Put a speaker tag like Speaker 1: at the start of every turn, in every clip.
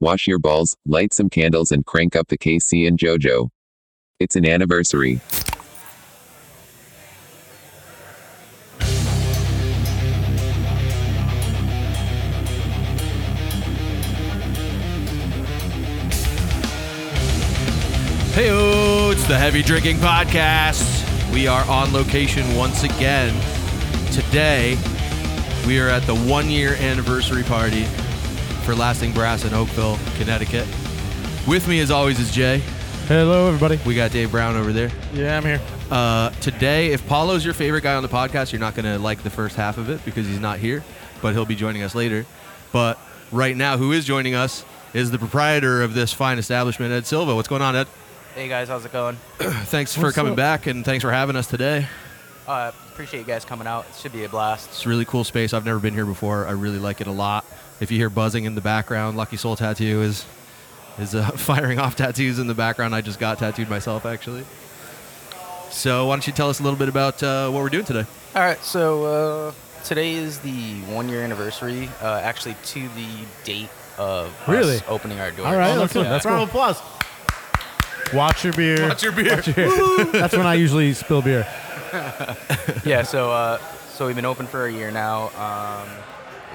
Speaker 1: wash your balls, light some candles, and crank up the KC and JoJo. It's an anniversary.
Speaker 2: Hey, it's the Heavy Drinking Podcast. We are on location once again. Today, we are at the one year anniversary party for Lasting Brass in Oakville, Connecticut. With me, as always, is Jay.
Speaker 3: Hello, everybody.
Speaker 2: We got Dave Brown over there.
Speaker 3: Yeah, I'm here.
Speaker 2: Uh, today, if Paulo's your favorite guy on the podcast, you're not going to like the first half of it because he's not here, but he'll be joining us later. But right now, who is joining us is the proprietor of this fine establishment, Ed Silva. What's going on, Ed?
Speaker 4: Hey guys, how's it going?
Speaker 2: Thanks for
Speaker 3: What's
Speaker 2: coming
Speaker 3: up?
Speaker 2: back and thanks for having us today.
Speaker 4: Uh, appreciate you guys coming out. It should be a blast.
Speaker 2: It's a really cool space. I've never been here before. I really like it a lot. If you hear buzzing in the background, Lucky Soul Tattoo is is uh, firing off tattoos in the background. I just got tattooed myself actually. So why don't you tell us a little bit about uh, what we're doing today?
Speaker 4: All right, so uh, today is the one year anniversary, uh, actually to the date of us
Speaker 3: Really?
Speaker 4: opening our Oh, doors.
Speaker 3: All right, that's,
Speaker 4: yeah.
Speaker 3: good. that's cool.
Speaker 2: applause.
Speaker 3: Watch your beer.
Speaker 2: That's your beer.
Speaker 3: that's when I usually spill beer.
Speaker 4: Yeah, so uh, so we've been open for a year now. Um,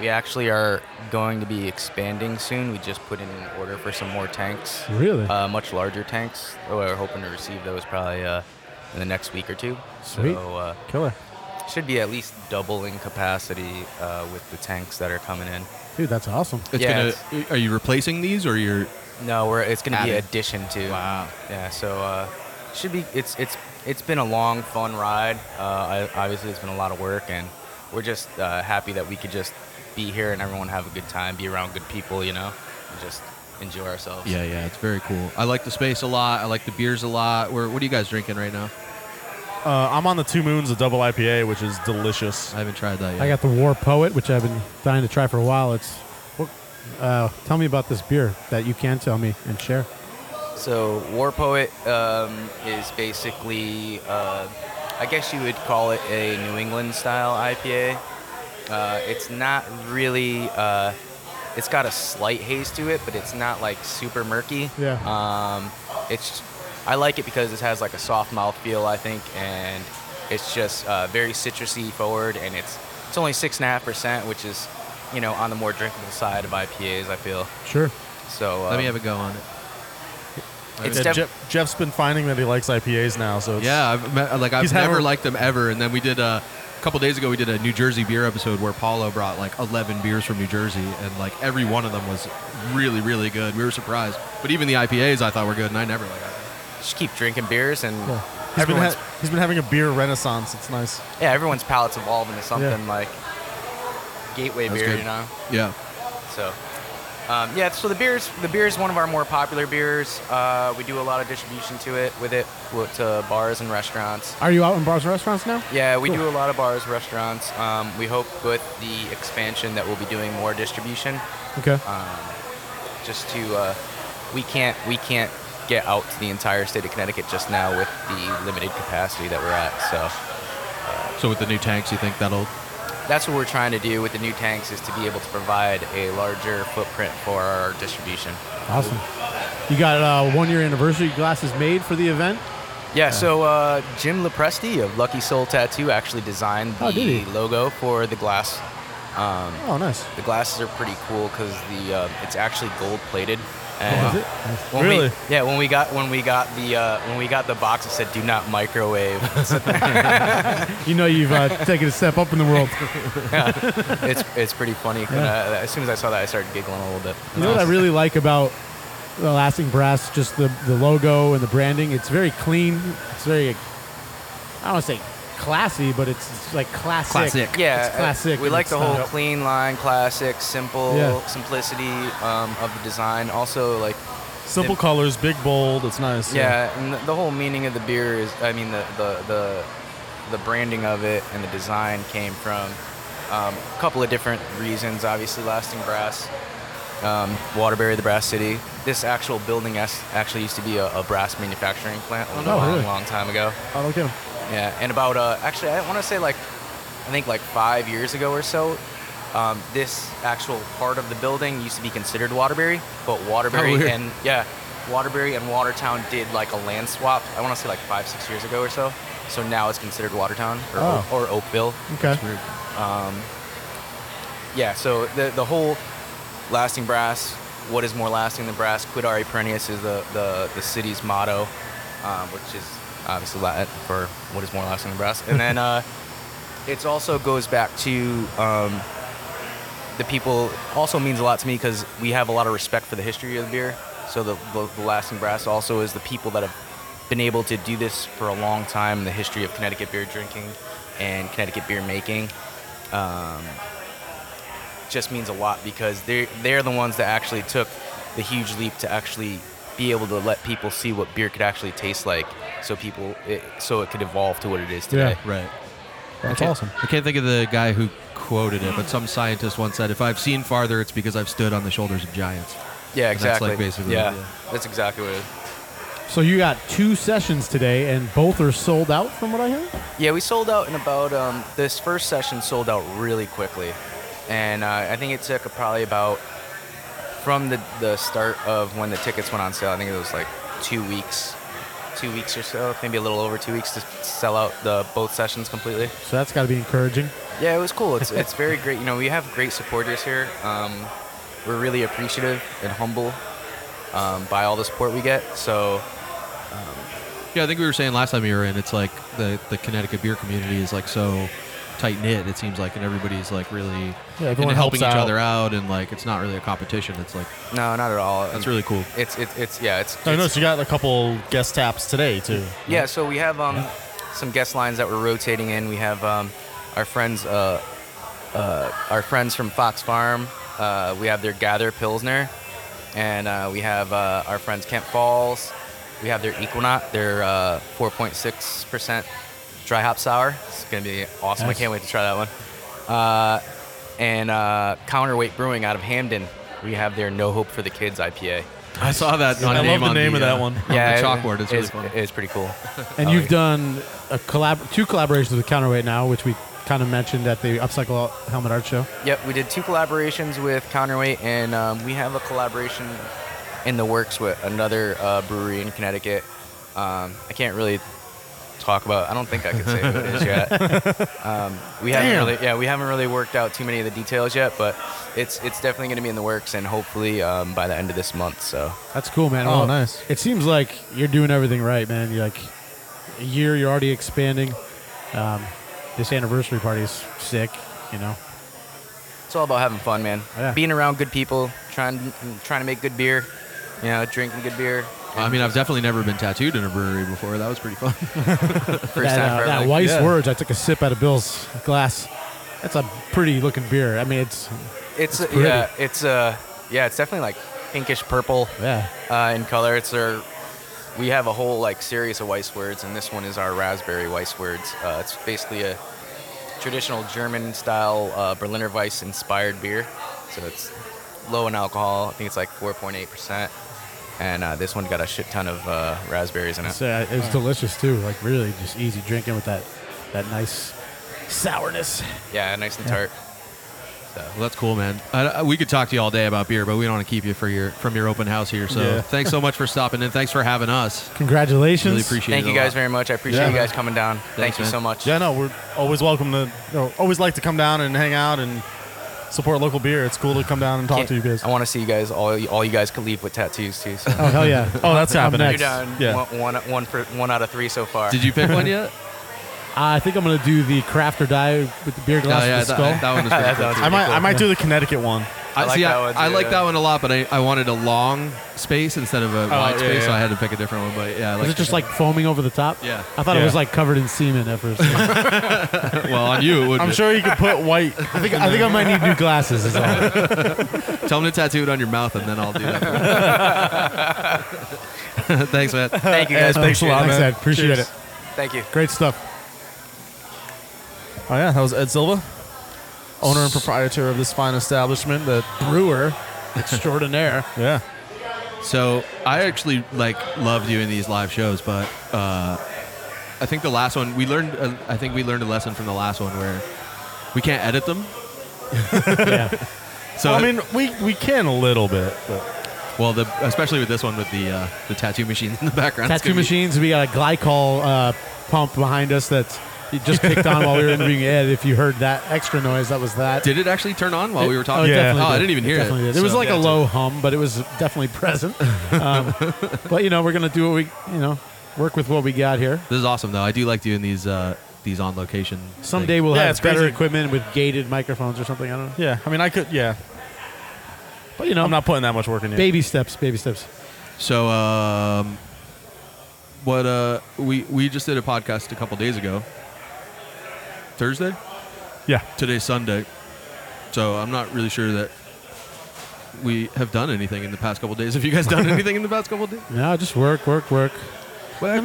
Speaker 4: we actually are going to be expanding soon. We just put in an order for some more tanks,
Speaker 3: Really?
Speaker 4: uh, much larger tanks. Oh, We're hoping to receive those probably uh, in the next week or two.
Speaker 3: Sweet.
Speaker 4: So uh,
Speaker 3: Killer.
Speaker 4: should be at least doubling capacity uh, with the tanks that are coming in.
Speaker 3: Dude, that's awesome.
Speaker 2: It's
Speaker 4: Yeah,
Speaker 2: gonna. Are you replacing these or you're?
Speaker 4: No, we're it's going to be
Speaker 2: Added.
Speaker 4: addition to. Yeah, so uh, should be it's it's it's been a long fun ride. Uh, I, obviously, it's been a lot of work, and we're just uh, happy that we could just be here and everyone have a good time, be around good people, you know, and just enjoy ourselves.
Speaker 2: Yeah, yeah. It's very cool. I like the space a lot. I like the beers a lot. We're, what are you guys drinking right now?
Speaker 5: Uh, I'm on the Two Moons, a double IPA, which is delicious.
Speaker 2: I haven't tried that yet.
Speaker 3: I got the War Poet, which I've been dying to try for a while. It's. what- Uh, tell me about this beer that you can tell me and share.
Speaker 4: So War Poet um, is basically, uh, I guess you would call it a New England style IPA. Uh, it's not really, uh, it's got a slight haze to it, but it's not like super murky.
Speaker 3: Yeah.
Speaker 4: Um, it's, I like it because it has like a soft mouth feel, I think, and it's just uh, very citrusy forward, and it's it's only six and a half percent, which is, you know, on the more drinkable side of IPAs, I feel.
Speaker 3: Sure.
Speaker 4: So
Speaker 2: Let me
Speaker 4: um,
Speaker 2: have a go on it.
Speaker 4: It's
Speaker 5: Yeah,
Speaker 4: def-
Speaker 5: Jeff, Jeff's been finding that he likes IPAs now, so it's,
Speaker 2: Yeah, I've met, like I've
Speaker 5: He's
Speaker 2: never
Speaker 5: having-
Speaker 2: liked them ever. And then we did a, a couple days ago. We did a New Jersey beer episode where Paulo brought like eleven beers from New Jersey, and like every one of them was really, really good. We were surprised, but even the IPAs I thought were good, and I never like. IPAs.
Speaker 4: just keep drinking beers and.
Speaker 5: he's been,
Speaker 4: Everyone's-
Speaker 5: ha- he's been having a beer renaissance. It's nice.
Speaker 4: Yeah, everyone's palate's evolved into something like gateway
Speaker 2: That's
Speaker 4: beer,
Speaker 2: good.
Speaker 4: you know.
Speaker 2: Yeah,
Speaker 4: So, um, yeah. So the beers, the beer is one of our more popular beers. Uh, we do a lot of distribution to it with it w- to bars and restaurants.
Speaker 3: Are you out in bars and restaurants now?
Speaker 4: Yeah, we
Speaker 3: Cool.
Speaker 4: do a lot of bars, restaurants. Um, we hope with the expansion that we'll be doing more distribution, Um,
Speaker 3: Okay.
Speaker 4: just to uh, we can't we can't get out to the entire state of Connecticut just now with the limited capacity that we're at. So.
Speaker 2: so with the new tanks, you think that'll?
Speaker 4: That's what we're trying to do with the new tanks is to be able to provide a larger footprint for our distribution.
Speaker 3: awesome. You got uh, one year anniversary glasses made for the event.
Speaker 4: Yeah, so uh, Jim Lepresti of Lucky Soul Tattoo actually designed the
Speaker 3: Oh, did he?
Speaker 4: logo for the glass. Um,
Speaker 3: Oh, nice.
Speaker 4: The glasses are pretty cool because the uh, it's actually gold plated.
Speaker 3: Is
Speaker 4: And
Speaker 3: it? Nice.
Speaker 4: when
Speaker 5: Really?
Speaker 4: We, yeah, when we got when we got the uh, when we got the box, it said "Do not microwave." So
Speaker 3: You know you've uh, taken a step up in the world.
Speaker 4: it's it's pretty funny. And, uh, as soon as I saw that, I started giggling a little bit.
Speaker 3: You know what I really like about the Lasting Brass, just the, the logo and the branding. It's very clean. It's very, I don't want to say classy, but it's, it's like classic.
Speaker 2: Classic.
Speaker 4: Yeah,
Speaker 3: It's
Speaker 4: uh,
Speaker 3: classic
Speaker 4: We
Speaker 3: and
Speaker 4: like
Speaker 3: it's
Speaker 4: the whole
Speaker 3: not-
Speaker 4: clean line, classic, simple,
Speaker 3: Yeah.
Speaker 4: simplicity um, of the design. Also, like
Speaker 5: Simple colors, big bold. It's nice.
Speaker 4: yeah, and the, the whole meaning of the beer is, I mean, the the the, the branding of it and the design came from um, a couple of different reasons. Obviously, Lasting Brass, um, Waterbury, the Brass City. This actual building as- actually used to be a, a brass manufacturing plant a
Speaker 3: no,
Speaker 4: long,
Speaker 3: Oh, really?
Speaker 4: long time ago.
Speaker 3: Oh, look at him.
Speaker 4: Yeah, and about uh, actually, I want to say like, I think like five years ago or so, Um, this actual part of the building used to be considered Waterbury, but
Speaker 3: Oh,
Speaker 4: Waterbury
Speaker 2: weird.
Speaker 4: and yeah, Waterbury and Watertown did like a land swap. I want to say like five, six years ago or so. So now it's considered Watertown or,
Speaker 3: Oh.
Speaker 4: Oak- or Oakville.
Speaker 3: Okay.
Speaker 4: Um, Yeah. So the the whole lasting brass. What is more lasting than brass? Quid are perennius is the the, the city's motto, um, which is obviously Latin for what is more lasting than brass. And then uh, it also goes back to um, the people. Also means a lot to me because we have a lot of respect for the history of the beer. So the, the, the lasting brass also is the people that have been able to do this for a long time in the history of Connecticut beer drinking and Connecticut beer making um, just means a lot because they're they're the ones that actually took the huge leap to actually be able to let people see what beer could actually taste like, so people it, so it could evolve to what it is today.
Speaker 2: Right.
Speaker 3: That's
Speaker 2: I can't-
Speaker 3: awesome.
Speaker 2: I can't think of the guy who quoted it, but some scientist once said, "If I've seen farther, it's because I've stood on the shoulders of giants."
Speaker 4: Yeah,
Speaker 2: And that's,
Speaker 4: exactly.
Speaker 2: like, basically
Speaker 4: yeah,
Speaker 2: it, yeah.
Speaker 4: that's exactly what it is.
Speaker 3: So you got two sessions today, and both are sold out, from what I hear.
Speaker 4: Yeah, we sold out in about um, this first session sold out really quickly, and uh, I think it took probably about from the the start of when the tickets went on sale. I think it was like two weeks, two weeks or so, maybe a little over two weeks to sell out the both sessions completely.
Speaker 3: So that's got to be encouraging.
Speaker 4: Yeah, it was cool. It's it's very great. You know, we have great supporters here. Um, we're really appreciative and humble um, by all the support we get. So um,
Speaker 2: Yeah, I think we were saying last time you were in, it's like the the Connecticut beer community is like so tight knit. It seems like, and everybody's like really
Speaker 3: Yeah, everyone
Speaker 2: into helping each
Speaker 3: helps out.
Speaker 2: other out, and like it's not really a competition. It's like
Speaker 4: no, not at all.
Speaker 2: that's really cool.
Speaker 4: It's it's it's yeah. It's,
Speaker 5: I
Speaker 4: it's-
Speaker 5: noticed you got a couple guest taps today too.
Speaker 4: yeah. So we have um some guest lines that we're rotating in. We have um our friends uh, uh our friends from Fox Farm. Uh, we have their Gather Pilsner, and uh, we have uh, our friends Kent Falls. We have their Equinox, their uh, 4.6% dry hop sour. It's gonna be awesome.
Speaker 3: Nice.
Speaker 4: I can't wait to try that one. Uh, and uh, Counterweight Brewing out of Hamden, we have their No Hope for the Kids IPA.
Speaker 2: I saw that.
Speaker 5: I
Speaker 2: on
Speaker 5: love
Speaker 2: name
Speaker 5: the
Speaker 2: on
Speaker 5: name of that
Speaker 2: uh,
Speaker 5: one.
Speaker 2: on the chalkboard. It's really
Speaker 4: it's,
Speaker 2: fun.
Speaker 4: it's pretty cool.
Speaker 3: And
Speaker 4: Oh,
Speaker 3: you've
Speaker 4: yeah.
Speaker 3: done a collab, two collaborations with Counterweight now, which we kind of mentioned at the Upcycle Helmet Art Show.
Speaker 4: Yep, we did two collaborations with Counterweight, and um, we have a collaboration in the works with another uh, brewery in Connecticut. Um, I can't really talk about. I don't think I could say who it is yet. Um, we haven't
Speaker 5: Damn.
Speaker 4: really, yeah, we haven't really worked out too many of the details yet, but it's it's definitely going to be in the works, and hopefully um, by the end of this month. So
Speaker 3: That's cool, man.
Speaker 5: Oh, nice.
Speaker 3: It seems like you're doing everything right, man. You're like a year, you're already expanding. Um, this anniversary party is sick, you know.
Speaker 4: it's all about having fun, man.
Speaker 3: Yeah.
Speaker 4: Being around good people, trying trying to make good beer, you know, drinking good beer.
Speaker 2: I mean, I've definitely never been tattooed in a brewery before. That was pretty fun.
Speaker 4: First
Speaker 3: that
Speaker 4: time for
Speaker 3: uh, that
Speaker 4: everything.
Speaker 3: Weiss
Speaker 5: Yeah.
Speaker 3: Words, I took a sip out of Bill's glass. That's a pretty looking beer. I mean, it's,
Speaker 4: It's,
Speaker 3: It's
Speaker 4: uh, yeah, it's uh, yeah, it's definitely like pinkish purple
Speaker 3: yeah.
Speaker 4: uh, in color. It's our we have a whole like series of Weiss words, and this one is our raspberry Weiss words. Uh, it's basically a traditional German style uh, Berliner Weiss inspired beer, so it's low in alcohol. I think it's like 4.8 percent, and uh, this one got a shit ton of uh, raspberries in
Speaker 3: It's,
Speaker 4: it.
Speaker 3: uh, it was delicious, too. Like, really just easy drinking with that, that nice sourness.
Speaker 4: Yeah, nice and tart.
Speaker 2: Well, that's cool, man. I, I- we could talk to you all day about beer, but we don't want to keep you for your from your open house here. So
Speaker 3: Yeah.
Speaker 2: thanks so much for stopping in. Thanks for having us.
Speaker 3: Congratulations.
Speaker 2: Really appreciate it.
Speaker 4: Thank you
Speaker 2: a lot.
Speaker 4: guys very much. I appreciate
Speaker 5: Yeah,
Speaker 4: you
Speaker 5: man.
Speaker 4: guys coming down. Thank you
Speaker 2: man.
Speaker 4: so much.
Speaker 5: Yeah, no, we're always welcome to. You know, always like to come down and hang out and support local beer. It's cool to come down and talk to you guys.
Speaker 4: I want to see you guys. All all you guys could leave with tattoos too. So.
Speaker 3: Oh, hell yeah.
Speaker 5: Oh, that's
Speaker 3: I'm
Speaker 5: happening.
Speaker 3: next.
Speaker 4: You're down
Speaker 5: Yeah.
Speaker 4: one, one, one, for, one out of three so far.
Speaker 2: Did you pick one yet?
Speaker 3: Uh, I think I'm going to do the craft or die with the beer
Speaker 2: No,
Speaker 3: glass
Speaker 2: yeah,
Speaker 3: with the
Speaker 2: that,
Speaker 3: skull.
Speaker 2: that one was pretty cool. too.
Speaker 5: I might. I might do the Connecticut one.
Speaker 2: I,
Speaker 4: I like
Speaker 2: see,
Speaker 4: that
Speaker 2: I,
Speaker 4: one,
Speaker 2: I
Speaker 4: too,
Speaker 2: like
Speaker 4: yeah. Oh,
Speaker 2: that one a lot, but I, I wanted a long space instead of a wide
Speaker 5: yeah,
Speaker 2: space, so
Speaker 5: yeah.
Speaker 2: I had to pick a different one. But yeah, I
Speaker 3: was
Speaker 2: like
Speaker 3: it just like foaming over the top?
Speaker 2: Yeah.
Speaker 3: I thought it
Speaker 5: Yeah.
Speaker 3: was like covered in semen at first. I
Speaker 2: well on you? It would.
Speaker 5: I'm
Speaker 2: be.
Speaker 5: sure you could put white.
Speaker 3: think I think I might need new glasses. Is all.
Speaker 2: Tell them to tattoo it on your mouth, and then I'll do that. Thanks, man.
Speaker 4: Thank you guys.
Speaker 5: Thanks a lot,
Speaker 3: Thanks,
Speaker 5: man.
Speaker 3: Ed. Appreciate
Speaker 5: Cheers.
Speaker 3: it.
Speaker 4: Thank you.
Speaker 3: Great stuff.
Speaker 5: Oh yeah, that was Ed Silva, owner and proprietor of this fine establishment. That
Speaker 3: Brewer extraordinaire.
Speaker 5: yeah,
Speaker 2: So I actually like love doing these live shows, but uh, I think the last one we learned. Uh, I think we learned a lesson from the last one where we can't edit them.
Speaker 3: yeah.
Speaker 2: So
Speaker 5: I mean, we, we can a little bit. But.
Speaker 2: well, the especially with this one with the uh, the tattoo machines in the background. it's
Speaker 3: Tattoo
Speaker 2: gonna be-
Speaker 3: machines. We got a glycol uh, pump behind us that's it just kicked on while we were interviewing Ed. If you heard that extra noise, that was that.
Speaker 2: Did it actually turn on while we
Speaker 3: Oh,
Speaker 2: were
Speaker 3: it
Speaker 2: talking?
Speaker 5: Yeah.
Speaker 3: definitely
Speaker 2: Oh, I
Speaker 3: did.
Speaker 2: didn't even hear it.
Speaker 3: definitely Did. It was
Speaker 2: So,
Speaker 3: like
Speaker 2: yeah,
Speaker 3: a
Speaker 2: it's
Speaker 3: low hum, but it was definitely present. Um, but you know, we're gonna do what we, you know, work with what we got here.
Speaker 2: This is awesome though. I do like doing these uh, these on location.
Speaker 3: Someday we'll
Speaker 5: Yeah,
Speaker 3: have
Speaker 5: it's
Speaker 3: better
Speaker 5: crazy.
Speaker 3: equipment with gated microphones or something. I don't know.
Speaker 5: Yeah, I mean, I could. Yeah,
Speaker 3: But you know,
Speaker 5: I'm not putting that much work in. yet.
Speaker 3: baby steps. Baby steps.
Speaker 2: So, um, what uh, we we just did a podcast a couple days ago. Thursday.
Speaker 5: Yeah,
Speaker 2: Today's Sunday. So I'm not really sure that we have done anything in the past couple days. Have you guys done anything in the past couple days?
Speaker 3: No, just work, work, work.
Speaker 2: Whack,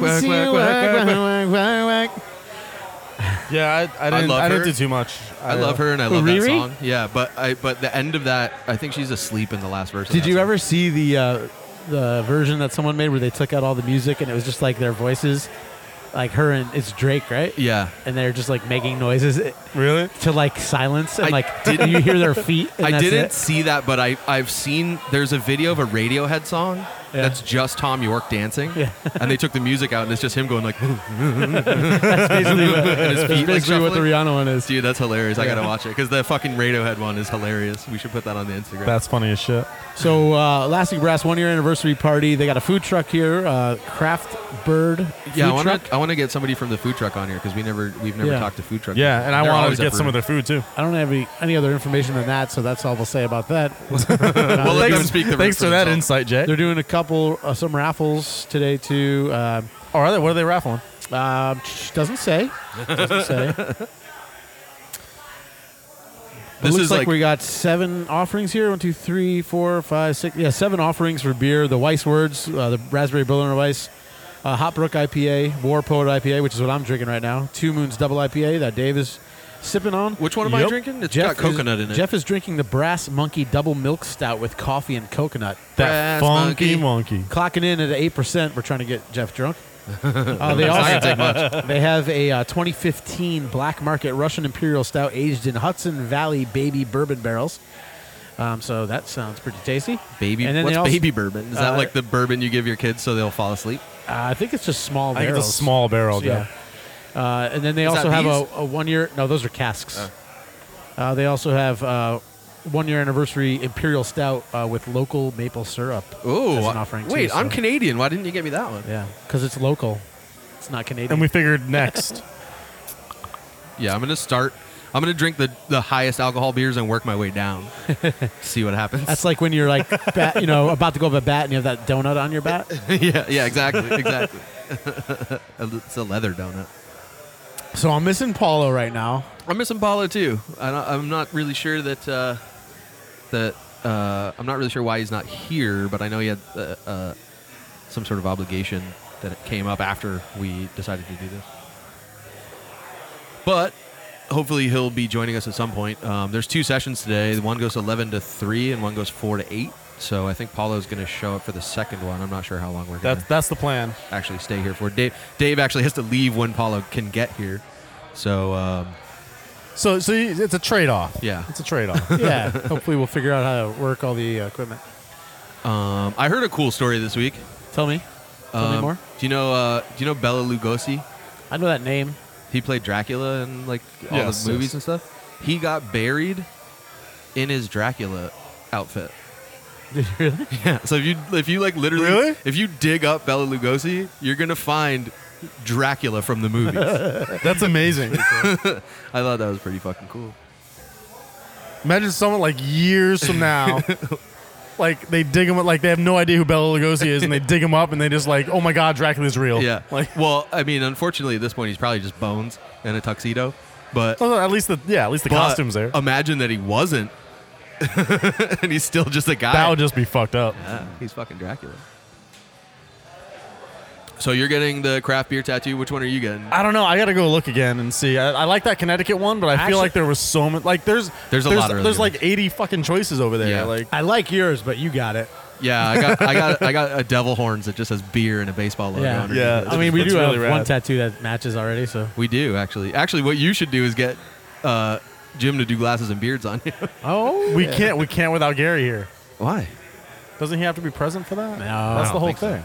Speaker 3: Let me
Speaker 2: whack,
Speaker 3: see
Speaker 2: whack,
Speaker 3: you
Speaker 2: whack, whack, whack.
Speaker 3: whack, whack, whack, whack.
Speaker 5: yeah. I, I didn't. I,
Speaker 2: love her.
Speaker 5: didn't do too much. Uh,
Speaker 2: I love her and I
Speaker 3: Who,
Speaker 2: love that
Speaker 3: Riri?
Speaker 2: song. Yeah, but I but the end of that, I think she's asleep in the last verse. of
Speaker 3: Did
Speaker 2: that
Speaker 3: you
Speaker 2: song.
Speaker 3: ever see the uh, the version that someone made where they took out all the music and it was just like their voices, like her and it's Drake, right?
Speaker 2: Yeah,
Speaker 3: And they're just like making noises
Speaker 5: Really?
Speaker 3: to like silence and
Speaker 2: I
Speaker 3: like did you hear their feet? And
Speaker 2: I
Speaker 3: that's
Speaker 2: didn't
Speaker 3: it?
Speaker 2: see that, but I I've seen there's a video of a Radiohead song
Speaker 3: Yeah.
Speaker 2: that's just Tom York dancing,
Speaker 3: Yeah.
Speaker 2: and they took the music out and it's just him going like,
Speaker 3: Basically, what-
Speaker 2: his feet, like,
Speaker 3: that's basically what the
Speaker 2: shuffling.
Speaker 3: Rihanna one is.
Speaker 2: dude, that's hilarious. I gotta watch it because the fucking Radiohead one is hilarious. We should put that on the Instagram.
Speaker 5: That's funny as shit.
Speaker 3: So, uh, Elastic Brass one year anniversary party. They got a food truck here, uh, Craft Bird.
Speaker 2: yeah,
Speaker 3: food
Speaker 2: I want
Speaker 3: truck.
Speaker 2: to I want to get somebody from the food truck on here because we never we've never
Speaker 3: Yeah.
Speaker 2: talked to food truck.
Speaker 5: Yeah, and I
Speaker 2: They're
Speaker 5: wanted
Speaker 2: always
Speaker 5: to
Speaker 2: up
Speaker 5: get
Speaker 2: for-
Speaker 5: some of their food too.
Speaker 3: I don't have any, any other information than that, so that's all we'll say about that. Uh,
Speaker 2: Well, let them
Speaker 5: Thanks,
Speaker 2: speak the
Speaker 5: thanks for that
Speaker 2: themselves.
Speaker 5: insight, Jay.
Speaker 3: They're doing a couple, uh, some raffles today too. Uh,
Speaker 5: Or are they? What are they raffling?
Speaker 3: uh, sh- doesn't say. Doesn't say. But
Speaker 2: This
Speaker 3: looks
Speaker 2: is
Speaker 3: like,
Speaker 2: like-
Speaker 3: we got seven offerings here. One, two, three, four, five, six. Yeah, seven offerings for beer. The Weiss Words, uh, the Raspberry Berliner Weiss, uh, Hot Brook IPA, War Poet IPA, which is what I'm drinking right now. Two Moons Double IPA that Dave is sipping on.
Speaker 2: Which one am I
Speaker 5: Yep.
Speaker 2: drinking? It's
Speaker 3: Jeff
Speaker 2: got coconut
Speaker 3: is,
Speaker 2: in it.
Speaker 3: Jeff is drinking the Brass Monkey Double Milk Stout with coffee and coconut.
Speaker 5: That
Speaker 2: Brass
Speaker 5: funky
Speaker 2: monkey.
Speaker 5: monkey.
Speaker 3: clocking in at eight percent. We're trying to get Jeff drunk. Uh, they
Speaker 2: It's not
Speaker 3: also
Speaker 2: gonna take much.
Speaker 3: they have a uh, 2015 black market Russian Imperial Stout aged in Hudson Valley baby bourbon barrels. Um, so that sounds pretty tasty.
Speaker 2: Baby,
Speaker 3: And then
Speaker 2: what's
Speaker 3: they also-
Speaker 2: baby bourbon? Is that
Speaker 3: uh,
Speaker 2: like the bourbon you give your kids so they'll fall asleep?
Speaker 3: Uh, I think it's just small
Speaker 5: I think
Speaker 3: barrels.
Speaker 5: it's a small barrel.
Speaker 3: yeah.
Speaker 5: Yeah.
Speaker 3: Uh, and then they
Speaker 2: Is
Speaker 3: also
Speaker 2: that Oh.
Speaker 3: have
Speaker 2: bees?
Speaker 3: a, a one year. No, those are casks. Uh, they also have uh, one year anniversary Imperial Stout uh, with local maple syrup.
Speaker 2: Ooh, uh,
Speaker 3: as an offering.
Speaker 2: wait,
Speaker 3: too,
Speaker 2: I'm
Speaker 3: so-
Speaker 2: Canadian. Why didn't you get me that one?
Speaker 3: Yeah, because it's local. It's not Canadian.
Speaker 5: And we figured next.
Speaker 2: Yeah, I'm gonna start. I'm gonna drink the, the highest alcohol beers and work my way down. See what happens.
Speaker 3: That's like when you're like, bat, you know, about to go up a bat and you have that donut on your bat.
Speaker 2: yeah, yeah, exactly, exactly. it's a leather donut.
Speaker 3: So I'm missing Paulo right now.
Speaker 2: I'm missing Paulo too. I don't, I'm not really sure that uh, that uh, I'm not really sure why he's not here, but I know he had uh, uh, some sort of obligation that it came up after we decided to do this. But hopefully he'll be joining us at some point. Um, there's two sessions today. One goes 11 to three, and one goes four to eight. So I think Paulo's going to show up for the second one. I'm not sure how long we're going
Speaker 5: That's
Speaker 2: to
Speaker 5: that's the plan.
Speaker 2: actually stay here for. Dave Dave actually has to leave when Paulo can get here. So. Um,
Speaker 5: So so you- it's a trade off.
Speaker 2: Yeah.
Speaker 5: It's a trade off.
Speaker 3: Yeah. Hopefully we'll figure out how to work all the uh, equipment.
Speaker 2: Um, I heard a cool story this week.
Speaker 3: Tell me. Tell me
Speaker 2: Um,
Speaker 3: more.
Speaker 2: Do you know? Uh, do you know Bella Lugosi?
Speaker 3: I know that name.
Speaker 2: He played Dracula in like all
Speaker 5: Yes,
Speaker 2: the movies
Speaker 5: yes.
Speaker 2: and stuff. He got buried in his Dracula outfit.
Speaker 3: Did you really?
Speaker 2: Yeah. So if you if you like literally
Speaker 5: Really?
Speaker 2: if you dig up Bella Lugosi, you're gonna find Dracula from the movies.
Speaker 5: that's amazing.
Speaker 2: I thought that was pretty fucking cool.
Speaker 5: Imagine someone like years from now, like they dig him up, like they have no idea who Bela Lugosi is, and they dig him up, and they just like, oh my god, Dracula's real.
Speaker 2: Yeah.
Speaker 5: Like,
Speaker 2: well, I mean, unfortunately, at this point, he's probably just bones and a tuxedo. But
Speaker 5: well, at least the yeah, at least the
Speaker 2: but
Speaker 5: costumes there.
Speaker 2: Imagine that he wasn't, and he's still just a guy.
Speaker 5: that would just be fucked up.
Speaker 2: Yeah, he's fucking Dracula. So you're getting the craft beer tattoo. Which one are you getting?
Speaker 5: I don't know. I got to go look again and see. I, I like that Connecticut one, but I
Speaker 3: Actually-
Speaker 5: feel like there was so much. Like there's
Speaker 2: There's a
Speaker 5: there's,
Speaker 2: lot of really
Speaker 5: there's
Speaker 2: good
Speaker 5: like 80 fucking choices over there.
Speaker 2: Yeah.
Speaker 5: Like
Speaker 3: I like yours, but you got it.
Speaker 2: Yeah, I got I got I got a devil horns that just has beer and a baseball logo.
Speaker 3: Yeah.
Speaker 2: underneath
Speaker 5: Yeah.
Speaker 2: it.
Speaker 3: I mean, we
Speaker 5: That's
Speaker 3: do
Speaker 5: really
Speaker 3: have
Speaker 5: rad.
Speaker 3: one tattoo that matches already, so.
Speaker 2: we do actually. Actually, what you should do is get uh, Jim to do glasses and beards on you.
Speaker 3: Oh,
Speaker 5: We can't. We can't without Gary here.
Speaker 2: Why?
Speaker 5: Doesn't he have to be present for that?
Speaker 3: No.
Speaker 5: that's the
Speaker 2: I don't
Speaker 5: whole
Speaker 2: think so.
Speaker 5: thing.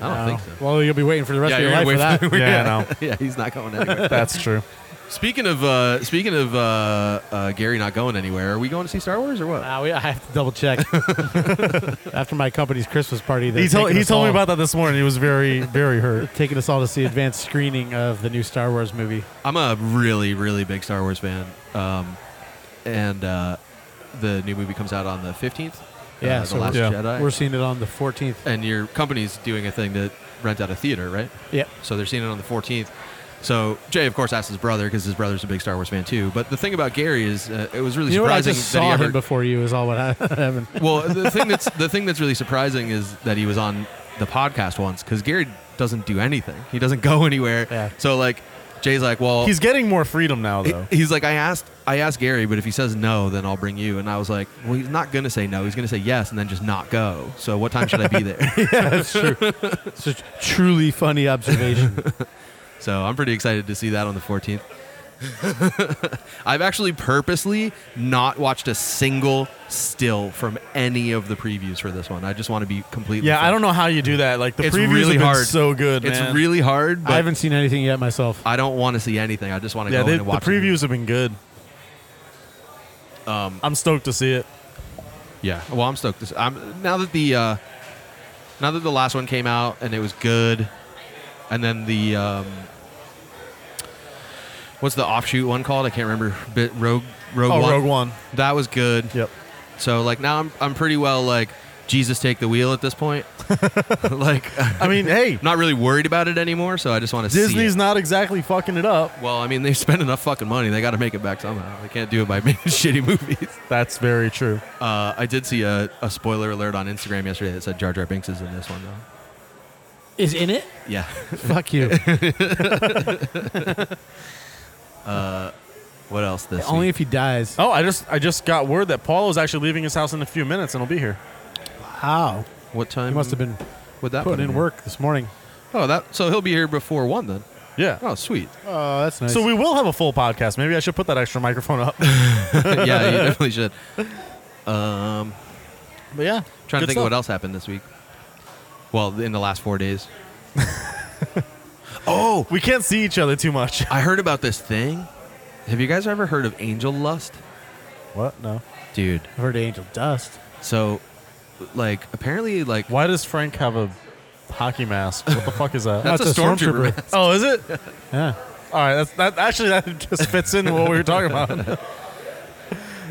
Speaker 2: I don't think so.
Speaker 3: Well, you'll be waiting for the rest of your life for that.
Speaker 5: Yeah, I know.
Speaker 2: yeah, he's not going anywhere.
Speaker 5: That's true.
Speaker 2: speaking of uh, speaking of uh, uh, Gary not going anywhere, are we going to see Star Wars or what?
Speaker 3: Ah, we, I have to double check after my company's Christmas party. they're
Speaker 5: He told
Speaker 3: taking
Speaker 5: he
Speaker 3: us
Speaker 5: told me
Speaker 3: all-
Speaker 5: about that this morning. He was very very hurt.
Speaker 3: taking us all to see advanced screening of the new Star Wars movie.
Speaker 2: I'm a really, really big Star Wars fan, um, and uh, the new movie comes out on the 15th.
Speaker 3: Yeah,
Speaker 2: uh, the
Speaker 3: so
Speaker 2: Last
Speaker 5: we're- yeah,
Speaker 2: Jedi.
Speaker 3: We're seeing it on the 14th.
Speaker 2: and your company's doing a thing to rent out a theater, right?
Speaker 3: Yep.
Speaker 2: So they're seeing it on the 14th. So Jay, of course, asked his brother because his brother's a big Star Wars fan too. But the thing about Gary is, uh, it was really
Speaker 3: You know what? I
Speaker 2: surprising
Speaker 3: just
Speaker 2: that
Speaker 3: saw
Speaker 2: he ever.
Speaker 3: him before you is all what I- happened.
Speaker 2: well, the thing that's the thing that's really surprising is that he was on the podcast once because Gary doesn't do anything. He doesn't go anywhere.
Speaker 3: Yeah.
Speaker 2: So like, Jay's like, well,
Speaker 5: He's getting more freedom now
Speaker 2: he-
Speaker 5: though.
Speaker 2: he's like, I asked, I asked Gary, but if he says no, then I'll bring you. And I was like, well, he's not gonna say no. He's gonna say yes and then just not go. So what time should I be there?
Speaker 3: That's true. It's a truly funny observation.
Speaker 2: So I'm pretty excited to see that on the 14th. I've actually purposely not watched a single still from any of the previews for this one. I just want to be completely.
Speaker 5: Yeah, I
Speaker 2: fair.
Speaker 5: don't know how you do that. Like the
Speaker 2: It's
Speaker 5: previews
Speaker 2: really
Speaker 5: have been
Speaker 2: hard.
Speaker 5: so good.
Speaker 2: It's
Speaker 5: man.
Speaker 2: really hard, but
Speaker 3: I
Speaker 2: I,
Speaker 3: haven't seen anything yet myself.
Speaker 2: don't want to see anything. I just want to
Speaker 5: yeah.
Speaker 2: go
Speaker 5: They,
Speaker 2: in
Speaker 5: the
Speaker 2: and watch.
Speaker 5: previews have been good.
Speaker 2: it. Um,
Speaker 5: I'm stoked to see it.
Speaker 2: yeah. Well, I'm stoked. To see. I'm now that the uh, now that the last one came out and it was good, and then the um, what's the offshoot one called? I can't remember. Bit Rogue Rogue
Speaker 5: Oh,
Speaker 2: One.
Speaker 5: Rogue One.
Speaker 2: That was good.
Speaker 5: Yep.
Speaker 2: So like now I'm I'm pretty well like Jesus take the wheel at this point. like I'm
Speaker 5: I mean, hey,
Speaker 2: not really worried about it anymore, so I just want to
Speaker 5: Disney's
Speaker 2: see
Speaker 5: not exactly fucking it up.
Speaker 2: it. Well, I mean they spent enough fucking money, they got to make it back somehow. They can't do it by making shitty movies.
Speaker 5: That's very true.
Speaker 2: Uh, I did see a, a spoiler alert on Instagram yesterday that said Jar Jar Binks is in this one though.
Speaker 3: Is in it?
Speaker 2: Yeah.
Speaker 3: Fuck you.
Speaker 2: Uh, What else this
Speaker 3: Only
Speaker 2: week?
Speaker 3: if he dies.
Speaker 5: Oh, I just I just got word that Paulo is actually leaving his house in a few minutes and he'll be here.
Speaker 3: How?
Speaker 2: what time?
Speaker 3: He must have been
Speaker 2: with that put
Speaker 3: putting
Speaker 2: him
Speaker 3: in
Speaker 2: here?
Speaker 3: work this morning.
Speaker 2: Oh, that so he'll be here before 1 then.
Speaker 5: Yeah.
Speaker 2: Oh, sweet.
Speaker 3: Oh, that's nice.
Speaker 5: So we will have a full podcast. Maybe I should put that extra microphone up. but
Speaker 2: yeah, you definitely should. Um
Speaker 5: yeah,
Speaker 2: Trying
Speaker 5: good
Speaker 2: to think of
Speaker 5: stuff.
Speaker 2: what else happened this week. Well, in the last four days. oh,
Speaker 5: We can't see each other too much.
Speaker 2: I heard about this thing. Have you guys ever heard of angel lust?
Speaker 5: What? No.
Speaker 2: Dude.
Speaker 3: I've heard of Angel Dust.
Speaker 2: So, like, apparently, like,
Speaker 5: Why does Frank have a hockey mask? What the fuck is that?
Speaker 2: that's a
Speaker 3: That's a
Speaker 2: stormtrooper.
Speaker 3: stormtrooper.
Speaker 5: oh, is it?
Speaker 3: Yeah.
Speaker 5: All right. That's that. Actually, that just fits in what we were talking about.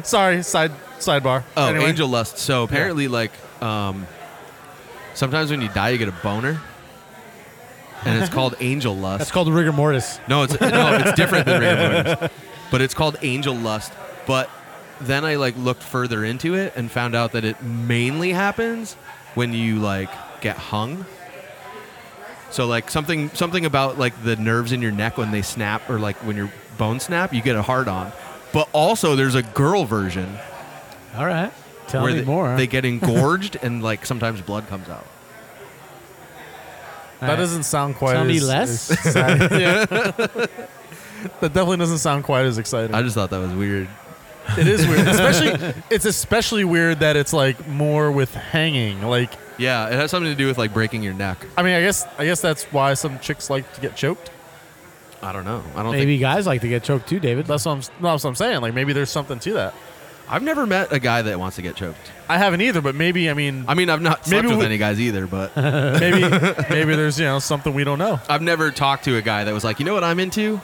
Speaker 5: Sorry. Side sidebar.
Speaker 2: oh,
Speaker 5: Anyway.
Speaker 2: angel lust. So apparently, like, um, sometimes when you die, you get a boner, and it's called angel lust.
Speaker 3: That's called rigor mortis.
Speaker 2: No, it's no, it's different than rigor mortis. But it's called angel lust. But then I like looked further into it and found out that it mainly happens when you like get hung. So like something something about like the nerves in your neck when they snap or like when your bones snap, you get a hard on. But also there's a girl version
Speaker 3: All right. Tell
Speaker 2: where
Speaker 3: me
Speaker 2: they,
Speaker 3: more.
Speaker 2: they get engorged and like sometimes blood comes out.
Speaker 3: All
Speaker 5: That
Speaker 3: right.
Speaker 5: doesn't sound quite.
Speaker 3: Tell
Speaker 5: as,
Speaker 3: me less?
Speaker 5: as exciting. Yeah. that definitely doesn't sound quite as exciting.
Speaker 2: I just thought that was weird.
Speaker 5: it is weird, especially. It's especially weird that it's like more with hanging. Like,
Speaker 2: Yeah, it has something to do with like breaking your neck.
Speaker 5: I mean, I guess, I guess that's why some chicks like to get choked.
Speaker 2: I don't know. I don't think
Speaker 3: Maybe guys like to get choked too, David.
Speaker 5: That's what I'm. no, That's what I'm saying. Like, maybe there's something to that.
Speaker 2: I've never met a guy that wants to get choked.
Speaker 5: I haven't either, but maybe. I mean,
Speaker 2: I mean, I've not slept
Speaker 5: Maybe
Speaker 2: with
Speaker 5: we-
Speaker 2: any guys either, but
Speaker 5: maybe, maybe there's you know something we don't know.
Speaker 2: I've never talked to a guy that was like, you know what I'm into?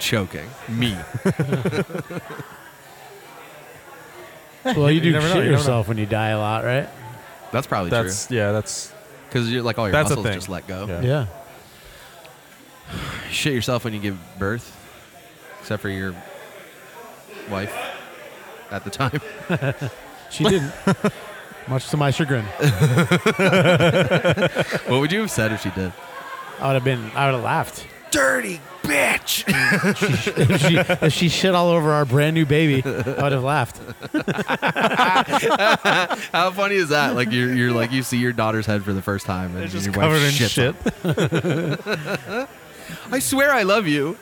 Speaker 2: Choking. Me.
Speaker 3: Well, you do
Speaker 5: never know,
Speaker 3: shit
Speaker 5: you never know.
Speaker 3: yourself when you die a lot, right?
Speaker 2: That's probably
Speaker 5: That's
Speaker 2: true.
Speaker 5: yeah. That's
Speaker 2: Because you're like all your
Speaker 5: That's a
Speaker 2: muscles
Speaker 5: thing.
Speaker 2: just let go.
Speaker 5: Yeah.
Speaker 3: Yeah.
Speaker 2: You shit yourself when you give birth, except for your wife at the time.
Speaker 3: She didn't. Much to my chagrin.
Speaker 2: what would you have said if she did?
Speaker 3: I would have been. I would have laughed.
Speaker 2: Dirty bitch.
Speaker 3: If she, if she shit all over our brand new baby, I would have laughed.
Speaker 2: How funny is that? Like you're, you're like you see your daughter's head for the first time, and
Speaker 5: it's just
Speaker 2: your wife
Speaker 5: covered in
Speaker 2: shits
Speaker 5: shit.
Speaker 2: on I swear I love you.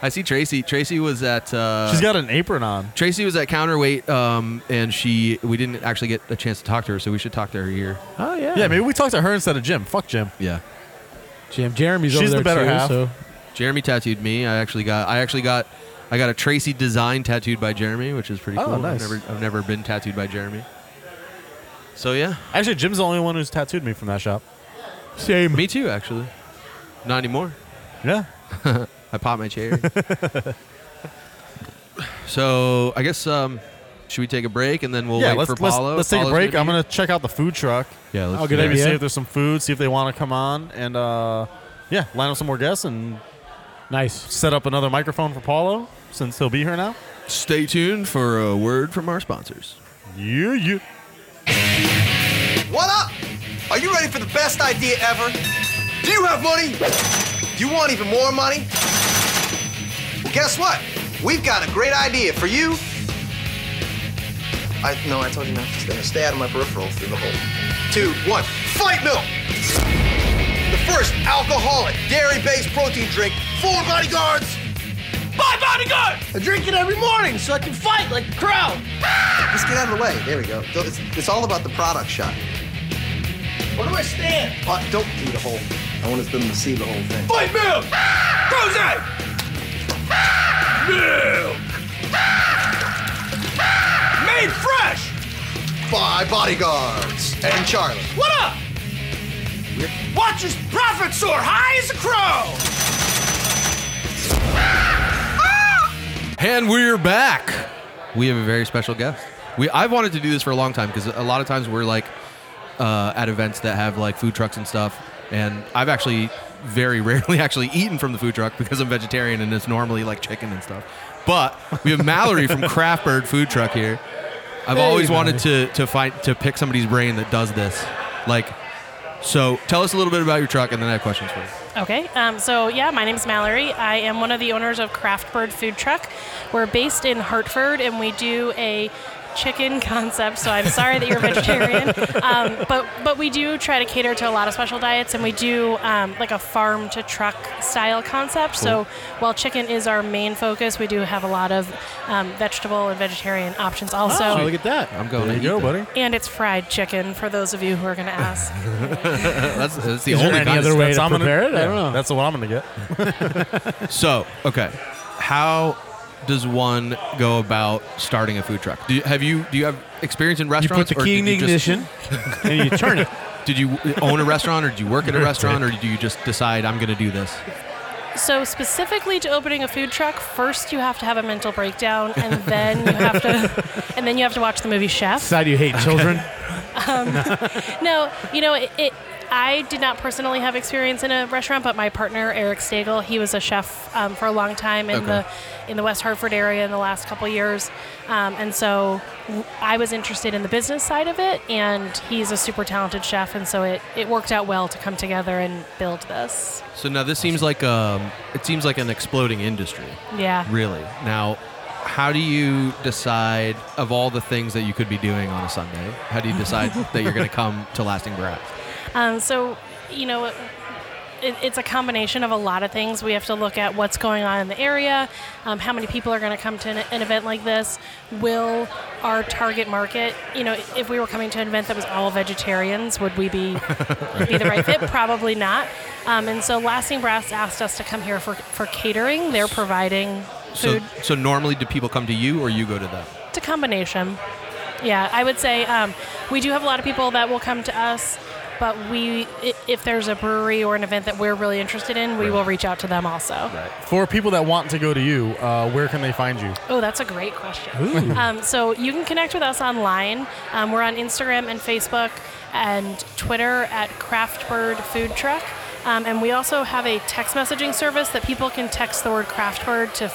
Speaker 2: I see Tracy. Tracy was at. Uh,
Speaker 5: She's got an apron on.
Speaker 2: Tracy was at counterweight, um, and she we didn't actually get a chance to talk to her, so we should talk to her here.
Speaker 3: Oh
Speaker 5: Yeah, maybe we talk to her instead of Jim. Fuck Jim.
Speaker 2: Yeah,
Speaker 3: Jim, Jeremy's
Speaker 5: She's
Speaker 3: over there
Speaker 5: the better
Speaker 3: too,
Speaker 5: half.
Speaker 3: so
Speaker 2: Jeremy tattooed me. I actually got I actually got I got a Tracy design tattooed by Jeremy, which is pretty
Speaker 5: Oh,
Speaker 2: cool.
Speaker 5: nice.
Speaker 2: I've, never, I've never been tattooed by Jeremy. So yeah,
Speaker 5: Actually, Jim's the only one who's tattooed me from that shop.
Speaker 3: same.
Speaker 2: me too actually. Not anymore.
Speaker 5: Yeah.
Speaker 2: I popped my chair. so I guess um, should we take a break and then we'll
Speaker 5: yeah,
Speaker 2: wait
Speaker 5: let's,
Speaker 2: for
Speaker 5: let's,
Speaker 2: Paulo?
Speaker 5: let's take a
Speaker 2: Paulo's
Speaker 5: break. I'm
Speaker 2: be-
Speaker 5: going to check out the food truck.
Speaker 2: yeah. Let's
Speaker 3: Oh,
Speaker 2: do
Speaker 3: good
Speaker 2: that.
Speaker 5: Maybe
Speaker 3: idea.
Speaker 5: see if there's some food, see if they want to come on, and uh, yeah, line up some more guests and
Speaker 3: Nice.
Speaker 5: set up another microphone for Paulo since he'll be here now.
Speaker 2: Stay tuned for a word from our sponsors.
Speaker 5: Yeah, yeah.
Speaker 6: What up? Are you ready for the best idea ever? Do you have money? Do you want even more money? Well, guess what? We've got a great idea for you. I no, I told you not to stay, stay out of my peripheral through the whole. Two, one, fight milk. The first alcoholic dairy-based protein drink for bodyguards. My bodyguard. I drink it every morning so I can fight like the crowd. Just get out of the way. There we go. So It's, it's all about the product shot. Where do I stand? Uh, don't do the whole. I want them to see the whole thing. Fight milk! Jose! Milk! Made fresh! By bodyguards and Charlie. What up? Watch his profit soar high as a crow!
Speaker 2: And we're back. We have a very special guest. We I've wanted to do this for a long time because a lot of times we're like uh, at events that have like food trucks and stuff, and I've actually very rarely actually eaten from the food truck because I'm vegetarian and it's normally like chicken and stuff. But we have Mallory from Craft Bird Food Truck here. I've always wanted to to find to pick somebody's brain that does this. Like, so tell us a little bit about your truck, and then I have questions for you.
Speaker 7: Okay, um, so yeah, my name's Mallory. I am one of the owners of Craft Bird Food Truck. We're based in Hartford and we do a chicken concept, so I'm sorry that you're vegetarian. Um, but, but we do try to cater to a lot of special diets and we do um, like a farm to truck style concept. So while chicken is our main focus, we do have a lot of um, vegetable and vegetarian options also.
Speaker 3: oh, look at that.
Speaker 2: I'm going.
Speaker 5: There
Speaker 2: to
Speaker 5: you go,
Speaker 2: eat that.
Speaker 5: buddy.
Speaker 7: and it's fried chicken for those of you who are going to ask.
Speaker 2: That's, that's the
Speaker 5: Is there
Speaker 2: only
Speaker 5: any
Speaker 2: kind of
Speaker 5: other
Speaker 2: stuff
Speaker 5: way to
Speaker 3: I'm gonna-
Speaker 5: prepare it?
Speaker 3: I don't know.
Speaker 5: That's the one I'm going to get.
Speaker 2: So, okay, how does one go about starting a food truck? Do you, have you do you have experience in
Speaker 3: You put
Speaker 2: restaurants?
Speaker 3: the
Speaker 2: or
Speaker 3: key in the
Speaker 2: did you just-
Speaker 3: ignition and you turn it.
Speaker 2: did you own a restaurant, or did you work at a restaurant, or do you just decide I'm going to do this?
Speaker 7: So specifically to opening a food truck, first you have to have a mental breakdown, and then you have to, and then you have to watch the movie Chef. Um,
Speaker 3: Decide you hate children.
Speaker 7: No, you know it. it I did not personally have experience in a restaurant, but my partner Eric Stagel, he was a chef um, for a long time in
Speaker 2: Okay.
Speaker 7: the in the West Hartford area in the last couple years, um, and so w- I was interested in the business side of it, and he's a super talented chef, and so it, it worked out well to come together and build this.
Speaker 2: So now this seems like um, it seems like an exploding industry,
Speaker 7: Yeah.
Speaker 2: really. Now, how do you decide of all the things that you could be doing on a Sunday? How do you decide that you're going to come to Lasting Breath?
Speaker 7: Um, so, you know, it, it's a combination of a lot of things. We have to look at what's going on in the area, um, how many people are going to come to an, an event like this. Will our target market, you know, if we were coming to an event that was all vegetarians, would we be be the right fit? Probably not. Um, and so, Lasting Brass asked us to come here for for catering. They're providing
Speaker 2: So,
Speaker 7: food.
Speaker 2: so normally do people come to you, or you go to them?
Speaker 7: It's a combination. Yeah, I would say um, we do have a lot of people that will come to us, but we, i- if there's a brewery or an event that we're really interested in, we will reach out to them also.
Speaker 5: For people that want to go to you, uh, where can they find you?
Speaker 7: Oh, that's a great question. Um, so you can connect with us online. Um, we're on Instagram and Facebook and Twitter at Craftbird Food Truck. Um, and we also have a text messaging service that people can text the word Craftbird to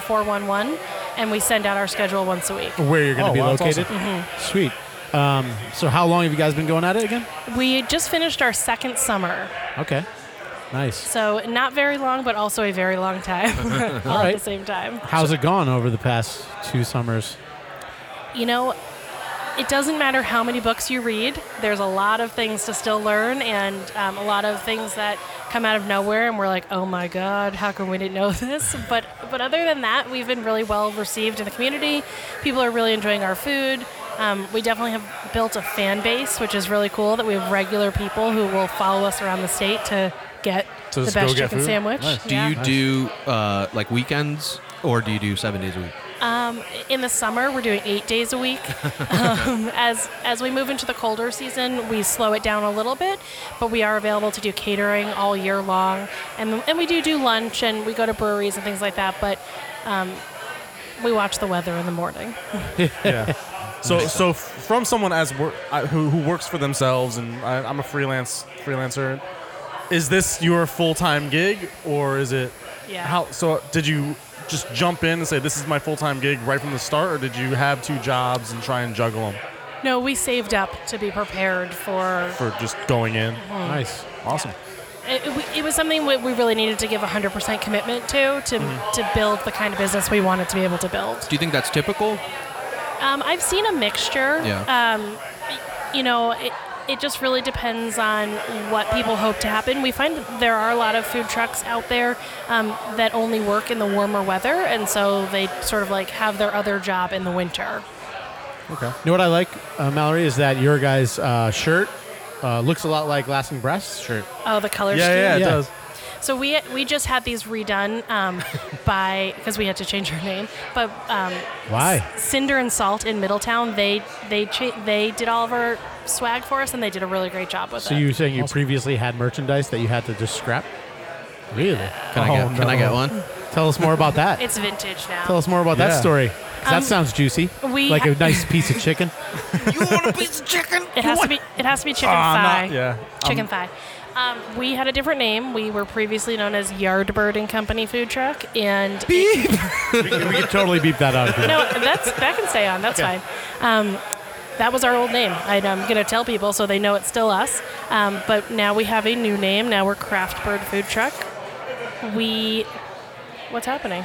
Speaker 7: 41411, and we send out our schedule once a week. Mm-hmm.
Speaker 3: Where you're going to
Speaker 5: Oh,
Speaker 3: be
Speaker 5: wow, that's
Speaker 3: located. Sweet. Um, so how long have you guys been going at it again?
Speaker 7: We just finished our second summer.
Speaker 3: Okay. Nice.
Speaker 7: So not very long, but also a very long time all
Speaker 3: right.
Speaker 7: at the same time.
Speaker 3: How's it gone over the past two summers?
Speaker 7: You know, it doesn't matter how many books you read. There's a lot of things to still learn, and um, a lot of things that come out of nowhere, and we're like, "Oh my God, how come we didn't know this?" But but other than that, we've been really well received in the community. People are really enjoying our food. Um, we definitely have built a fan base, which is really cool. That we have regular people who will follow us around the state to get
Speaker 5: To
Speaker 7: the
Speaker 5: just go
Speaker 7: best
Speaker 5: get
Speaker 7: chicken
Speaker 5: food?
Speaker 7: sandwich.
Speaker 2: Do
Speaker 7: Yeah.
Speaker 2: you do uh, like weekends or do you do seven days a week?
Speaker 7: Um, in the summer we're doing eight days a week um, as as we move into the colder season we slow it down a little bit but we are available to do catering all year long and and we do do lunch and we go to breweries and things like that but um, we watch the weather in the morning
Speaker 5: So, so f- from someone as wor- I- who who works for themselves, and I, I'm a freelance freelancer. Is this your full time gig, or is it?
Speaker 7: Yeah.
Speaker 5: How so? Did you just jump in and say this is my full time gig right from the start, or did you have two jobs and try and juggle them
Speaker 7: no we saved up to be prepared for
Speaker 5: for just going in?
Speaker 7: Mm-hmm.
Speaker 3: Nice.
Speaker 5: Awesome.
Speaker 7: it, it- it was something we we really needed to give 100% commitment to to, to build the kind of business we wanted to be able to build
Speaker 2: Do you think that's typical?
Speaker 7: Um, I've seen a mixture.
Speaker 2: Yeah.
Speaker 7: Um, you know, it, it just really depends on what people hope to happen. We find that there are a lot of food trucks out there um, that only work in the warmer weather, and so they sort of like have their other job in the winter.
Speaker 3: You know what I like, uh, Mallory, is that your guy's uh, shirt uh, looks a lot like Lasting Breasts shirt.
Speaker 7: Oh, the color
Speaker 5: Yeah,
Speaker 7: scheme.
Speaker 5: yeah, it
Speaker 3: Yeah.
Speaker 5: does.
Speaker 7: So we we just had these redone um, by because we had to change our name, but um,
Speaker 3: Why?
Speaker 7: Cinder and Salt in Middletown they they cha- they did all of our swag for us, and they did a really great job with
Speaker 3: So
Speaker 7: it.
Speaker 3: you were saying you previously had merchandise that you had to just scrap? Really?
Speaker 2: Can, I, get, can I get one?
Speaker 3: Tell us more about that.
Speaker 7: it's vintage now.
Speaker 3: Tell us more about that
Speaker 5: Yeah.
Speaker 3: story. 'Cause
Speaker 7: Um,
Speaker 3: that sounds juicy.
Speaker 7: we
Speaker 3: like a
Speaker 7: ha-
Speaker 3: nice piece of chicken.
Speaker 7: It has to be. It has to be chicken
Speaker 5: Ah,
Speaker 7: thigh.
Speaker 5: not- yeah.
Speaker 7: Chicken thigh. Um, we had a different name. We were previously known as Yardbird and Company Food Truck, and
Speaker 3: we could totally beep that out. if you want.
Speaker 7: no, that's that can stay on. That's fine. Um, that was our old name. And I'm gonna tell people so they know it's still us. Um, but now we have a new name. Now we're Craft Bird Food Truck. We. What's happening?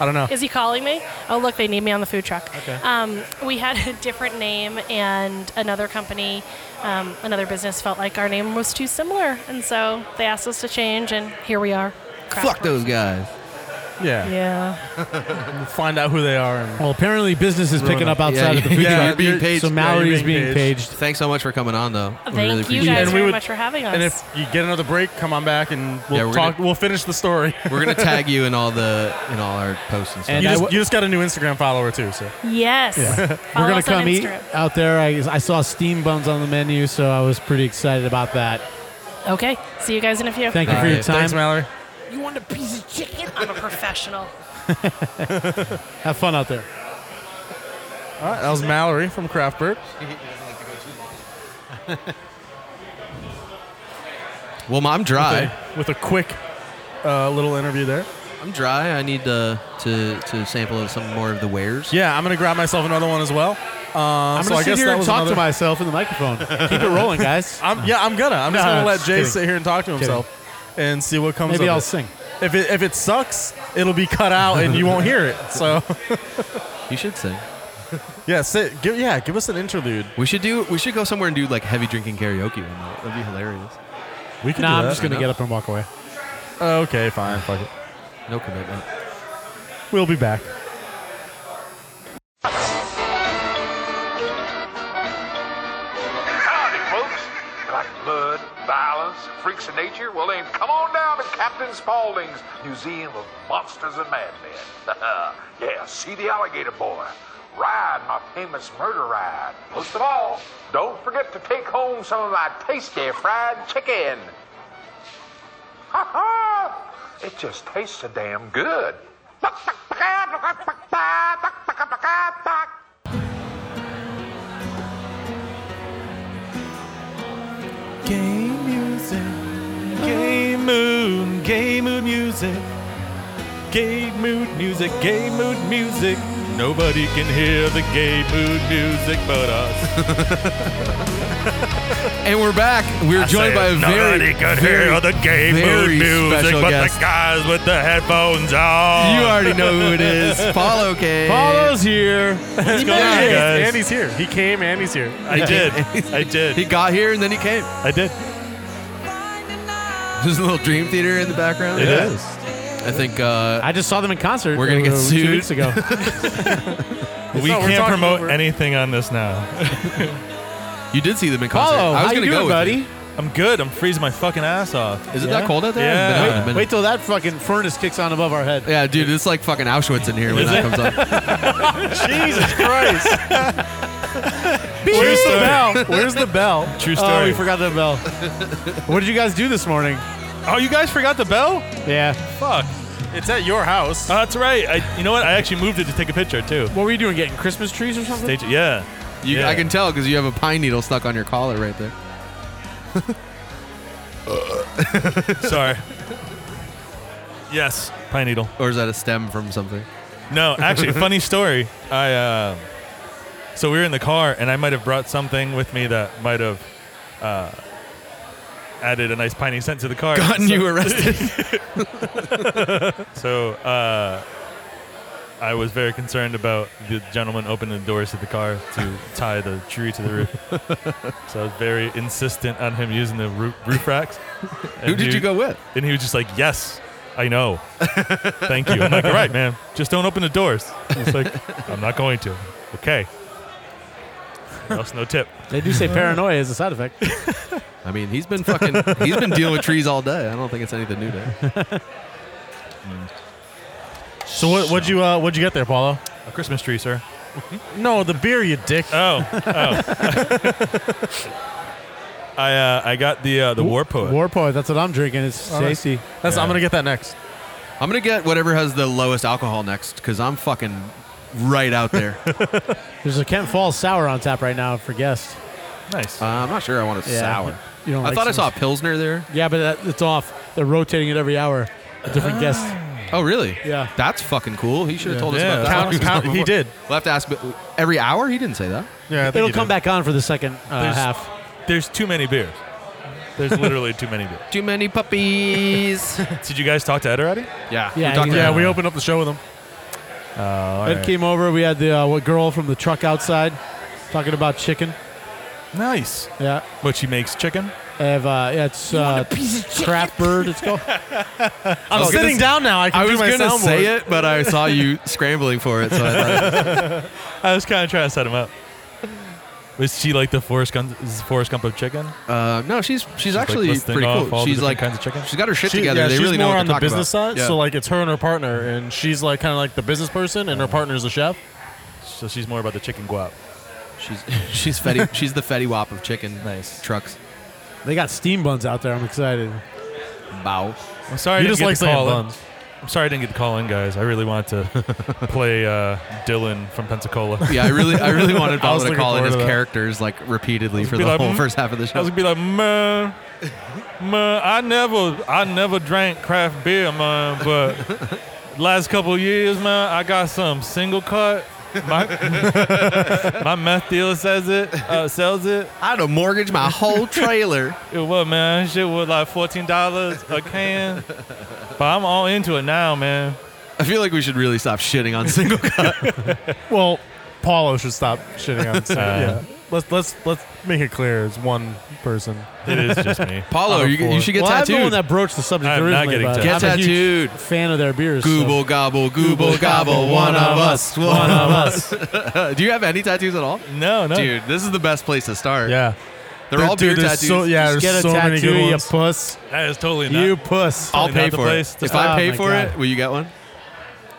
Speaker 5: I don't know.
Speaker 7: Is he calling me? Oh, look, they need me on the food truck. Okay. Um, we had a different name, and another company, um, another business felt like our name was too similar, and so they asked us to change, and here we are. Craft
Speaker 2: Fuck
Speaker 7: Works.
Speaker 2: those guys.
Speaker 5: Yeah.
Speaker 7: Yeah.
Speaker 5: Find out who they are. And
Speaker 3: Well, apparently business is picking
Speaker 5: Ruin
Speaker 3: up
Speaker 5: it.
Speaker 3: outside
Speaker 2: Yeah,
Speaker 3: of the food
Speaker 5: yeah,
Speaker 3: truck.
Speaker 5: you're being paged.
Speaker 3: So
Speaker 5: Yeah,
Speaker 3: Mallory
Speaker 5: you're
Speaker 3: is being
Speaker 5: being
Speaker 3: paged.
Speaker 2: Thanks so much for coming on, though. We
Speaker 7: Thank
Speaker 2: really
Speaker 7: you
Speaker 2: appreciate
Speaker 7: guys
Speaker 5: it.
Speaker 7: very
Speaker 5: And we
Speaker 7: much
Speaker 5: would-
Speaker 7: for having us.
Speaker 5: and if you get another break, come on back and we'll
Speaker 2: Yeah, we're
Speaker 5: talk.
Speaker 2: gonna-
Speaker 5: we'll finish the story.
Speaker 2: it. We're gonna tag you in all the in all our posts and stuff.
Speaker 3: And
Speaker 5: you,
Speaker 3: I
Speaker 5: just,
Speaker 3: w-
Speaker 5: you just got a new Instagram follower too, so
Speaker 7: yes.
Speaker 3: We're
Speaker 7: Follow
Speaker 3: gonna
Speaker 7: us on
Speaker 3: come eat
Speaker 7: Instagram.
Speaker 3: out there. I, I saw steam buns on the menu, so I was pretty excited about that.
Speaker 7: Okay. See you guys in a few.
Speaker 3: Thank you for
Speaker 2: right.
Speaker 3: your time.
Speaker 5: thanks, Mallory.
Speaker 7: I'm a professional.
Speaker 3: Have fun out there.
Speaker 5: All right, that was Mallory from Craftbird.
Speaker 2: well, I'm dry.
Speaker 5: with a quick uh, little interview there.
Speaker 2: I'm dry. I need to to to sample some more of the wares.
Speaker 5: Yeah, I'm gonna grab myself another one as well. Um,
Speaker 3: I'm
Speaker 5: so
Speaker 3: gonna
Speaker 5: I
Speaker 3: sit
Speaker 5: guess
Speaker 3: here
Speaker 5: that
Speaker 3: and
Speaker 5: was
Speaker 3: talk
Speaker 5: another-
Speaker 3: to myself in the microphone. Keep it rolling, guys.
Speaker 5: I'm, yeah, I'm gonna. I'm just
Speaker 3: No,
Speaker 5: gonna let
Speaker 3: just
Speaker 5: Jay
Speaker 3: kidding.
Speaker 5: sit here and talk to himself and see what comes.
Speaker 3: Maybe
Speaker 5: of
Speaker 3: I'll
Speaker 5: it.
Speaker 3: sing.
Speaker 5: If it if it sucks, it'll be cut out and you won't hear it. So
Speaker 2: You should sing.
Speaker 5: yeah, sit. Give, yeah, give us an interlude.
Speaker 2: We should do. We should go somewhere and do like heavy drinking karaoke. One night. That'd be hilarious.
Speaker 5: We can.
Speaker 3: Nah,
Speaker 5: do
Speaker 3: I'm
Speaker 5: that.
Speaker 3: just gonna get up and walk away.
Speaker 5: Okay, fine. Fuck it.
Speaker 2: No commitment.
Speaker 5: We'll be back.
Speaker 8: Howdy, folks. You like blood, violence, freaks of nature? Well, then come on down to Captain Spaulding's Museum of Monsters and Madmen. yeah, see the alligator boy. Ride my famous murder ride. Most of all, don't forget to take home some of my tasty fried chicken. Ha ha! It just tastes so damn good.
Speaker 5: Game music. Game mood. Gay mood music. Gay mood music. Gay mood music. Nobody can hear the gay mood music but us.
Speaker 2: And we're back. We're joined by a very, very, very special guest.
Speaker 9: guys with the headphones on.
Speaker 2: You already know who it is. Paul Okay.
Speaker 5: Paulo's here. He's
Speaker 2: back.
Speaker 5: and, he's,
Speaker 9: Guys.
Speaker 5: and he's here. He came and he's here.
Speaker 9: I did. I
Speaker 2: He
Speaker 9: did.
Speaker 2: got here and then he came.
Speaker 9: I did.
Speaker 2: There's a little dream theater in the background.
Speaker 9: It is.
Speaker 2: I think uh,
Speaker 3: I just saw them in concert.
Speaker 2: We're gonna get
Speaker 3: uh,
Speaker 2: sued.
Speaker 3: Two weeks ago.
Speaker 9: We
Speaker 5: not- we're
Speaker 9: can't
Speaker 5: talking
Speaker 9: promote
Speaker 5: over-
Speaker 9: anything on this now.
Speaker 2: you did see them in concert.
Speaker 3: Paulo,
Speaker 2: I was
Speaker 3: how you
Speaker 2: gonna
Speaker 3: doing,
Speaker 2: go, with
Speaker 3: buddy?
Speaker 9: I'm good. I'm freezing my fucking ass off.
Speaker 2: you. Is it
Speaker 3: Yeah.
Speaker 2: that cold out there? I
Speaker 9: Yeah.
Speaker 2: haven't been out in a
Speaker 3: Wait
Speaker 2: minute.
Speaker 3: till that fucking furnace kicks on above our head.
Speaker 2: Yeah, dude, it's like fucking Auschwitz in here when that comes up.
Speaker 5: Jesus Christ. Where's the bell? Where's the bell?
Speaker 9: True
Speaker 3: Oh, we
Speaker 9: story.
Speaker 3: forgot the bell. what did you guys do this morning?
Speaker 9: Oh, you guys forgot the bell?
Speaker 3: Yeah.
Speaker 9: Fuck.
Speaker 5: It's at your house.
Speaker 9: Oh, that's right. I, you know what? I actually moved it to take a picture too.
Speaker 3: What were you doing? Getting Christmas trees or something?
Speaker 9: Stage, yeah.
Speaker 2: You,
Speaker 9: Yeah.
Speaker 2: I can tell because you have a pine needle stuck on your collar right there.
Speaker 9: Sorry. yes. Pine needle.
Speaker 2: Or is that a stem from something?
Speaker 9: No, actually, funny story. I uh, so we were in the car, and I might have brought something with me that might have uh, added a nice piney scent to the car.
Speaker 2: Gotten
Speaker 9: so,
Speaker 2: you arrested.
Speaker 9: So uh, I was very concerned about the gentleman opening the doors to the car to tie the tree to the roof. so I was very insistent on him using the roof, roof racks.
Speaker 2: Who did you go with?
Speaker 9: And he was just like, "Yes, I know. Thank you." I'm like, "All right, man. Just don't open the doors." It's like, "I'm not going to." Okay. That's no tip.
Speaker 3: They do say paranoia is a side effect.
Speaker 2: I mean, he's been fucking, he's been dealing with trees all day. I don't think it's anything new to
Speaker 5: So what? What'd you? Uh, what'd you get there, Paulo?
Speaker 9: A Christmas tree, sir.
Speaker 5: No, the beer, you dick.
Speaker 9: Oh, oh. I uh, I got the uh, the war poet.
Speaker 3: War poet. That's what I'm drinking. It's
Speaker 5: All right.
Speaker 3: tasty.
Speaker 5: That's.
Speaker 9: Yeah.
Speaker 5: I'm gonna get that next.
Speaker 2: I'm gonna get whatever has the lowest alcohol next because I'm fucking right out there. uh,
Speaker 3: There's a Kent Falls sour on tap right now for guests.
Speaker 9: nice.
Speaker 2: Uh, I'm not sure I want a
Speaker 3: Yeah.
Speaker 2: sour.
Speaker 3: You don't
Speaker 2: I
Speaker 3: like
Speaker 2: thought I saw
Speaker 3: sour.
Speaker 2: a pilsner there.
Speaker 3: Yeah, but that, it's off. They're rotating it every hour. A different guest.
Speaker 2: Oh, really?
Speaker 3: Yeah.
Speaker 2: That's fucking cool. He should have told us
Speaker 9: Yeah.
Speaker 2: about that.
Speaker 5: Count, count, he did.
Speaker 2: We'll have to ask. But every hour? He didn't say that.
Speaker 5: Yeah, I think
Speaker 3: It'll
Speaker 5: he
Speaker 3: come
Speaker 5: did.
Speaker 3: back on for the second uh,
Speaker 9: There's-
Speaker 3: half.
Speaker 9: There's too many beers. There's literally too many beers.
Speaker 2: Too many puppies.
Speaker 9: Did you guys talk to Ed already?
Speaker 2: yeah.
Speaker 3: Yeah,
Speaker 2: we talked Oh,
Speaker 3: yeah.
Speaker 2: about
Speaker 5: Yeah,
Speaker 2: it.
Speaker 5: we opened up the show with him.
Speaker 3: Ed came over. We had the uh, what girl from the truck outside talking about chicken.
Speaker 9: Nice.
Speaker 3: Yeah.
Speaker 9: What she makes chicken?
Speaker 3: I have, uh, yeah, it's uh, Craft Bird, it's called.
Speaker 5: I'm
Speaker 9: Oh,
Speaker 2: was gonna
Speaker 5: sitting
Speaker 2: s-
Speaker 5: down now. I can
Speaker 2: I
Speaker 5: do
Speaker 2: was
Speaker 5: my
Speaker 2: gonna
Speaker 5: soundboard.
Speaker 2: say it, but I saw you scrambling for it. So I thought,
Speaker 9: I was kind of trying to set him up. Was she like the Forrest Gump, Forrest Gump of chicken?
Speaker 2: uh, no, she's she's
Speaker 9: like,
Speaker 2: actually
Speaker 9: listing
Speaker 2: pretty
Speaker 9: off
Speaker 2: cool.
Speaker 9: all the
Speaker 2: she's
Speaker 9: different
Speaker 2: like
Speaker 9: kinds of chicken?
Speaker 2: She's got her shit
Speaker 5: She-
Speaker 2: together.
Speaker 5: yeah,
Speaker 2: they
Speaker 5: she's
Speaker 2: really know
Speaker 5: more
Speaker 2: what
Speaker 5: on
Speaker 2: they're
Speaker 5: the
Speaker 2: talking
Speaker 5: business
Speaker 2: about.
Speaker 5: side,
Speaker 2: Yeah.
Speaker 5: so like it's her and her partner, and she's like kind of like the business person, and her partner's the chef.
Speaker 9: So she's more about the chicken guap.
Speaker 2: she's she's Fetty, she's the Fetty Wap of chicken
Speaker 9: Nice.
Speaker 2: trucks.
Speaker 3: They got steam buns out there. I'm excited.
Speaker 2: Bow.
Speaker 9: I'm sorry.
Speaker 5: He
Speaker 9: I
Speaker 5: just
Speaker 9: didn't get
Speaker 5: like
Speaker 9: to call
Speaker 5: saying
Speaker 9: In.
Speaker 5: buns.
Speaker 9: I'm sorry I didn't get to call in, guys. I really wanted to play uh, Dylan from Pensacola.
Speaker 2: Yeah, I really I really wanted
Speaker 5: I was
Speaker 2: Paolo to
Speaker 5: looking
Speaker 2: call in
Speaker 5: forward
Speaker 2: his
Speaker 5: to that.
Speaker 2: characters like repeatedly for
Speaker 9: be
Speaker 2: the
Speaker 9: like,
Speaker 2: whole
Speaker 9: "Mm."
Speaker 2: first half of the
Speaker 9: I
Speaker 2: show.
Speaker 9: was gonna be like, man, man, I never, I never drank craft beer, man, but last couple of years, man, I got some single cut. My, my meth dealer says it, uh, sells it.
Speaker 2: I had to mortgage my whole trailer.
Speaker 9: It was man, shit was like fourteen dollars a can, but I'm all into it now, man.
Speaker 2: I feel like we should really stop shitting on single.
Speaker 5: Well, Paulo should stop shitting on. Uh, yeah, let's let's let's make it clear. It's one person.
Speaker 9: It is just me.
Speaker 2: Paolo, you, you should get
Speaker 3: well, I'm the one
Speaker 2: tattooed.
Speaker 3: that broached the subject
Speaker 9: I'm not
Speaker 3: originally.
Speaker 9: getting
Speaker 3: but
Speaker 9: tattooed.
Speaker 2: get
Speaker 3: I'm a huge
Speaker 2: tattooed.
Speaker 3: fan of their beers. so-
Speaker 2: Gooble gobble, google gobble, one of us, one of us. Do you have any tattoos at all?
Speaker 9: No, no,
Speaker 2: Dude, this is the best place to start.
Speaker 5: Yeah,
Speaker 2: They're all
Speaker 5: Dude,
Speaker 2: beer
Speaker 5: there's
Speaker 2: tattoos.
Speaker 5: So, yeah, there's
Speaker 3: Just get a
Speaker 5: so many
Speaker 3: tattoo,
Speaker 5: good
Speaker 3: you
Speaker 5: ones.
Speaker 3: puss.
Speaker 9: that is totally not.
Speaker 3: You puss.
Speaker 2: I'll
Speaker 9: Probably
Speaker 2: pay
Speaker 9: not the
Speaker 2: for
Speaker 9: place
Speaker 2: it.
Speaker 9: to
Speaker 2: If I
Speaker 3: start.
Speaker 2: pay
Speaker 3: Oh my
Speaker 2: for
Speaker 3: God.
Speaker 2: it, will you get one?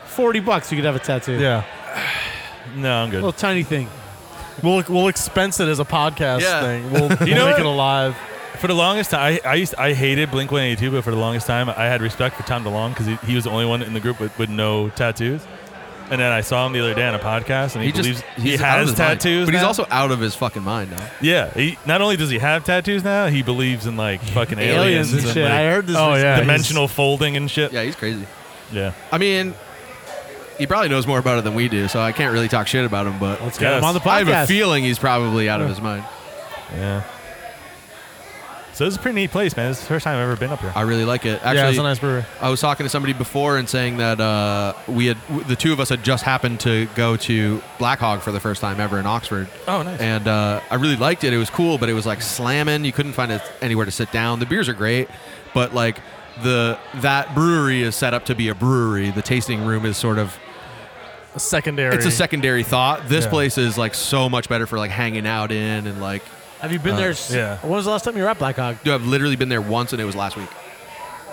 Speaker 3: 40 bucks, you could have a tattoo.
Speaker 5: yeah,
Speaker 9: no, I'm
Speaker 3: Little
Speaker 9: good.
Speaker 3: tiny thing.
Speaker 5: we'll we'll expense it as a podcast
Speaker 2: Yeah.
Speaker 5: thing. We'll, we'll
Speaker 9: know
Speaker 5: make
Speaker 9: what?
Speaker 5: it alive.
Speaker 9: For the longest time, I, I used I hated Blink 182, but for the longest time, I had respect for Tom DeLonge because he, he was the only one in the group with, with no tattoos. And then I saw him the other day on a podcast, and he, believes he
Speaker 2: he's out of
Speaker 9: has
Speaker 2: his mind.
Speaker 9: tattoos.
Speaker 2: but he's
Speaker 9: now.
Speaker 2: also out of his fucking mind now.
Speaker 9: yeah. He, not only does he have tattoos now, he believes in like fucking aliens,
Speaker 3: Aliens, and shit. I heard this.
Speaker 5: Oh,
Speaker 3: recently.
Speaker 5: yeah.
Speaker 9: like, dimensional folding and shit. Yeah.
Speaker 2: Yeah, he's crazy.
Speaker 9: yeah.
Speaker 2: I mean, he probably knows more about it than we do, so I can't really talk shit about him. But
Speaker 3: Let's get him on the podcast.
Speaker 2: I have a feeling he's probably out of his mind.
Speaker 9: So it's a pretty neat place, man. It's the first time I've ever been up here.
Speaker 2: I really like it. Actually,
Speaker 5: yeah, it's a nice brewery.
Speaker 2: I was talking to somebody before and saying that uh, we had w- the two of us had just happened to go to Black Hog for the first time ever in Oxford.
Speaker 9: Oh, nice.
Speaker 2: And uh, I really liked it. It was cool, but it was like slamming. You couldn't find it anywhere to sit down. The beers are great, but like the that brewery is set up to be a brewery. The tasting room is sort of
Speaker 5: A secondary.
Speaker 2: it's a secondary thought. This
Speaker 9: Yeah.
Speaker 2: place is like so much better for like hanging out in and like. uh,
Speaker 3: Have you been there? s-
Speaker 9: yeah.
Speaker 3: When was the last time you were at Black Hog?
Speaker 2: Dude, I've literally been there once, and it was last week.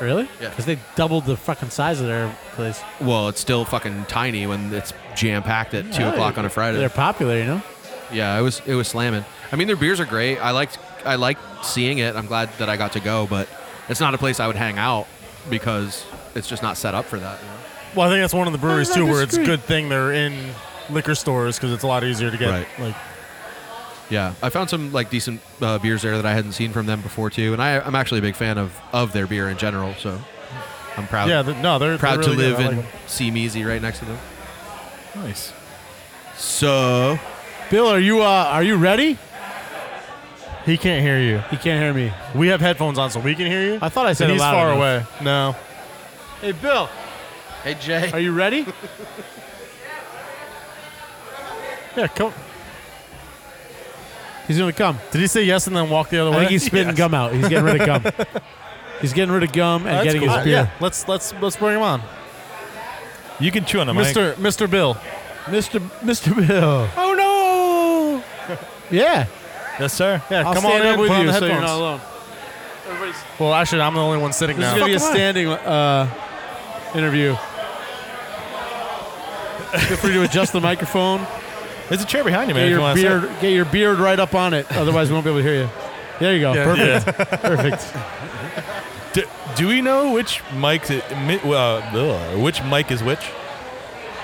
Speaker 3: Really?
Speaker 2: Yeah.
Speaker 3: Because they doubled the fucking size of their place.
Speaker 2: Well, it's still fucking tiny when it's jam packed at two o'clock on a Friday.
Speaker 3: They're popular, you know.
Speaker 2: Yeah, it was it was slamming. I mean, their beers are great. I liked I liked seeing it. I'm glad that I got to go, but it's not a place I would hang out because it's just not set up for that. you know?
Speaker 5: Well, I think that's one of the breweries
Speaker 3: I
Speaker 5: too, where it's a
Speaker 3: disagree.
Speaker 5: good thing they're in liquor stores because it's a lot easier to get.
Speaker 2: Right.
Speaker 5: Like,
Speaker 2: Yeah, I found some like decent uh, beers there that I hadn't seen from them before too, and I, I'm actually a big fan of of their beer in general. So I'm proud.
Speaker 5: yeah, th- no, they're
Speaker 2: proud
Speaker 5: they're really
Speaker 2: to live
Speaker 5: good. I
Speaker 2: in
Speaker 5: like
Speaker 2: Seameasy right next to them.
Speaker 5: them. Nice.
Speaker 2: So
Speaker 3: Bill, are you uh, are you ready?
Speaker 5: He can't hear you.
Speaker 3: He can't hear me.
Speaker 5: We have headphones on, so we can hear you.
Speaker 3: I thought I said
Speaker 5: And
Speaker 3: it
Speaker 5: he's
Speaker 3: loud
Speaker 5: far
Speaker 3: enough.
Speaker 5: away. No.
Speaker 3: Hey, Bill,
Speaker 2: hey Jay,
Speaker 3: are you ready?
Speaker 5: Yeah, come.
Speaker 3: He's gonna come.
Speaker 5: Did he say yes and then walk the other
Speaker 3: I
Speaker 5: way?
Speaker 3: think he's spitting
Speaker 5: Yes. Oh,
Speaker 3: gum out. He's getting rid of gum. He's getting rid of gum and
Speaker 5: That's
Speaker 3: getting
Speaker 5: cool.
Speaker 3: his beer.
Speaker 5: Yeah, let's let's let's bring him on,
Speaker 9: You can chew on them, I think.
Speaker 5: Mister Mister Bill.
Speaker 3: Mr. Mr. Bill.
Speaker 5: Oh no!
Speaker 3: Yeah.
Speaker 9: Yes, sir.
Speaker 5: Yeah,
Speaker 3: I'll
Speaker 5: come
Speaker 3: stand
Speaker 5: on in,
Speaker 3: up with
Speaker 5: put on
Speaker 3: you
Speaker 5: the
Speaker 3: so you're
Speaker 5: headphones.
Speaker 3: not alone.
Speaker 5: well, actually, I'm the only one sitting
Speaker 3: This is
Speaker 5: now.
Speaker 3: going to be a
Speaker 5: Fuck, come on.
Speaker 3: standing uh, interview. Feel free to adjust the microphone.
Speaker 9: There's a chair behind you, man.
Speaker 3: Get
Speaker 9: if you
Speaker 3: your
Speaker 9: wanna sit.
Speaker 3: beard, get your beard right up on it. Otherwise, we won't be able to hear you. There you go. Perfect. Perfect.
Speaker 9: Do, do we know which mic's it, mi- uh, ugh, which mic is which?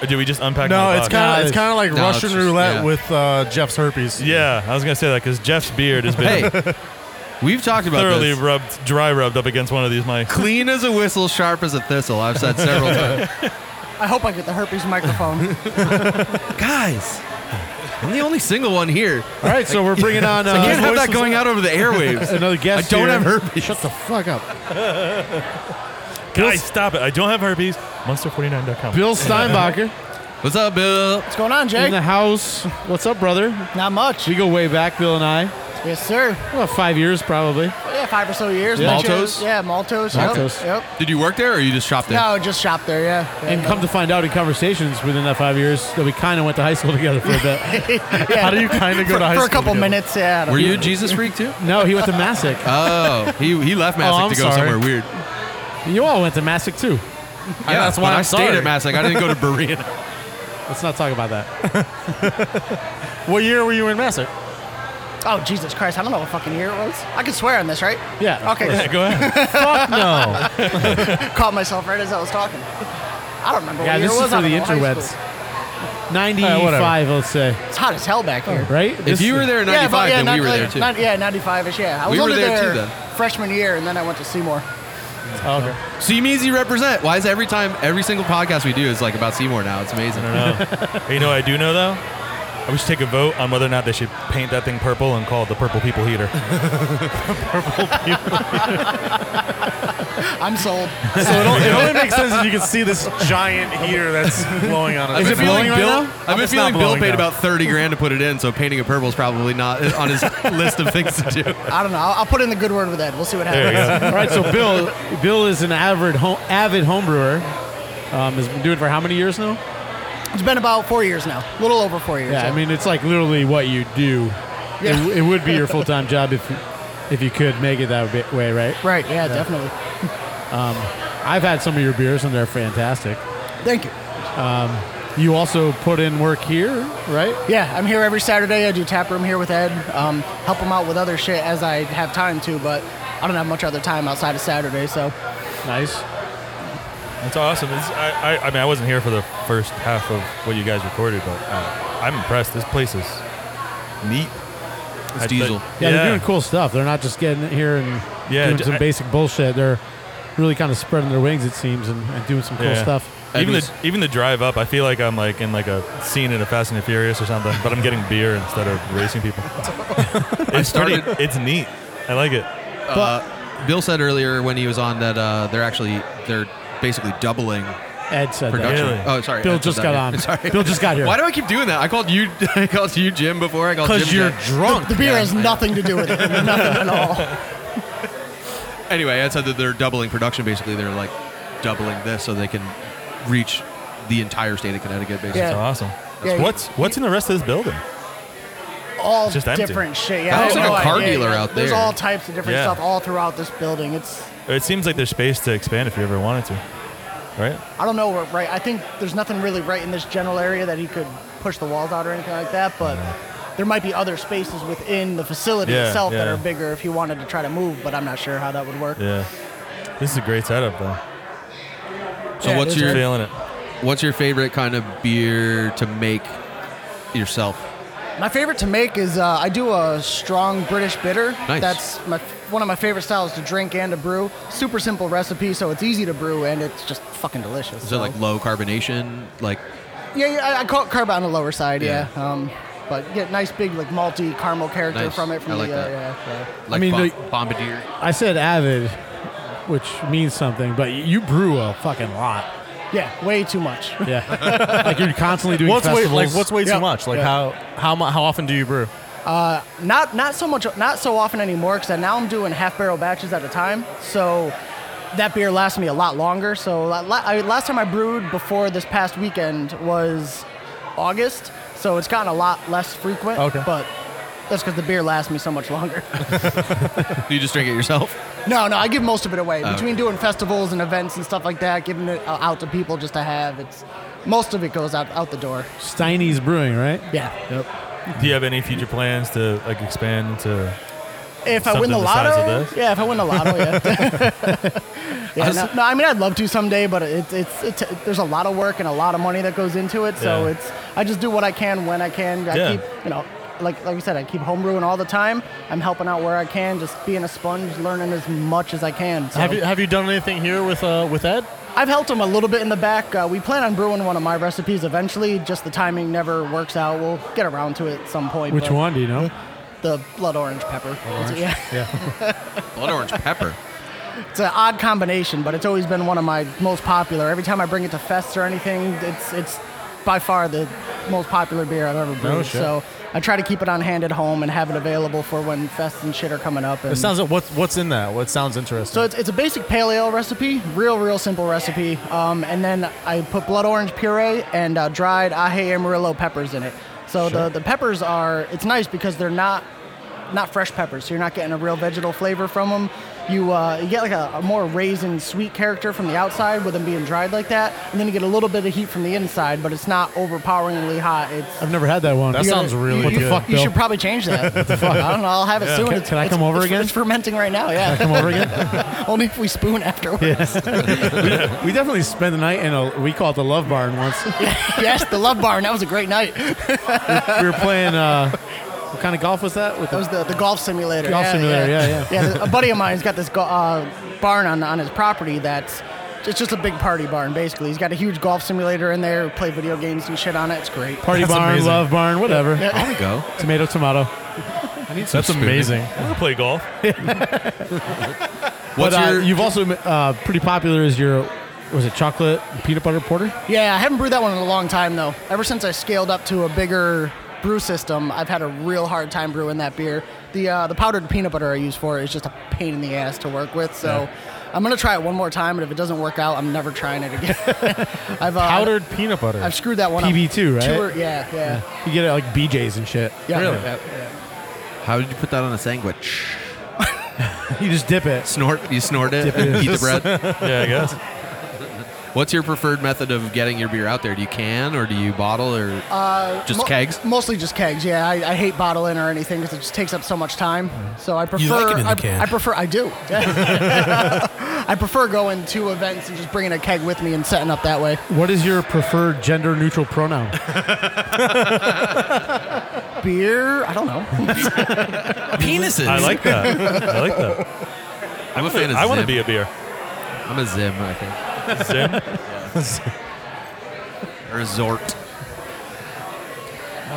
Speaker 9: Or do we just unpack?
Speaker 5: No,
Speaker 9: my
Speaker 5: it's
Speaker 9: box?
Speaker 5: kind of it's kind of like
Speaker 2: No, it's
Speaker 5: Russian
Speaker 2: just-
Speaker 5: roulette
Speaker 2: yeah.
Speaker 5: with uh, Jeff's herpes.
Speaker 9: Yeah, I was gonna say that because Jeff's beard has been
Speaker 2: hey, we've talked about
Speaker 9: thoroughly
Speaker 2: this.
Speaker 9: rubbed, dry rubbed up against one of these mics.
Speaker 2: Clean as a whistle, sharp as a thistle. I've said several times.
Speaker 10: I hope I get the herpes microphone.
Speaker 2: guys. I'm the only single one here.
Speaker 3: All right, so we're bringing on. Uh,
Speaker 2: I can't have
Speaker 3: voice
Speaker 2: that going out over the airwaves.
Speaker 3: Another
Speaker 2: I
Speaker 3: guest.
Speaker 2: don't
Speaker 3: here.
Speaker 2: have herpes.
Speaker 3: Shut the fuck up.
Speaker 9: Guys, stop it! I don't have herpes. Monster49.com.
Speaker 3: Bill Steinbacher
Speaker 2: What's up, Bill?
Speaker 10: What's going on,
Speaker 3: in
Speaker 10: Jay?
Speaker 3: the house. What's up, brother?
Speaker 10: Not much.
Speaker 3: We go way back, Bill and I.
Speaker 10: Yes, sir.
Speaker 3: About five years, probably.
Speaker 10: Yeah, five or so years.
Speaker 3: Yeah.
Speaker 10: Mentioned-
Speaker 2: Maltos?
Speaker 10: Yeah, Maltos.
Speaker 3: Maltos.
Speaker 10: Yep.
Speaker 2: Did you work there or you just shopped
Speaker 10: yep.
Speaker 2: there?
Speaker 10: No, just shop there. Yeah.
Speaker 3: And come to find out in conversations within that five years that we kind of went to high school together for a bit.
Speaker 5: How do you kind of go
Speaker 10: for,
Speaker 5: to high
Speaker 10: for
Speaker 5: school
Speaker 10: a couple
Speaker 5: together?
Speaker 10: minutes. Yeah. I don't
Speaker 2: Were you
Speaker 10: know.
Speaker 2: a Jesus freak too?
Speaker 3: no, he went to Massac.
Speaker 2: Oh, he, he left Massac
Speaker 5: I'm
Speaker 2: to go
Speaker 5: sorry.
Speaker 2: somewhere weird.
Speaker 3: You all went to Massac too.
Speaker 2: yeah,
Speaker 5: that's why
Speaker 2: but
Speaker 5: I'm
Speaker 2: I stayed
Speaker 5: sorry.
Speaker 2: at Massac. I didn't go to Berea.
Speaker 3: Let's not talk about that.
Speaker 5: What year were you in Massac?
Speaker 10: Oh Jesus Christ! I don't know what fucking year it was. I can swear on this, right?
Speaker 3: Yeah.
Speaker 10: Okay.
Speaker 9: Yeah, go ahead.
Speaker 5: No.
Speaker 10: Caught myself right as I was talking. I don't remember
Speaker 3: Yeah,
Speaker 10: what year
Speaker 3: this
Speaker 10: it was.
Speaker 3: is for
Speaker 10: I
Speaker 3: the
Speaker 10: don't know, high
Speaker 3: interwebs.
Speaker 10: school.
Speaker 3: 95, let's say.
Speaker 10: It's hot as hell back here.
Speaker 3: Right?
Speaker 2: If
Speaker 3: This-
Speaker 2: you were there in 95,
Speaker 10: yeah, but, yeah,
Speaker 2: then
Speaker 10: not,
Speaker 2: we were
Speaker 10: like,
Speaker 2: there too.
Speaker 10: Not, yeah, 95-ish, yeah. I
Speaker 2: We
Speaker 10: was
Speaker 2: were
Speaker 10: only
Speaker 2: there too,
Speaker 10: freshman year, and then I went to Seymour.
Speaker 5: Oh, okay.
Speaker 2: Seameasy represent. Why is every time, every single podcast we do is like about Seymour now? It's amazing.
Speaker 9: Hey, you know what I do know though? I wish take a vote on whether or not they should paint that thing purple and call it the Purple People Heater.
Speaker 10: I'm sold.
Speaker 5: So it only, it only makes sense if you can see this giant heater that's blowing on us.
Speaker 2: I've been feeling Bill, I've been
Speaker 5: It's not
Speaker 2: feeling Bill
Speaker 5: blowing
Speaker 2: paid
Speaker 5: now.
Speaker 2: about 30 grand to put it in, so painting a purple is probably not on his list of things to do.
Speaker 10: I don't know. I'll, I'll put in the good word with Ed. We'll see what happens.
Speaker 3: All right, so Bill Bill is an avid home, avid homebrewer. Um, has been doing it for how many years now?
Speaker 10: It's been about four years now, a little over four years.
Speaker 3: Yeah, I mean, it's like literally what you do.
Speaker 10: Yeah.
Speaker 3: It, it would be your full time job if you- if you could make it that bit- way, right? Um,
Speaker 10: right, yeah, definitely.
Speaker 3: I've had some of your beers and they're fantastic. Um,
Speaker 10: Thank you.
Speaker 3: You also put in work here, right?
Speaker 10: Yeah, I'm here every Saturday. I do tap room here with Ed. Um, help him out with other shit as I have time to, but I don't have much other time outside of Saturday. So
Speaker 3: Nice.
Speaker 9: That's awesome. It's, I, I, I mean, I wasn't here for the first half of what you guys recorded, but uh, I'm impressed. This place is neat. It's
Speaker 2: diesel.
Speaker 3: Yeah, they're doing cool stuff. They're not just getting here and
Speaker 9: Yeah,
Speaker 3: doing
Speaker 9: d-
Speaker 3: some
Speaker 9: I-
Speaker 3: basic bullshit. They're really kind of spreading their wings, it seems, and, and doing some cool
Speaker 9: Yeah.
Speaker 3: stuff.
Speaker 2: Ed
Speaker 9: even
Speaker 2: was-
Speaker 9: the even the drive up, I feel like I'm like in like a scene in a Fast and the Furious or something, but I'm getting beer instead of racing people. it's
Speaker 2: started-
Speaker 9: pretty. It's neat. I like it.
Speaker 2: uh, Bill said earlier when he was on that uh, they're actually they're basically doubling
Speaker 3: Ed said
Speaker 2: production.
Speaker 9: Really?
Speaker 2: Oh,
Speaker 3: that.
Speaker 2: sorry.
Speaker 3: Bill
Speaker 2: Ed said
Speaker 3: just
Speaker 2: that,
Speaker 3: got
Speaker 2: yeah.
Speaker 3: on.
Speaker 2: Sorry.
Speaker 3: Bill just got here.
Speaker 2: Why do I keep doing that? I called you. I called you Jim before. I called Jim.
Speaker 5: Because you're
Speaker 2: Jack.
Speaker 5: drunk.
Speaker 10: The beer
Speaker 2: Yeah,
Speaker 10: has
Speaker 2: I know.
Speaker 10: nothing to do with it. Nothing at all.
Speaker 2: Anyway, I said that they're doubling production. Basically, they're like doubling this so they can reach the entire state of Connecticut. Basically,
Speaker 10: Yeah.
Speaker 9: That's awesome.
Speaker 10: Yeah,
Speaker 9: what's what's in the rest of this building?
Speaker 10: All
Speaker 9: It's just empty.
Speaker 10: different shit. Yeah,
Speaker 2: That
Speaker 10: I
Speaker 2: looks
Speaker 10: have
Speaker 2: like
Speaker 10: no
Speaker 2: a car
Speaker 10: idea.
Speaker 2: dealer out
Speaker 10: There's
Speaker 2: there.
Speaker 10: all types of different
Speaker 9: Yeah.
Speaker 10: stuff all throughout this building. It's
Speaker 9: It seems like there's space to expand if you ever wanted to, right?
Speaker 10: I don't know where right. I think there's nothing really right in this general area that he could push the walls out or anything like that. But there might be other spaces within the facility
Speaker 9: Yeah,
Speaker 10: itself that
Speaker 9: yeah.
Speaker 10: are bigger if he wanted to try to move. But I'm not sure how that would work.
Speaker 9: Yeah. This is a great setup though.
Speaker 2: so
Speaker 10: Yeah,
Speaker 2: what's
Speaker 10: it is
Speaker 2: your
Speaker 9: Feeling it.
Speaker 2: what's your favorite kind of beer to make yourself?
Speaker 10: My favorite to make is uh, I do a strong British bitter.
Speaker 2: Nice.
Speaker 10: That's my, one of my favorite styles to drink and to brew. Super simple recipe, so it's easy to brew and it's just fucking delicious.
Speaker 2: Is it like low carbonation? Like
Speaker 10: Yeah, yeah I, I call it carb on the lower side.
Speaker 2: Yeah.
Speaker 10: Yeah. Um, but get nice big like malty caramel character
Speaker 2: Nice.
Speaker 10: from it. From
Speaker 2: I like
Speaker 10: the,
Speaker 2: that.
Speaker 10: Uh, yeah, yeah.
Speaker 2: like
Speaker 3: mean,
Speaker 2: Bo-
Speaker 3: the-
Speaker 2: bombardier.
Speaker 3: I said avid, which means something, but you brew a fucking lot.
Speaker 10: Yeah, way too much.
Speaker 3: Yeah, like you're constantly doing
Speaker 5: What's way,
Speaker 3: festivals.
Speaker 5: like what's way
Speaker 10: Yeah.
Speaker 5: too much? Like
Speaker 10: Yeah.
Speaker 5: how how mu- how often do you brew?
Speaker 10: Uh, not not so much, not so often anymore. Because now I'm doing half barrel batches at a time, so that beer lasts me a lot longer. So la- la- I, last time I brewed before this past weekend was August, so it's gotten a lot less frequent.
Speaker 5: Okay.
Speaker 10: but. That's because the beer lasts me so much longer.
Speaker 2: Do you just drink it yourself?
Speaker 10: no, no, I give most of it away. Between doing festivals and events and stuff like that, giving it o- out to people just to have, it's most of it goes out, out the door.
Speaker 3: Steiny's Brewing, right?
Speaker 10: Yeah.
Speaker 3: Yep.
Speaker 9: Do you have any future plans to like expand into
Speaker 10: If I
Speaker 9: Something
Speaker 10: win the
Speaker 9: the size of
Speaker 10: lotto,
Speaker 9: this?
Speaker 10: yeah. If I win the lotto, yeah. yeah no, no, I mean I'd love to someday, but it's it's, it's there's a lot of work and a lot of money that goes into it. So
Speaker 9: Yeah.
Speaker 10: it's I just do what I can when I can. I
Speaker 9: Yeah.
Speaker 10: keep you know. Like, like you said, I keep homebrewing all the time. I'm helping out where I can, just being a sponge, learning as much as I can. So
Speaker 5: Have you have you done anything here with uh with Ed?
Speaker 10: I've helped him a little bit in the back. Uh, we plan on brewing one of my recipes eventually. Just the timing never works out. We'll get around to it at some point.
Speaker 3: Which
Speaker 10: but
Speaker 3: one do you know?
Speaker 10: The blood orange pepper. It's, yeah.
Speaker 2: Blood orange pepper.
Speaker 10: It's an odd combination, but it's always been one of my most popular. Every time I bring it to fests or anything, it's it's by far the most popular beer I've ever brewed.
Speaker 5: shit.
Speaker 10: So I try to keep it on hand at home and have it available for when fests and shit are coming up. And
Speaker 5: It sounds like what's what's in that? What sounds interesting?
Speaker 10: so it's, it's a basic pale ale recipe, real real simple recipe. Um, and then I put blood orange puree and uh, dried aje amarillo peppers in it. So the, the peppers are it's nice because they're not not fresh peppers, so you're not getting a real vegetal flavor from them. You, uh, you get like a, a more raisin sweet character from the outside with them being dried like that, and then you get a little bit of heat from the inside, but it's not overpoweringly hot. It's
Speaker 3: I've never had that one.
Speaker 5: That
Speaker 3: You
Speaker 5: sounds
Speaker 3: gotta-
Speaker 5: really
Speaker 3: what the
Speaker 5: good.
Speaker 3: fuck,
Speaker 10: you
Speaker 3: Bill?
Speaker 10: should probably change that. I don't know. I'll have it soon.
Speaker 3: Can-
Speaker 10: It's-
Speaker 3: can I
Speaker 10: it's-
Speaker 3: come over
Speaker 10: it's-
Speaker 3: again?
Speaker 10: It's fermenting right now. Yeah.
Speaker 3: come over again.
Speaker 10: Only if we spoon afterwards.
Speaker 3: we definitely spent the night in a we call it the Love Barn once.
Speaker 10: yes, the Love Bar, and that was a great night. That
Speaker 3: we were playing. Uh, what kind of golf was that? With the,
Speaker 10: was the, the golf simulator.
Speaker 3: Golf simulator, yeah, yeah.
Speaker 10: yeah. th- a buddy of mine's got this go- uh, barn on, on his property that's it's just a big party barn, basically. He's got a huge golf simulator in there, play video games and shit on it. It's great.
Speaker 3: party
Speaker 5: That's
Speaker 3: barn,
Speaker 5: amazing.
Speaker 3: Love Barn, whatever.
Speaker 2: There we go.
Speaker 3: Tomato, tomato.
Speaker 5: That's amazing.
Speaker 9: I'm gonna play golf.
Speaker 5: uh,
Speaker 3: But
Speaker 2: What's
Speaker 3: uh,
Speaker 2: your?
Speaker 3: you've also uh, pretty popular is your was it chocolate peanut butter porter?
Speaker 10: Yeah, I haven't brewed that one in a long time, though. Ever since I scaled up to a bigger brew system, I've had a real hard time brewing that beer. The uh, the powdered peanut butter I use for it is just a pain in the ass to work with, so. I'm gonna try it one more time, and if it doesn't work out, I'm never trying it again. I've uh,
Speaker 5: Powdered peanut butter.
Speaker 10: I've screwed that one
Speaker 3: PB
Speaker 10: up.
Speaker 3: two, right?
Speaker 10: Tour- yeah, yeah,
Speaker 3: You get it at, like BJ's and shit.
Speaker 10: yeah.
Speaker 5: Really?
Speaker 10: yeah.
Speaker 2: how did you put that on a sandwich?
Speaker 3: You just dip it.
Speaker 2: Snort. You snort it.
Speaker 3: it
Speaker 2: and
Speaker 3: in.
Speaker 2: eat the bread.
Speaker 9: Yeah, I guess.
Speaker 2: What's your preferred method of getting your beer out there? Do you can or do you bottle or just
Speaker 10: Uh, Mo-
Speaker 2: kegs?
Speaker 10: Mostly just kegs. Yeah, I, I hate bottling or anything because it just takes up so much time. So I prefer.
Speaker 5: like it in the
Speaker 10: I,
Speaker 5: can.
Speaker 10: I prefer. I do. I prefer going to events and just bringing a keg with me and setting up that way.
Speaker 3: What is your preferred gender neutral pronoun?
Speaker 10: Beer. I don't know.
Speaker 2: Penises.
Speaker 9: I like that. I like that.
Speaker 2: I'm a fan of.
Speaker 9: I want to
Speaker 2: Zim.
Speaker 9: be a beer.
Speaker 2: I'm a Zim. I think.
Speaker 9: Zim?
Speaker 2: Or a Zort.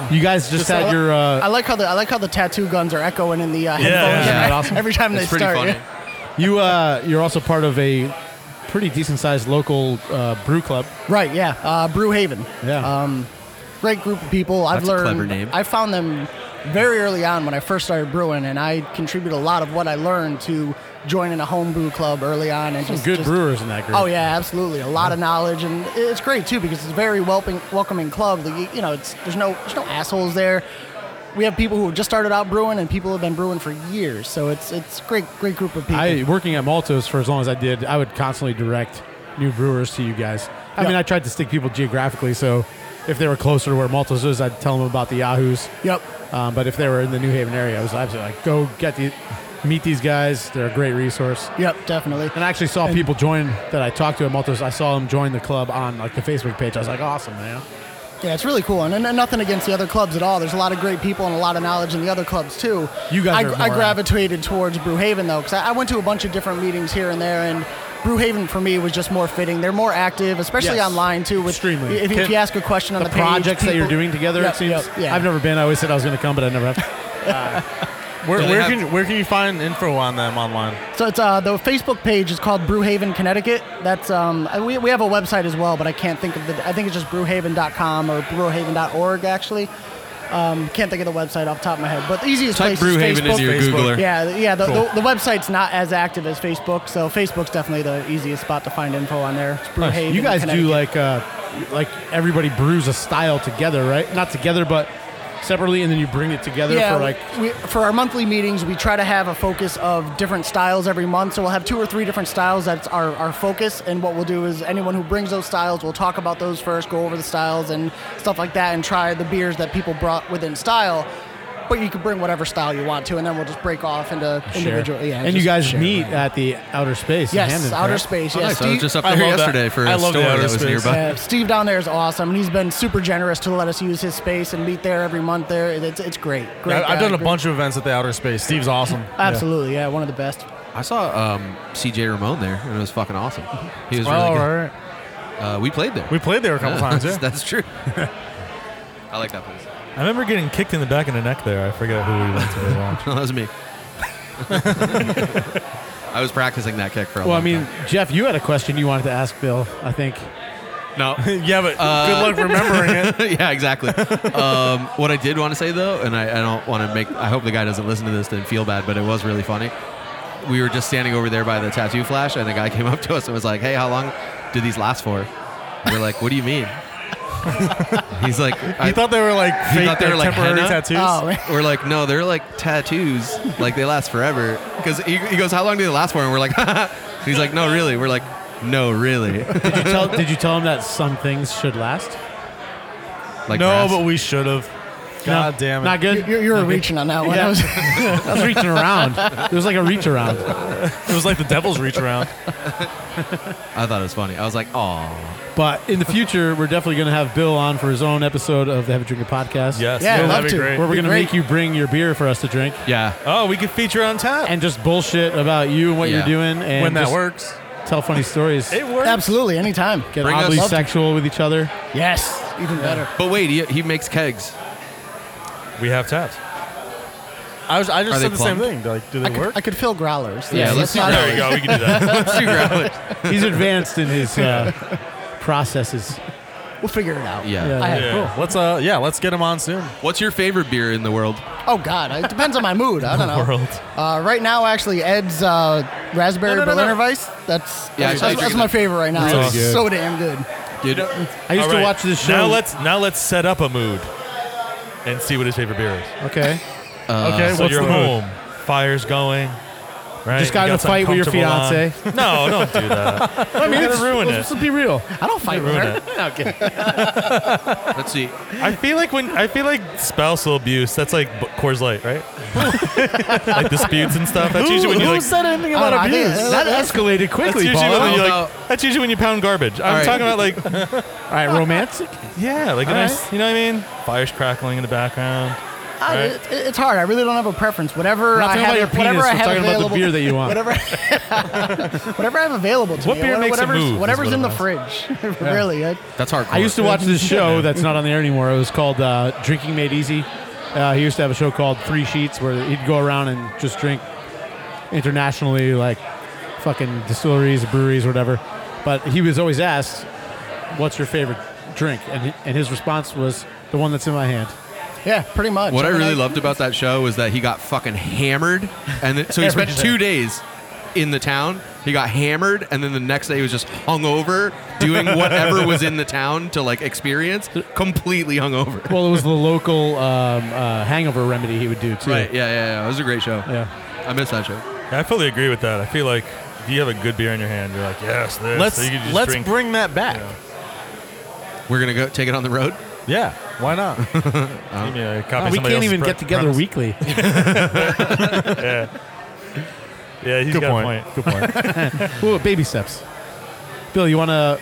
Speaker 3: You guys just,
Speaker 10: I
Speaker 3: had
Speaker 10: li-
Speaker 3: your. Uh,
Speaker 10: I like how the I like how the tattoo guns are echoing in the uh, headphones
Speaker 3: yeah. Yeah, awesome.
Speaker 10: every time
Speaker 2: It's
Speaker 10: they
Speaker 2: pretty
Speaker 10: start.
Speaker 2: funny.
Speaker 10: yeah.
Speaker 3: you uh, you're also part of a pretty decent sized local uh, brew club.
Speaker 10: Right? Yeah. Uh, Brew Haven.
Speaker 3: Yeah.
Speaker 10: Um, great group of people. I've
Speaker 2: That's a
Speaker 10: learned.
Speaker 2: clever name.
Speaker 10: I found them very early on when I first started brewing, and I contribute a lot of what I learned to joining a home brew club early on. And
Speaker 3: Some
Speaker 10: just,
Speaker 3: good
Speaker 10: just-
Speaker 3: brewers in that group.
Speaker 10: Oh yeah, absolutely. A lot of knowledge, and it's great too because it's a very welcoming, welcoming club. The- You know, it's there's no there's no assholes there. We have people who have just started out brewing, and people have been brewing for years. So it's it's great great group of people.
Speaker 3: I working at Maltos for as long as I did, I would constantly direct new brewers to you guys. I
Speaker 10: Yeah.
Speaker 3: mean, I tried to stick people geographically, so if they were closer to where Maltos is, I'd tell them about the Yahoos.
Speaker 10: yep.
Speaker 3: Um, but if they were in the New Haven area, I was absolutely like, go get the, meet these guys. They're a great resource.
Speaker 10: Yep. Definitely.
Speaker 3: And I actually saw people join that I talked to at Maltos. I saw them join the club on like the Facebook page. I was like, awesome, man.
Speaker 10: Yeah, it's really cool, and, and nothing against the other clubs at all. There's a lot of great people and a lot of knowledge in the other clubs too.
Speaker 3: You guys
Speaker 10: I,
Speaker 3: are
Speaker 10: I
Speaker 3: more-
Speaker 10: gravitated towards Brewhaven though, because I, I went to a bunch of different meetings here and there, and Brewhaven for me was just more fitting. They're more active, especially
Speaker 3: Yes.
Speaker 10: online too. With
Speaker 3: Extremely.
Speaker 10: if, if
Speaker 3: Can-
Speaker 10: you ask a question on
Speaker 3: The,
Speaker 10: the, page,
Speaker 3: projects that you're
Speaker 10: people-
Speaker 3: doing together,
Speaker 10: Yep,
Speaker 3: it seems.
Speaker 10: yep, yeah.
Speaker 3: I've never been. I always said I was going to come, but I never uh, have.
Speaker 5: Where,
Speaker 2: Do they
Speaker 5: where
Speaker 2: have-
Speaker 5: can where can you find info on them online?
Speaker 10: So it's uh, the Facebook page is called Brewhaven Connecticut. That's um, and we, we have a website as well, but I can't think of the. I think it's just brewhaven.com or brewhaven.org actually. Um, can't think of the website off the top of my head, but the easiest
Speaker 2: Type
Speaker 10: place
Speaker 2: Brewhaven
Speaker 10: is
Speaker 2: into
Speaker 10: Facebook.
Speaker 2: your Googler.
Speaker 10: Yeah, th- yeah. The, the, the website's not as active as Facebook, so Facebook's definitely the easiest spot to find info on there. It's Brewhaven,
Speaker 3: You guys do
Speaker 10: Connecticut.
Speaker 3: like uh, like everybody brews a style together, right? Not together, but separately, and then you bring it together
Speaker 10: yeah,
Speaker 3: for like.
Speaker 10: we, for our monthly meetings, we try to have a focus of different styles every month. So we'll have two or three different styles. That's our, our focus. And what we'll do is anyone who brings those styles, we'll talk about those first, go over the styles and stuff like that, and try the beers that people brought within style. But you can bring whatever style you want to, and then we'll just break off into individual. Yeah,
Speaker 3: and you
Speaker 10: just
Speaker 3: guys
Speaker 10: share,
Speaker 3: meet
Speaker 10: right.
Speaker 3: at the outer space. in
Speaker 10: Yes,
Speaker 3: Hamden,
Speaker 10: outer
Speaker 3: correct?
Speaker 10: space.
Speaker 2: Oh, nice. I
Speaker 10: Yes,
Speaker 2: was
Speaker 10: Steve-
Speaker 2: just up
Speaker 5: I
Speaker 2: there
Speaker 5: love that.
Speaker 2: yesterday for
Speaker 5: I
Speaker 2: a
Speaker 5: love the
Speaker 2: store
Speaker 5: outer
Speaker 2: that was
Speaker 5: space.
Speaker 2: nearby.
Speaker 10: Uh, Steve down there is awesome, and he's been super generous to let us use his space and meet there every month. There, it's, it's great. Great.
Speaker 5: I, have
Speaker 10: guy,
Speaker 5: done a
Speaker 10: great-
Speaker 5: bunch of events at the outer space. Steve's awesome.
Speaker 10: Absolutely, yeah, one of the best.
Speaker 2: I saw um, CJ Ramon there, and it was fucking awesome. He was really
Speaker 5: All
Speaker 2: good.
Speaker 5: right.
Speaker 2: Uh, we played there.
Speaker 5: We played there a couple times. Yeah.
Speaker 2: That's true. I like that place.
Speaker 9: I remember getting kicked in the back of the neck there. I forget who we went to. watch.
Speaker 2: No, that was me. I was practicing that kick for a
Speaker 3: Well, I
Speaker 2: long
Speaker 3: mean,
Speaker 2: time.
Speaker 3: Jeff, you had a question you wanted to ask Bill. I think.
Speaker 2: no.
Speaker 5: yeah, but
Speaker 2: Uh,
Speaker 5: good luck remembering it.
Speaker 2: yeah, exactly. um, what I did want to say though, and I, I don't want to make. I hope the guy doesn't listen to this and feel bad, but it was really funny. We were just standing over there by the tattoo flash, and a guy came up to us and was like, "Hey, how long did these last for?" And we're like, "What do you mean?" He's like,
Speaker 5: He
Speaker 2: I,
Speaker 5: thought they were like fake
Speaker 2: thought they were,
Speaker 5: like,
Speaker 2: like,
Speaker 5: temporary
Speaker 2: henna?
Speaker 5: tattoos.
Speaker 10: Oh, man.
Speaker 2: We're like, no, they're like tattoos. Like they last forever. Because he, he goes, how long do they last for? And we're like, he's like, no, really. We're like, no, really.
Speaker 3: Did you tell? did you tell him that some things should last?
Speaker 2: Like
Speaker 5: no,
Speaker 2: grass.
Speaker 5: but we should have. God damn it.
Speaker 3: Not good.
Speaker 10: You're, you're
Speaker 3: Not good?
Speaker 10: reaching on that one.
Speaker 3: Yeah.
Speaker 10: That was-
Speaker 3: I was reaching around. It was like a reach around.
Speaker 5: It was like the devil's reach around.
Speaker 2: I thought it was funny. I was like, oh,
Speaker 3: But in the future, we're definitely going to have Bill on for his own episode of the Heavy Drinking Podcast.
Speaker 9: Yes,
Speaker 10: Yeah, I'd
Speaker 5: that'd
Speaker 10: love
Speaker 5: be
Speaker 10: to.
Speaker 5: great.
Speaker 3: Where we're
Speaker 10: Be
Speaker 3: going to
Speaker 10: great.
Speaker 3: make you bring your beer for us to drink
Speaker 2: yeah.
Speaker 5: Oh, we could feature on tap
Speaker 3: and just bullshit about you and what
Speaker 2: Yeah.
Speaker 3: you're doing and
Speaker 5: when that
Speaker 3: just
Speaker 5: works.
Speaker 3: tell funny stories.
Speaker 5: It works.
Speaker 10: Absolutely, anytime.
Speaker 3: Get
Speaker 2: Bring us-
Speaker 3: oddly
Speaker 2: Love to.
Speaker 3: sexual with each other.
Speaker 10: Yes, even better.
Speaker 2: But wait, he, he makes kegs.
Speaker 5: We have taps. I was. I just
Speaker 2: Are they
Speaker 5: said the same
Speaker 2: plumbed?
Speaker 5: thing. Like, do
Speaker 10: I
Speaker 5: they
Speaker 10: could,
Speaker 5: work?
Speaker 10: I could feel growlers.
Speaker 2: Yeah, let's
Speaker 10: that's
Speaker 2: see
Speaker 10: not-
Speaker 2: growlers.
Speaker 9: There we go. We can do that.
Speaker 2: Let's do growlers.
Speaker 3: He's advanced in his uh, processes.
Speaker 10: We'll figure it out.
Speaker 2: Yeah.
Speaker 3: Yeah.
Speaker 10: I have-
Speaker 5: Yeah. Let's. Uh. Yeah. Let's get him on soon.
Speaker 2: What's your favorite beer in the world?
Speaker 10: Oh God, it depends on my mood. I don't know.
Speaker 9: World.
Speaker 10: Uh, right now, actually, Ed's uh, raspberry
Speaker 5: No, no, no, no.
Speaker 10: Berliner Weiss. That's
Speaker 2: Yeah, I tried
Speaker 10: that's, that's
Speaker 2: drinking
Speaker 10: my
Speaker 2: that.
Speaker 10: favorite right now.
Speaker 3: Really
Speaker 10: it's
Speaker 3: good.
Speaker 10: so damn good.
Speaker 2: Dude,
Speaker 3: I used
Speaker 9: All
Speaker 3: to
Speaker 9: right.
Speaker 3: watch this show.
Speaker 9: Now let's now let's set up a mood and see what his favorite beer is.
Speaker 3: okay.
Speaker 2: Uh,
Speaker 5: okay.
Speaker 9: so
Speaker 5: what's
Speaker 9: you're
Speaker 5: the mood?
Speaker 9: home, fire's going. Right?
Speaker 3: Just got
Speaker 9: You
Speaker 3: in a
Speaker 9: something
Speaker 3: fight with your
Speaker 9: comfortable on.
Speaker 3: fiance.
Speaker 9: No, don't do that. I mean,
Speaker 3: Let's-
Speaker 9: gonna ruin
Speaker 3: let's,
Speaker 9: it.
Speaker 3: let's be real.
Speaker 10: I don't fight with
Speaker 9: ruin
Speaker 10: her. okay.
Speaker 2: let's see.
Speaker 9: I feel like when I feel like spousal abuse, that's like b- Coors Light, right? like disputes and stuff. That's usually when you like.
Speaker 5: said anything
Speaker 10: I don't know, I think it's-
Speaker 3: That escalated
Speaker 9: That's
Speaker 3: quickly,
Speaker 9: usually,
Speaker 3: Paul.
Speaker 9: when you,
Speaker 2: How
Speaker 9: like
Speaker 2: about-
Speaker 9: that's usually when you pound garbage. I'm
Speaker 2: right.
Speaker 9: talking about like,
Speaker 3: All right, romantic.
Speaker 9: yeah, like a
Speaker 3: All
Speaker 9: nice, you know what I mean? Fire's crackling in the background.
Speaker 10: I,
Speaker 9: Right.
Speaker 10: it, it's hard. I really don't have a preference. Whatever
Speaker 3: We're not
Speaker 10: I
Speaker 3: talking
Speaker 10: have,
Speaker 3: about your
Speaker 10: whatever
Speaker 3: penis,
Speaker 10: I
Speaker 3: we're
Speaker 10: have
Speaker 3: talking about the
Speaker 10: available,
Speaker 3: beer that you want.
Speaker 10: Whatever, whatever I have available to
Speaker 9: What
Speaker 10: me.
Speaker 9: beer
Speaker 10: whatever-
Speaker 9: makes a
Speaker 10: whatever's,
Speaker 9: move is
Speaker 10: whatever's
Speaker 9: what
Speaker 10: in the
Speaker 9: I'm
Speaker 10: fridge. really, I,
Speaker 2: That's hardcore.
Speaker 3: I used to watch this show that's not on the air anymore. It was called uh, Drinking Made Easy. Uh, he used to have a show called Three Sheets where he'd go around and just drink internationally, like fucking distilleries, breweries, whatever. But he was always asked, "What's your favorite drink?" and he, and his response was, "The one that's in my hand."
Speaker 10: yeah, pretty much.
Speaker 2: What I
Speaker 10: mean,
Speaker 2: really loved about that show was that he got fucking hammered, and then, so he spent
Speaker 10: Everything.
Speaker 2: two days in the town. He got hammered, and then the next day he was just hungover, doing whatever was in the town to like experience, completely hungover.
Speaker 3: Well, it was the local um, uh, hangover remedy he would do too.
Speaker 2: Right? Yeah, yeah, yeah. It was a great show.
Speaker 3: Yeah.
Speaker 2: I miss that show.
Speaker 9: I fully agree with that. I feel like if you have a good beer in your hand, you're like, yes, this.
Speaker 5: Let's
Speaker 9: So you can just
Speaker 5: let's
Speaker 9: drink.
Speaker 5: bring that back.
Speaker 2: We're gonna go take it on the road.
Speaker 5: Yeah, why not?
Speaker 9: Give me a
Speaker 10: Oh,
Speaker 9: copy of
Speaker 3: we
Speaker 9: somebody
Speaker 3: can't
Speaker 9: else's
Speaker 3: even
Speaker 9: pre-
Speaker 3: get together
Speaker 9: premise.
Speaker 3: weekly.
Speaker 9: Yeah, he's
Speaker 5: Good
Speaker 9: got
Speaker 5: point.
Speaker 9: a point. Good point.
Speaker 3: Ooh, baby steps. Bill, you want a,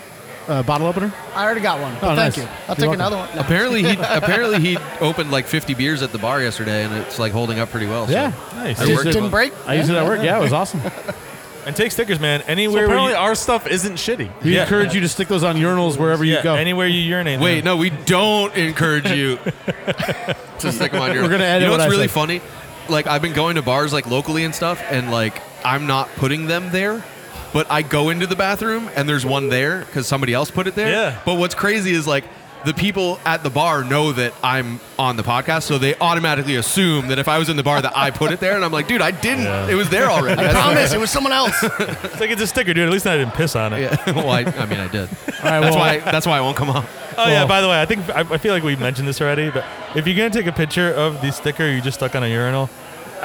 Speaker 3: a bottle opener?
Speaker 10: I already got one. but
Speaker 3: Oh,
Speaker 10: thank
Speaker 3: nice.
Speaker 10: you. I'll
Speaker 3: You're
Speaker 10: take
Speaker 3: welcome.
Speaker 10: another one. No.
Speaker 2: Apparently he apparently he opened like 50 beers at the bar yesterday, and it's like holding up pretty well. so-
Speaker 9: nice.
Speaker 2: I
Speaker 10: Just
Speaker 2: worked with-
Speaker 10: didn't break.
Speaker 3: I used it at work. Yeah, it was awesome.
Speaker 9: And take stickers, man.
Speaker 5: So
Speaker 9: Anywhere
Speaker 5: apparently,
Speaker 9: where
Speaker 5: our stuff isn't shitty.
Speaker 3: We
Speaker 9: Yeah.
Speaker 3: encourage you to stick those on urinals wherever
Speaker 9: you,
Speaker 3: you go.
Speaker 9: yeah, anywhere you urinate.
Speaker 2: Wait,
Speaker 9: man.
Speaker 2: no, we don't encourage you to stick them on your.
Speaker 3: We're gonna edit
Speaker 2: You know
Speaker 3: what
Speaker 2: what's
Speaker 3: I
Speaker 2: really
Speaker 3: said.
Speaker 2: funny? Like I've been going to bars like locally and stuff, and like I'm not putting them there. But I go into the bathroom and there's one there because somebody else put it there.
Speaker 9: Yeah.
Speaker 2: But what's crazy is like the people at the bar know that I'm on the podcast, so they automatically assume that if I was in the bar that I put it there, and I'm like, dude, I didn't. It was there already.
Speaker 10: I promise it was someone else.
Speaker 9: It's like it's a sticker, dude. At least I didn't piss on it.
Speaker 2: Yeah. well, I, I mean, I did.
Speaker 3: right, well-
Speaker 2: that's why. That's why I won't come on.
Speaker 9: Oh yeah. By the way, I think I, I feel like we mentioned this already, but if you're gonna take a picture of the sticker you just stuck on a urinal,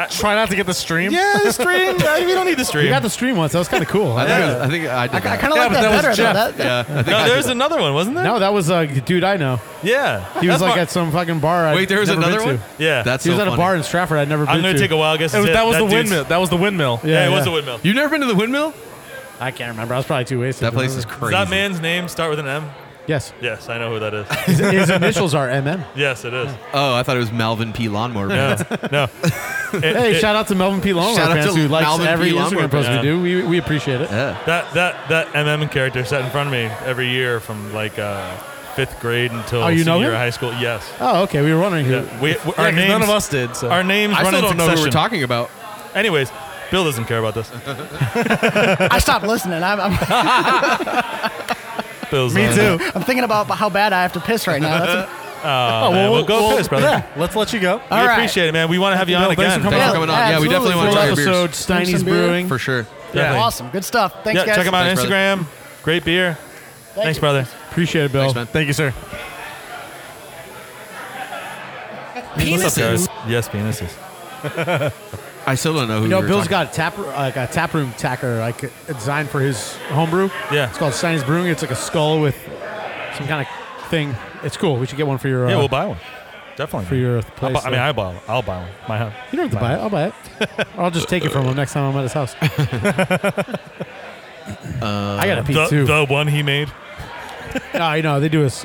Speaker 5: Try not to get the stream.
Speaker 9: yeah, the stream. we don't need the
Speaker 3: we
Speaker 9: stream.
Speaker 3: got the stream once. That was kind of cool.
Speaker 2: I
Speaker 3: I like
Speaker 2: think. it was- I think I did.
Speaker 10: I,
Speaker 2: that.
Speaker 10: kind of
Speaker 5: Yeah,
Speaker 10: like
Speaker 5: but that
Speaker 10: that,
Speaker 5: was
Speaker 10: better.
Speaker 5: Jeff.
Speaker 10: Though. That,
Speaker 2: yeah. I think I
Speaker 9: no,
Speaker 2: did
Speaker 9: there's
Speaker 2: that.
Speaker 9: another one, wasn't
Speaker 3: it.
Speaker 9: there?
Speaker 3: No, that was a dude I know.
Speaker 9: Yeah.
Speaker 3: He was
Speaker 9: That's
Speaker 3: like
Speaker 9: my-
Speaker 3: at some fucking bar. I'd
Speaker 2: Wait, there was
Speaker 3: never
Speaker 2: another
Speaker 3: been
Speaker 2: one.
Speaker 3: to.
Speaker 9: yeah.
Speaker 2: That's
Speaker 3: he was
Speaker 2: so
Speaker 3: at a
Speaker 2: funny.
Speaker 3: bar in Stratford I'd never
Speaker 9: I'm
Speaker 3: been
Speaker 9: gonna
Speaker 3: to.
Speaker 9: take a wild guess.
Speaker 5: It was-
Speaker 9: It's it.
Speaker 5: that was the
Speaker 9: dude's-
Speaker 5: windmill. That was the windmill.
Speaker 9: Yeah,
Speaker 3: Yeah,
Speaker 9: it was
Speaker 3: yeah.
Speaker 9: the windmill.
Speaker 2: You've never been to the windmill?
Speaker 3: I can't remember. I was probably too wasted.
Speaker 2: That
Speaker 3: to
Speaker 2: place is
Speaker 3: remember.
Speaker 2: crazy.
Speaker 9: Does Uh-huh. that man's name start with an M?
Speaker 3: Yes.
Speaker 9: Yes, I know who that is.
Speaker 3: His, his initials are MM.
Speaker 9: yes, it is.
Speaker 2: Oh, I thought it was Malvin P. Lawnmower. Man.
Speaker 9: No, no. It-
Speaker 3: Hey,
Speaker 9: it-
Speaker 3: shout out to Melvin P. Long,
Speaker 2: Shout out
Speaker 3: fans
Speaker 2: to
Speaker 3: who likes
Speaker 2: Melvin P.
Speaker 3: every
Speaker 2: Longmore
Speaker 3: Instagram post
Speaker 9: fans.
Speaker 3: we do. We, we appreciate it.
Speaker 2: Yeah.
Speaker 9: that that that MM character sat in front of me every year from like uh, fifth grade until
Speaker 3: Oh, you know
Speaker 9: senior
Speaker 3: him?
Speaker 9: high school. Yes.
Speaker 3: Oh, okay. We were wondering who.
Speaker 9: Yeah, we, we-
Speaker 5: Yeah,
Speaker 9: our
Speaker 5: 'cause
Speaker 9: names,
Speaker 5: none of us did. So.
Speaker 9: Our names
Speaker 2: I
Speaker 9: run
Speaker 2: still
Speaker 9: in
Speaker 2: don't know who we're
Speaker 9: succession.
Speaker 2: talking about.
Speaker 9: Anyways, Bill doesn't care about this.
Speaker 10: I stopped listening. I'm, I'm,
Speaker 9: Bill's uh,
Speaker 5: Me
Speaker 9: on-
Speaker 5: too.
Speaker 10: I'm thinking about how bad I have to piss right now. Uh, That's,
Speaker 9: Oh, man, we'll go piss, brother.
Speaker 5: Yeah, let's let you go.
Speaker 9: We
Speaker 10: All right.
Speaker 9: appreciate it, man. We want to have you
Speaker 5: you,
Speaker 9: on
Speaker 5: Bill. Thanks
Speaker 9: again.
Speaker 5: for coming
Speaker 2: Thanks
Speaker 10: Yeah,
Speaker 2: for coming on. Yeah, we definitely want to try
Speaker 10: absolutely.
Speaker 3: Full
Speaker 2: your
Speaker 3: episode,
Speaker 2: beers.
Speaker 3: Steiny's
Speaker 10: some beer.
Speaker 3: Brewing.
Speaker 2: For sure.
Speaker 9: Yeah.
Speaker 10: awesome. Good stuff. Thanks,
Speaker 9: Yeah,
Speaker 10: guys.
Speaker 9: check him out on
Speaker 2: Thanks, brother.
Speaker 9: Instagram. Great beer. Thanks,
Speaker 10: you.
Speaker 9: brother.
Speaker 3: Appreciate it, Bill.
Speaker 2: man.
Speaker 5: Thank you, sir.
Speaker 9: What's up, guys? Yes, penises.
Speaker 2: I still don't know who.
Speaker 3: You know,
Speaker 2: we were
Speaker 3: Bill's got a
Speaker 2: talking-
Speaker 3: tap like a tap room tacker, like a design for his homebrew.
Speaker 9: Yeah.
Speaker 3: it's called Stein's Brewing. It's like a skull with some kind of thing. It's cool. We should get one for your. Uh,
Speaker 9: Yeah, we'll buy one. Definitely.
Speaker 3: for your
Speaker 9: I'll
Speaker 3: place.
Speaker 9: buy, I mean,
Speaker 3: there.
Speaker 9: I buy, I'll buy one. My house.
Speaker 3: you don't have to buy it. I'll buy it. Or I'll just take it from him next time I'm at his house.
Speaker 2: Uh,
Speaker 3: I got a pee
Speaker 9: The,
Speaker 3: too.
Speaker 9: the one he made.
Speaker 3: No, you know they do this.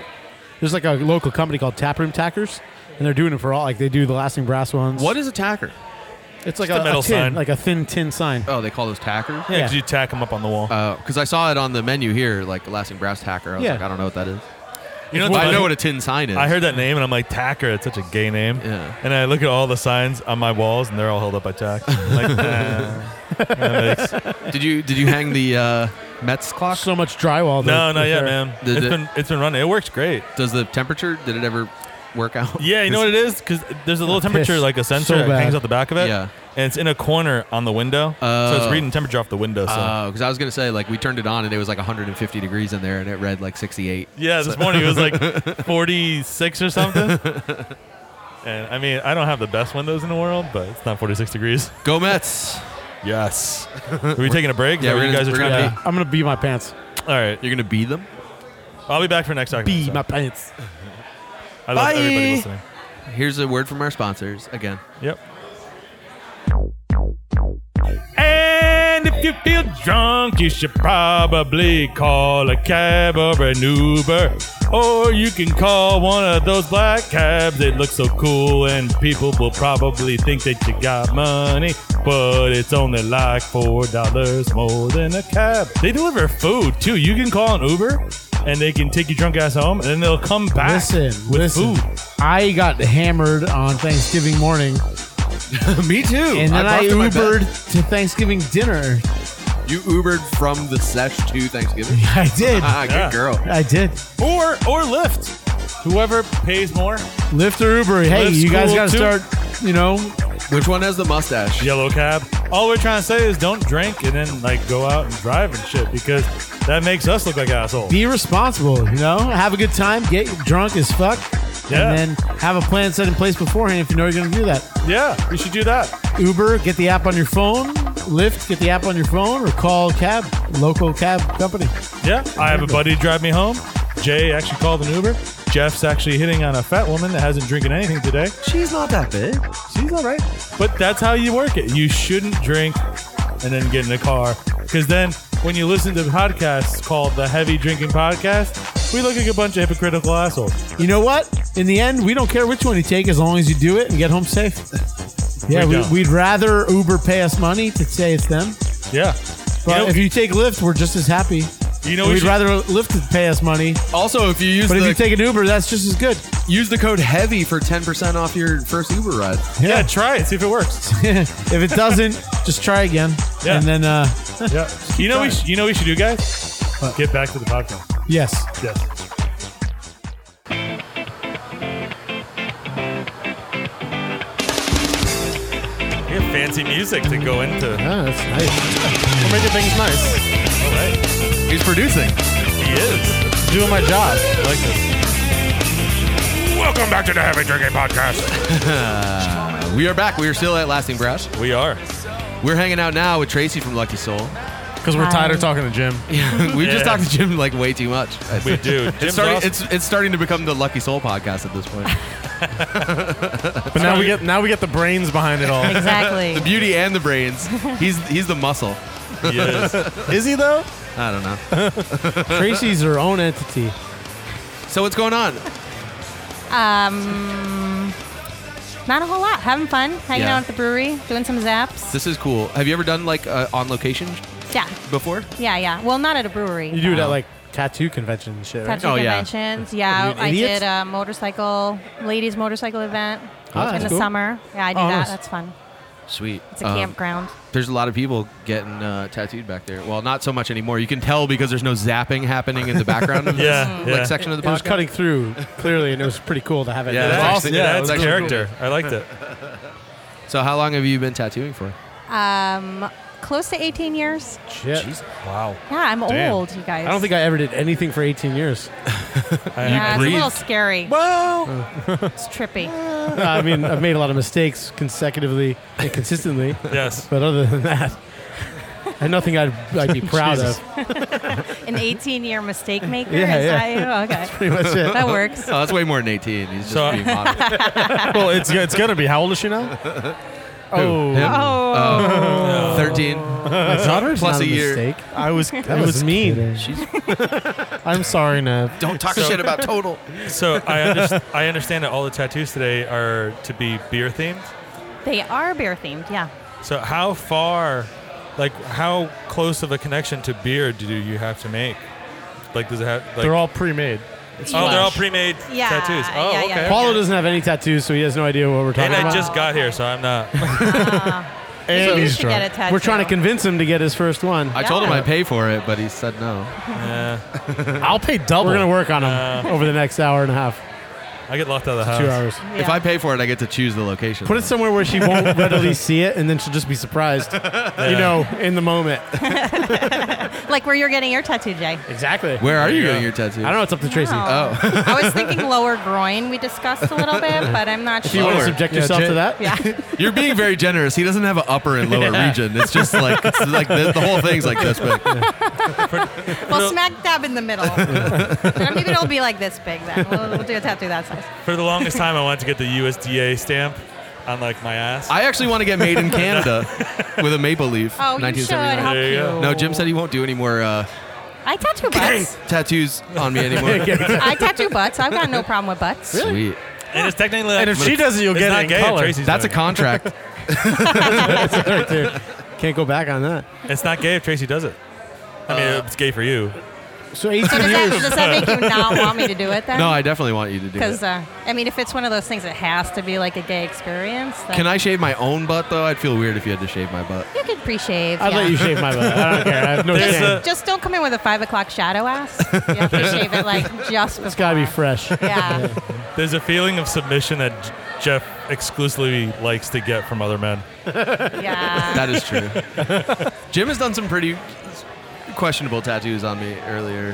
Speaker 3: There's like a local company called Taproom Tackers, and they're doing it for all. Like they do the lasting brass ones.
Speaker 2: What is a tacker?
Speaker 3: It's like
Speaker 9: Just a metal
Speaker 3: tin,
Speaker 9: sign.
Speaker 3: like a thin tin sign.
Speaker 2: Oh, they call those tackers.
Speaker 9: Yeah,
Speaker 3: Yeah.
Speaker 9: 'cause you tack him up on the wall.
Speaker 2: Because I saw it on the menu here, like Lasting Brass Tacker. I was
Speaker 3: Yeah.
Speaker 2: like, I don't know what that is.
Speaker 9: you know, what's
Speaker 2: I
Speaker 9: funny?
Speaker 2: know what a tin sign is.
Speaker 9: I heard that name and I'm like Tacker. It's such a gay name.
Speaker 2: Yeah.
Speaker 9: And I look at all the signs on my walls and they're all held up by Tack. I'm like, nah. That makes-
Speaker 2: Did you did you hang the uh, Mets clock?
Speaker 3: So much drywall.
Speaker 9: no,
Speaker 3: that-
Speaker 9: not yet,
Speaker 3: there.
Speaker 9: man.
Speaker 2: Did
Speaker 9: It's
Speaker 2: it-
Speaker 9: been it's been running. It works great.
Speaker 2: Does the temperature? Did it ever work out?
Speaker 9: Yeah, you know what it is? Because there's a little temperature,
Speaker 3: pissed
Speaker 9: like a
Speaker 3: so
Speaker 9: sensor that
Speaker 3: bad.
Speaker 9: hangs out the back of it.
Speaker 2: Yeah.
Speaker 9: And it's in a corner on the window. so
Speaker 2: Oh.
Speaker 9: it's reading temperature off the window. So.
Speaker 2: Because I was gonna say, like, we turned it on and it was like 150 degrees in there, and it read like 68.
Speaker 9: yeah, this morning it was like 46 or something. and I mean, I don't have the best windows in the world, but it's not 46 degrees.
Speaker 2: Go Mets!
Speaker 9: Yes. Are we taking a break? Is
Speaker 2: Yeah,
Speaker 9: that what
Speaker 2: we're
Speaker 9: you
Speaker 2: gonna-
Speaker 9: guys are
Speaker 2: we're
Speaker 9: trying
Speaker 2: gonna
Speaker 9: to
Speaker 3: Yeah, I'm gonna be my pants.
Speaker 9: do? All right.
Speaker 2: You're gonna be them.
Speaker 9: I'll be back for next segment.
Speaker 3: Be
Speaker 9: so.
Speaker 3: my pants.
Speaker 9: I love
Speaker 2: Bye.
Speaker 9: everybody listening.
Speaker 2: Here's a word from our sponsors again.
Speaker 9: Yep. And if you feel drunk, you should probably call a cab or an Uber. Or you can call one of those black cabs. They look so cool, and people will probably think that you got money, but it's only like $4 more than a cab. They deliver food too. You can call an Uber, and they can take your drunk ass home, and then they'll come back
Speaker 3: Listen,
Speaker 9: with
Speaker 3: listen.
Speaker 9: food.
Speaker 3: I got hammered on Thanksgiving morning,
Speaker 2: Me too.
Speaker 3: and then I,
Speaker 2: popped in my bed.
Speaker 3: Ubered to Thanksgiving dinner.
Speaker 2: You Ubered from the sesh to Thanksgiving.
Speaker 3: I did.
Speaker 2: Ah,
Speaker 9: Yeah.
Speaker 2: good girl.
Speaker 3: I did.
Speaker 9: Or or Lyft. Whoever pays more,
Speaker 3: Lyft or Uber. Hey,
Speaker 9: Lyft's
Speaker 3: you guys
Speaker 9: cool,
Speaker 3: got to
Speaker 9: too.
Speaker 3: start. You know,
Speaker 2: Which one has the mustache?
Speaker 9: yellow cab. All we're trying to say is don't drink and then like go out and drive and shit because that makes us look like assholes.
Speaker 3: be responsible. You know, have a good time, get drunk as fuck,
Speaker 9: Yeah.
Speaker 3: and then have a plan set in place beforehand if you know you're going to do that.
Speaker 9: Yeah, you should do that.
Speaker 3: Uber, get the app on your phone. Lyft, get the app on your phone, or call a cab, local cab company.
Speaker 9: Yeah, I have a buddy drive me home. Jay actually called an Uber. Jeff's actually hitting on a fat woman that hasn't drinking anything today.
Speaker 11: She's not that big.
Speaker 9: She's all right. But that's how you work it. You shouldn't drink and then get in the car. Because then when you listen to podcasts called the Heavy Drinking Podcast, we look like a bunch of hypocritical assholes.
Speaker 3: You know what? In the end, we don't care which one you take as long as you do it and get home safe. Yeah,
Speaker 9: We
Speaker 3: we
Speaker 9: don't.
Speaker 3: we, would rather Uber pay us money to say it's them.
Speaker 9: Yeah.
Speaker 3: But
Speaker 9: You know-
Speaker 3: if you take Lyft, we're just as happy.
Speaker 9: You know,
Speaker 3: we'd
Speaker 9: we should-
Speaker 3: rather Lyft pay us money.
Speaker 2: Also, if you use
Speaker 3: But
Speaker 2: the
Speaker 3: if you take an Uber, that's just as good.
Speaker 2: use the code heavy for ten percent off your first Uber ride.
Speaker 9: yeah, try it. See if it works.
Speaker 3: if it doesn't, just try again.
Speaker 9: Yeah.
Speaker 3: And then, uh,
Speaker 9: Yeah. You know, we sh- you know, we should do, guys. Get back to the podcast.
Speaker 3: yes.
Speaker 9: Yes. We have fancy music to go into. All
Speaker 3: Oh, that's nice.
Speaker 5: We're making things nice.
Speaker 9: right.
Speaker 2: He's producing.
Speaker 9: He is.
Speaker 5: Doing my job.
Speaker 9: I like this. Welcome back to the Heavy Drinking Podcast.
Speaker 2: We are back. We are still at Lasting Brass.
Speaker 9: We are.
Speaker 2: We're hanging out now with Tracy from Lucky Soul.
Speaker 5: Because we're tired of talking to Jim.
Speaker 2: we just
Speaker 9: Yeah.
Speaker 2: talked to Jim like way too much.
Speaker 9: We do.
Speaker 2: It's
Speaker 9: Jim's
Speaker 2: starting,
Speaker 9: awesome.
Speaker 2: it's, it's starting to become the Lucky Soul podcast at this point.
Speaker 5: But now we get now we get the brains behind it all.
Speaker 2: the
Speaker 12: Exactly.
Speaker 2: beauty and the brains. He's he's the muscle.
Speaker 9: He is.
Speaker 5: Is he though?
Speaker 2: I don't know.
Speaker 3: Tracy's her own entity.
Speaker 2: So what's going on?
Speaker 12: Um, not a whole lot. Having fun, hanging
Speaker 2: Yeah.
Speaker 12: out at the brewery, doing some zaps.
Speaker 2: This is cool. Have you ever done like uh, on location
Speaker 12: yeah,
Speaker 2: before?
Speaker 12: yeah, yeah. Well, not at a brewery.
Speaker 3: You do it at like tattoo convention and shit, right?
Speaker 12: Tattoo
Speaker 2: Oh, yeah.
Speaker 12: conventions. Yeah,
Speaker 3: You
Speaker 12: I
Speaker 3: idiots.
Speaker 12: did a motorcycle, ladies motorcycle event
Speaker 3: Ah,
Speaker 12: in
Speaker 3: that's
Speaker 12: the
Speaker 3: cool.
Speaker 12: summer. Yeah, I do
Speaker 3: Oh,
Speaker 12: that.
Speaker 3: nice.
Speaker 12: That's fun.
Speaker 2: Sweet.
Speaker 12: It's a
Speaker 2: Um,
Speaker 12: campground.
Speaker 2: There's a lot of people getting uh, tattooed back there. Well, not so much anymore. You can tell because there's no zapping happening in the background of
Speaker 9: Yeah,
Speaker 2: this
Speaker 9: yeah.
Speaker 2: like section of the
Speaker 3: It was
Speaker 2: podcast.
Speaker 3: cutting through clearly, and it was pretty cool to have it.
Speaker 2: Yeah,
Speaker 9: That's
Speaker 2: That's
Speaker 9: awesome.
Speaker 2: actually- yeah,
Speaker 9: that's
Speaker 2: that's actually
Speaker 9: character. I liked it.
Speaker 2: So how long have you been tattooing for?
Speaker 12: Um, close to 18 years.
Speaker 3: Shit.
Speaker 9: Wow.
Speaker 12: Yeah, I'm
Speaker 5: Damn.
Speaker 12: old, you guys.
Speaker 3: I don't think I ever did anything for 18 years.
Speaker 12: Yeah, it's a little
Speaker 2: breathed.
Speaker 12: scary.
Speaker 5: Well,
Speaker 12: It's trippy.
Speaker 3: I mean, I've made a lot of mistakes consecutively and consistently,
Speaker 9: Yes.
Speaker 3: but other than that, and nothing I'd, I'd be proud of.
Speaker 12: An 18 year mistake maker.
Speaker 3: Yeah,
Speaker 12: is
Speaker 3: yeah.
Speaker 12: that- oh, okay.
Speaker 3: Pretty much it.
Speaker 12: That works.
Speaker 2: Oh, that's way more than 18. He's just
Speaker 9: So-
Speaker 2: being modest.
Speaker 5: well, it's it's gonna be. How old is she now? Oh,
Speaker 2: Him? Um,
Speaker 12: Oh,
Speaker 2: 13.
Speaker 3: My daughter's
Speaker 2: Plus
Speaker 3: not
Speaker 2: a year.
Speaker 3: mistake.
Speaker 5: I was. That
Speaker 3: That
Speaker 5: it was,
Speaker 3: was mean. I'm sorry, Nev.
Speaker 2: Don't talk shit about total.
Speaker 9: So I, under- I understand that all the tattoos today are to be beer themed.
Speaker 12: they are beer themed. Yeah.
Speaker 9: So how far, like how close of a connection to beer do you have to make? Like does it have? Like,
Speaker 5: They're all pre-made.
Speaker 9: oh, they're all pre-made
Speaker 12: Yeah,
Speaker 9: tattoos. Oh,
Speaker 12: yeah, yeah,
Speaker 9: okay.
Speaker 12: yeah.
Speaker 3: Paulo doesn't have any tattoos, so he has no idea what we're talking
Speaker 9: And I
Speaker 3: about.
Speaker 9: just got here, so I'm not.
Speaker 12: So
Speaker 5: And
Speaker 12: you
Speaker 5: he's
Speaker 12: should get
Speaker 5: drunk.
Speaker 12: a tattoo.
Speaker 3: We're trying to convince him to get his first one.
Speaker 2: I told him I'd pay for it, but he said no.
Speaker 9: Yeah.
Speaker 5: I'll pay double.
Speaker 3: We're gonna work on him
Speaker 9: Uh.
Speaker 3: over the next hour and a half,
Speaker 9: I get locked out of the house.
Speaker 3: two hours.
Speaker 12: Yeah.
Speaker 2: If I pay for it, I get to choose the location.
Speaker 3: Put it somewhere where she won't readily see it, and then she'll just be surprised. You know, in the moment.
Speaker 12: like where you're getting your tattoo, Jay.
Speaker 3: Exactly.
Speaker 2: Where are you
Speaker 9: Yeah.
Speaker 2: getting your tattoo?
Speaker 3: I don't know. It's up to Tracy.
Speaker 12: Oh. I was thinking lower groin. We discussed a little bit, but I'm not
Speaker 3: If you
Speaker 12: sure.
Speaker 3: want to
Speaker 2: Lower.
Speaker 3: subject
Speaker 5: Yeah,
Speaker 3: yourself
Speaker 5: Jay-
Speaker 3: to that,
Speaker 12: yeah.
Speaker 2: You're being very generous. He doesn't have an upper and lower region. It's just like it's like the, the whole thing's like this big.
Speaker 12: Well, smack dab in the middle. Or Maybe it'll be like this big then. We'll, we'll do a tattoo that size.
Speaker 9: For the longest time, I wanted to get the USDA stamp. on like my ass.
Speaker 2: I actually want to get made in Canada with a maple leaf.
Speaker 12: Oh, you
Speaker 2: 1979.
Speaker 12: should. How There you go. cute.
Speaker 2: No, Jim said he won't do any more uh,
Speaker 12: I tattoo butts.
Speaker 2: tattoos on me anymore.
Speaker 12: I tattoo butts. I've got no problem with butts.
Speaker 2: Sweet.
Speaker 9: and it's technically like,
Speaker 5: And if she does it, you'll
Speaker 9: it's
Speaker 5: get
Speaker 9: not
Speaker 5: it in
Speaker 9: gay if
Speaker 5: color.
Speaker 9: Tracy's
Speaker 2: That's a
Speaker 9: doing
Speaker 2: contract.
Speaker 3: Can't go back on that.
Speaker 9: it. It's not gay if Tracy does it. I mean, it's gay for you.
Speaker 3: So
Speaker 12: So
Speaker 3: 18
Speaker 12: does that,
Speaker 3: years.
Speaker 12: does that make you not want me to do it then?
Speaker 2: No, I definitely want you to do
Speaker 12: Because
Speaker 2: it.
Speaker 12: uh, I mean, if it's one of those things that has to be like a gay experience, then
Speaker 2: Can I shave my own butt though? I'd feel weird if you had to shave my butt.
Speaker 12: You could pre-shave.
Speaker 3: I'd
Speaker 12: yeah.
Speaker 3: let you shave my butt. I don't care. I have no
Speaker 9: There's
Speaker 3: shame.
Speaker 9: a-
Speaker 12: Just don't come in with a five o'clock shadow ass. You have to shave it like just before.
Speaker 3: it's got to be fresh.
Speaker 12: Yeah.
Speaker 9: There's a feeling of submission that J- Jeff exclusively likes to get from other men.
Speaker 12: Yeah.
Speaker 2: That is true. Jim has done some pretty questionable tattoos on me earlier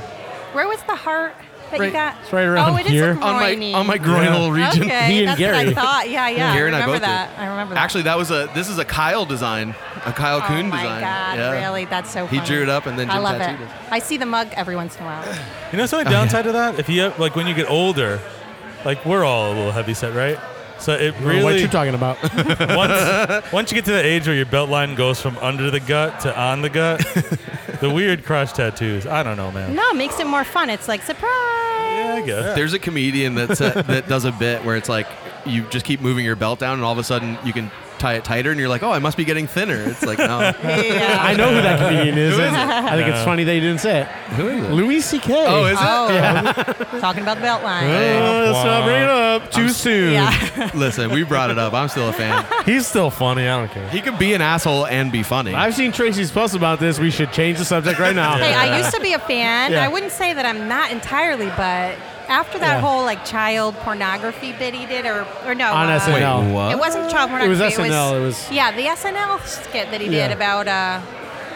Speaker 12: Where was the heart that you
Speaker 2: Right-
Speaker 12: got?
Speaker 3: it's right around
Speaker 12: oh, it is
Speaker 3: here.
Speaker 12: a
Speaker 2: on my
Speaker 12: groiny.
Speaker 2: on my groinal region.
Speaker 12: Okay,
Speaker 3: He and
Speaker 12: that's what
Speaker 3: Gary.
Speaker 12: I thought. Yeah, yeah.
Speaker 2: Gary and
Speaker 12: I
Speaker 2: I
Speaker 12: remember
Speaker 2: both did.
Speaker 12: that. I remember that.
Speaker 2: Actually, that was a this is a Kyle design, a Kyle
Speaker 12: oh
Speaker 2: Kuhn
Speaker 12: my
Speaker 2: design.
Speaker 12: God,
Speaker 2: yeah.
Speaker 12: really? That's so
Speaker 2: He
Speaker 12: funny.
Speaker 2: drew it up and then
Speaker 12: I
Speaker 2: Jim
Speaker 12: love it.
Speaker 2: tattooed it.
Speaker 12: I see the mug every once in a while.
Speaker 9: You know, it's the
Speaker 2: Oh,
Speaker 9: only downside to that. If you have, like when you get older, like we're all a little heavy set, right? So it really
Speaker 3: What you talking about?
Speaker 9: once, once you get to the age where your belt line goes from under the gut to on the gut, the weird cross tattoos. I don't know, man.
Speaker 12: No, it makes it more fun. It's like surprise.
Speaker 9: Yeah, I guess.
Speaker 2: There's a comedian that's uh, that does a bit where it's like you just keep moving your belt down and all of a sudden you can tie it tighter and you're like, oh, I must be getting thinner. It's like, no,
Speaker 12: Yeah.
Speaker 3: I know who that comedian is.
Speaker 2: Who is it?
Speaker 3: I think it's funny that you didn't say it.
Speaker 2: who is it?
Speaker 3: Louis C.K.
Speaker 2: Oh, is it?
Speaker 12: Oh, talking about the belt line.
Speaker 3: Uh, let's not bring it up too soon.
Speaker 12: Yeah.
Speaker 2: Listen, we brought it up. I'm still a fan.
Speaker 5: He's still funny. I don't care.
Speaker 2: He could be an asshole and be funny.
Speaker 3: I've seen Tracy's post about this. We should change the subject right now.
Speaker 12: Hey, I used to be a fan.
Speaker 3: Yeah.
Speaker 12: I wouldn't say that I'm not entirely, but after that
Speaker 3: Yeah.
Speaker 12: whole like child pornography bit he did, or or no,
Speaker 3: On
Speaker 12: uh,
Speaker 3: SNL.
Speaker 2: Wait, what?
Speaker 12: It wasn't child
Speaker 3: It was
Speaker 12: pornography.
Speaker 3: SNL. It was.
Speaker 12: yeah, the SNL skit that he
Speaker 3: Yeah.
Speaker 12: did about uh,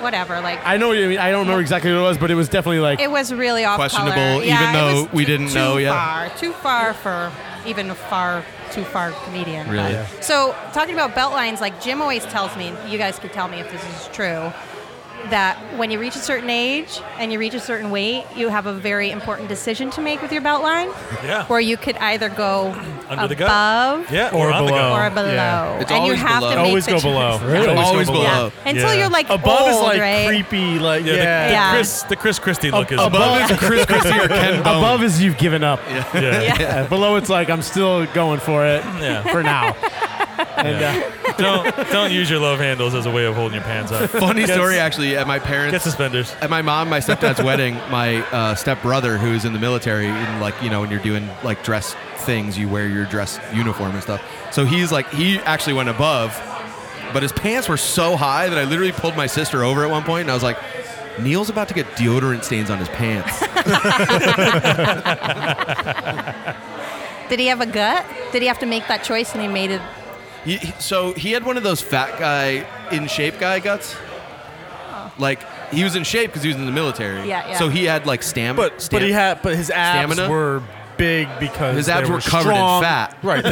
Speaker 12: whatever. Like
Speaker 3: I know. what you mean. I don't remember exactly what it was, but it was definitely like.
Speaker 12: it was really off
Speaker 2: Questionable,
Speaker 12: color. Yeah,
Speaker 2: even
Speaker 12: it was
Speaker 2: though we
Speaker 12: too-
Speaker 2: didn't
Speaker 12: too
Speaker 2: know yet.
Speaker 12: Far, too far for even a far too far comedian.
Speaker 2: Really?
Speaker 12: but- So talking about belt lines, like Jim always tells me, you guys can tell me if this is true. That when you reach a certain age and you reach a certain weight, you have a very important decision to make with your belt line,
Speaker 9: Yeah.
Speaker 12: where you could either go
Speaker 9: Under the gut.
Speaker 12: above
Speaker 9: Yeah, or, on the
Speaker 5: below.
Speaker 9: gut.
Speaker 12: or below,
Speaker 5: Yeah.
Speaker 2: It's
Speaker 12: and you
Speaker 2: always
Speaker 12: have
Speaker 2: below.
Speaker 12: to make
Speaker 5: Always
Speaker 12: the
Speaker 5: go
Speaker 12: choice.
Speaker 5: below.
Speaker 3: Really?
Speaker 2: Always below.
Speaker 12: Yeah, until
Speaker 9: Yeah.
Speaker 12: you're like
Speaker 5: Above
Speaker 12: old,
Speaker 5: is like
Speaker 12: right?
Speaker 5: creepy, like yeah.
Speaker 9: Yeah, the, the
Speaker 12: Yeah.
Speaker 9: Chris, the Chris Christie look is
Speaker 2: Above is Chris Christie or Ken Bone.
Speaker 3: Above is you've given up.
Speaker 9: Yeah.
Speaker 3: Uh, below it's like I'm still going for it
Speaker 9: Yeah.
Speaker 3: for now. And uh,
Speaker 9: don't don't use your love handles as a way of holding your pants up.
Speaker 2: Funny
Speaker 9: Gets-
Speaker 2: story, actually, at my
Speaker 9: Get
Speaker 2: parents'
Speaker 9: suspenders.
Speaker 2: at my mom, my stepdad's wedding, my uh, stepbrother, who's in the military, and like, you know, when you're doing like dress things, you wear your dress uniform and stuff. So he's like, he actually went above, but his pants were so high that I literally pulled my sister over at one point and I was like, Neil's about to get deodorant stains on his pants.
Speaker 12: Did he have a gut? Did he have to make that choice and he made it?
Speaker 2: He, he- so he had one of those fat guy in shape guy guts. Like he was in shape because he was in the military.
Speaker 12: Oh. Yeah, yeah.
Speaker 2: So he had like stamina.
Speaker 5: but but he had but his abs
Speaker 2: Stamina?
Speaker 5: were big because
Speaker 2: His abs
Speaker 5: they
Speaker 2: were covered in
Speaker 5: strong.
Speaker 2: fat.
Speaker 5: Right.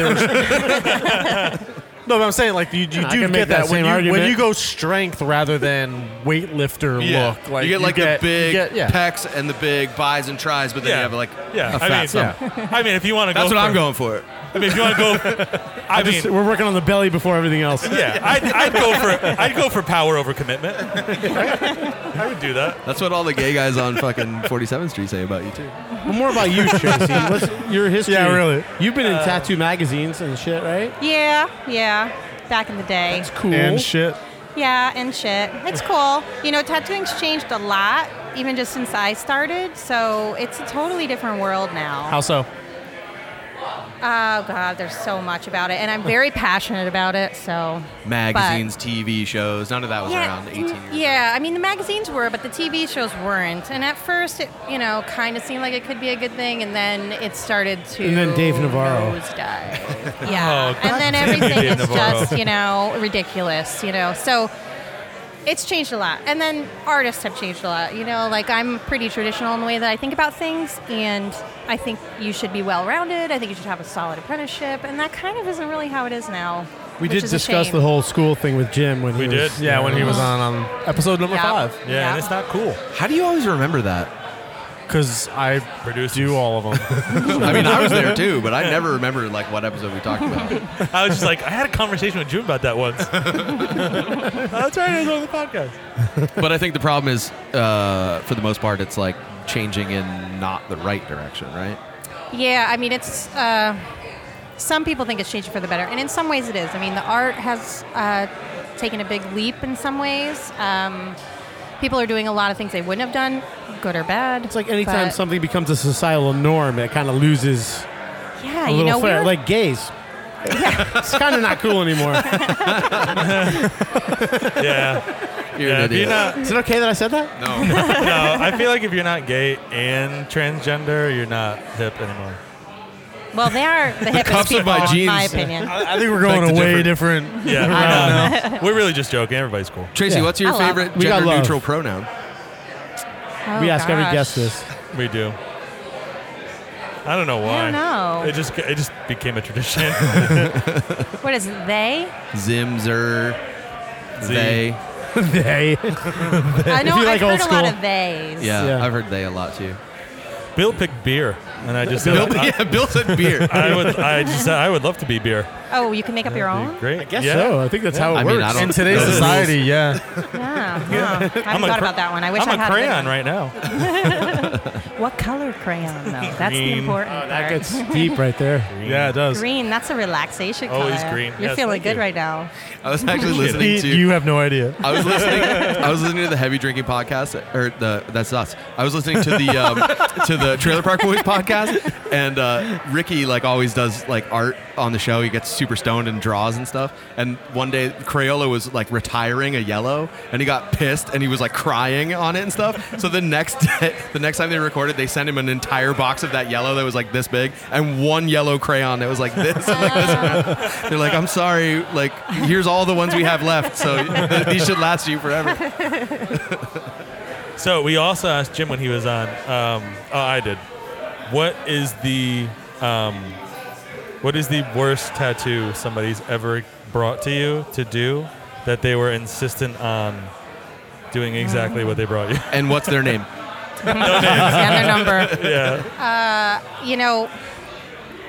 Speaker 5: They were no, but I'm saying like you, you do
Speaker 3: I can
Speaker 5: get that,
Speaker 3: make that
Speaker 5: when
Speaker 3: same
Speaker 5: you
Speaker 3: argument.
Speaker 5: when you go strength rather than weightlifter
Speaker 2: Yeah.
Speaker 5: look. Like
Speaker 2: you get like the big
Speaker 5: you get- yeah.
Speaker 2: pecs and the big buys and tries, but then you have like
Speaker 9: yeah.
Speaker 2: a
Speaker 9: I
Speaker 2: fat.
Speaker 9: mean,
Speaker 2: stomach.
Speaker 9: I mean, if you want to go,
Speaker 2: That's what
Speaker 9: for-
Speaker 2: I'm going for.
Speaker 9: I mean, if you want to go, I, mean,
Speaker 3: we're working on the belly before everything else.
Speaker 9: yeah, I'd, I'd go for I'd go for power over commitment. I would do that.
Speaker 2: That's what all the gay guys on fucking 47th Street say about you too.
Speaker 3: But more about you, Tracy. What's your history?
Speaker 5: Yeah, really.
Speaker 3: You've been in tattoo magazines and shit, right?
Speaker 12: Yeah, yeah. Back in the day.
Speaker 3: Cool.
Speaker 5: and shit.
Speaker 12: Yeah, and shit. It's cool. You know, tattooing's changed a lot, even just since I started. So it's a totally different world now.
Speaker 5: How so?
Speaker 12: Oh God, there's so much about it, and I'm very passionate about it. So
Speaker 2: Magazines, TV shows, none of that was
Speaker 12: yeah,
Speaker 2: around 18 years. ago.
Speaker 12: yeah. I mean, the magazines were, but the TV shows weren't. And at first, it you know kind of seemed like it could be a good thing, and then it started to.
Speaker 3: And then Dave Navarro.
Speaker 12: nosedive. yeah,
Speaker 9: Oh, goddamn
Speaker 12: and then
Speaker 9: you,
Speaker 12: everything
Speaker 9: Dave
Speaker 12: is
Speaker 9: Navarro.
Speaker 12: just you know ridiculous. You know, so it's changed a lot. And then artists have changed a lot. You know, like I'm pretty traditional in the way that I think about things, and I think you should be well rounded. I think you should have a solid apprenticeship, and that kind of isn't really how it is now.
Speaker 3: We
Speaker 12: which
Speaker 3: did
Speaker 12: is a
Speaker 3: discuss
Speaker 12: shame.
Speaker 3: the whole school thing with Jim when he
Speaker 9: We
Speaker 3: was- Uh-huh.
Speaker 9: did.
Speaker 5: Yeah, when he was on um, episode number
Speaker 12: Yeah.
Speaker 5: five.
Speaker 9: Yeah, and it's not cool.
Speaker 2: How do you always remember that?
Speaker 5: because I produce do all of them.
Speaker 2: I mean, I was there too, but I never remember like what episode we talked about.
Speaker 9: I was just like, I had a conversation with June about that once. That's right, it was on the podcast.
Speaker 2: but I think the problem is, uh, for the most part, it's like changing in not the right direction, right?
Speaker 12: Yeah, I mean, it's. Uh, some people think it's changing for the better, and in some ways it is. I mean, the art has uh, taken a big leap in some ways. Um, people are doing a lot of things they wouldn't have done, good or bad. It's
Speaker 3: like Anytime something becomes a societal norm, it kind of loses
Speaker 12: Yeah,
Speaker 3: a
Speaker 12: you
Speaker 3: little
Speaker 12: know, we
Speaker 3: flair.
Speaker 12: were-
Speaker 3: Like gays. it's kind of not cool anymore.
Speaker 9: Yeah.
Speaker 2: You're
Speaker 9: yeah,
Speaker 2: an
Speaker 9: if you're
Speaker 2: idiot.
Speaker 9: not,
Speaker 3: Is it okay that I said that?
Speaker 2: No.
Speaker 9: no, I feel like if you're not gay and transgender, you're not hip anymore.
Speaker 12: Well, they are the hippest people, in my opinion.
Speaker 5: I think we're going
Speaker 9: Back to
Speaker 5: a way
Speaker 9: different-
Speaker 5: different
Speaker 9: Yeah,
Speaker 5: route
Speaker 9: I know. We're really just joking. Everybody's cool.
Speaker 2: Tracy,
Speaker 3: Yeah.
Speaker 2: what's your
Speaker 12: I love
Speaker 2: favorite
Speaker 3: it. We got love.
Speaker 2: gender-neutral pronoun?
Speaker 12: Oh,
Speaker 3: we ask every
Speaker 12: gosh.
Speaker 3: guest this.
Speaker 9: We do. I don't know why.
Speaker 12: I don't know.
Speaker 9: It just it just became a tradition.
Speaker 12: What is it, they?
Speaker 2: Zimzer,
Speaker 9: Z.
Speaker 2: they.
Speaker 3: they.
Speaker 12: I know
Speaker 3: you like
Speaker 12: I've heard
Speaker 3: old
Speaker 12: a
Speaker 3: school.
Speaker 12: lot of theys.
Speaker 2: Yeah,
Speaker 3: Yeah.
Speaker 2: I've heard they a lot too.
Speaker 9: Bill picked beer, and I just said,
Speaker 2: Bill,
Speaker 9: I,
Speaker 2: yeah, Bill said beer.
Speaker 9: I would I just said, I would love to be beer.
Speaker 12: Oh, you can make up your
Speaker 9: That'd be
Speaker 12: own?
Speaker 9: Great.
Speaker 3: I guess
Speaker 9: yeah.
Speaker 3: so. I think that's how it
Speaker 2: I
Speaker 3: works.
Speaker 2: mean, I don't
Speaker 5: in today's
Speaker 2: know the
Speaker 5: society. Yeah,
Speaker 12: Yeah.
Speaker 3: Oh,
Speaker 12: Huh. I haven't
Speaker 9: a
Speaker 12: thought
Speaker 9: cr-
Speaker 12: about that one. I wish
Speaker 9: I'm
Speaker 12: I
Speaker 9: a
Speaker 12: had.
Speaker 9: crayon right now.
Speaker 12: What color crayon, though? That's the
Speaker 9: Green.
Speaker 12: important part.
Speaker 3: Oh, That gets deep right there.
Speaker 5: yeah, it does.
Speaker 12: green, that's a relaxation color.
Speaker 9: Always green.
Speaker 12: You're
Speaker 9: Yes, thank
Speaker 12: feeling good
Speaker 9: you.
Speaker 12: right now.
Speaker 2: I was actually listening
Speaker 5: Pete,
Speaker 2: to
Speaker 5: you have no idea.
Speaker 2: I was listening. I was listening to the heavy drinking podcast, or the that's us. I was listening to the um, to the Trailer Park Boys podcast, and uh, Ricky like always does like art on the show. He gets super stoned and draws and stuff. And one day Crayola was like retiring a yellow, and he got pissed and he was like crying on it and stuff. So the next day, the next time they recorded, they sent him an entire box of that yellow that was like this big, and one yellow crayon that was like this. and, like, this they're like, I'm sorry, like, here's all the ones we have left, so these should last you forever.
Speaker 9: So we also asked Jim when he was on. Um, oh, I did. What is the um, what is the worst tattoo somebody's ever brought to you to do that they were insistent on doing exactly what they brought you?
Speaker 2: And what's their name?
Speaker 12: Yeah, their number. Uh,
Speaker 9: yeah.
Speaker 12: You know,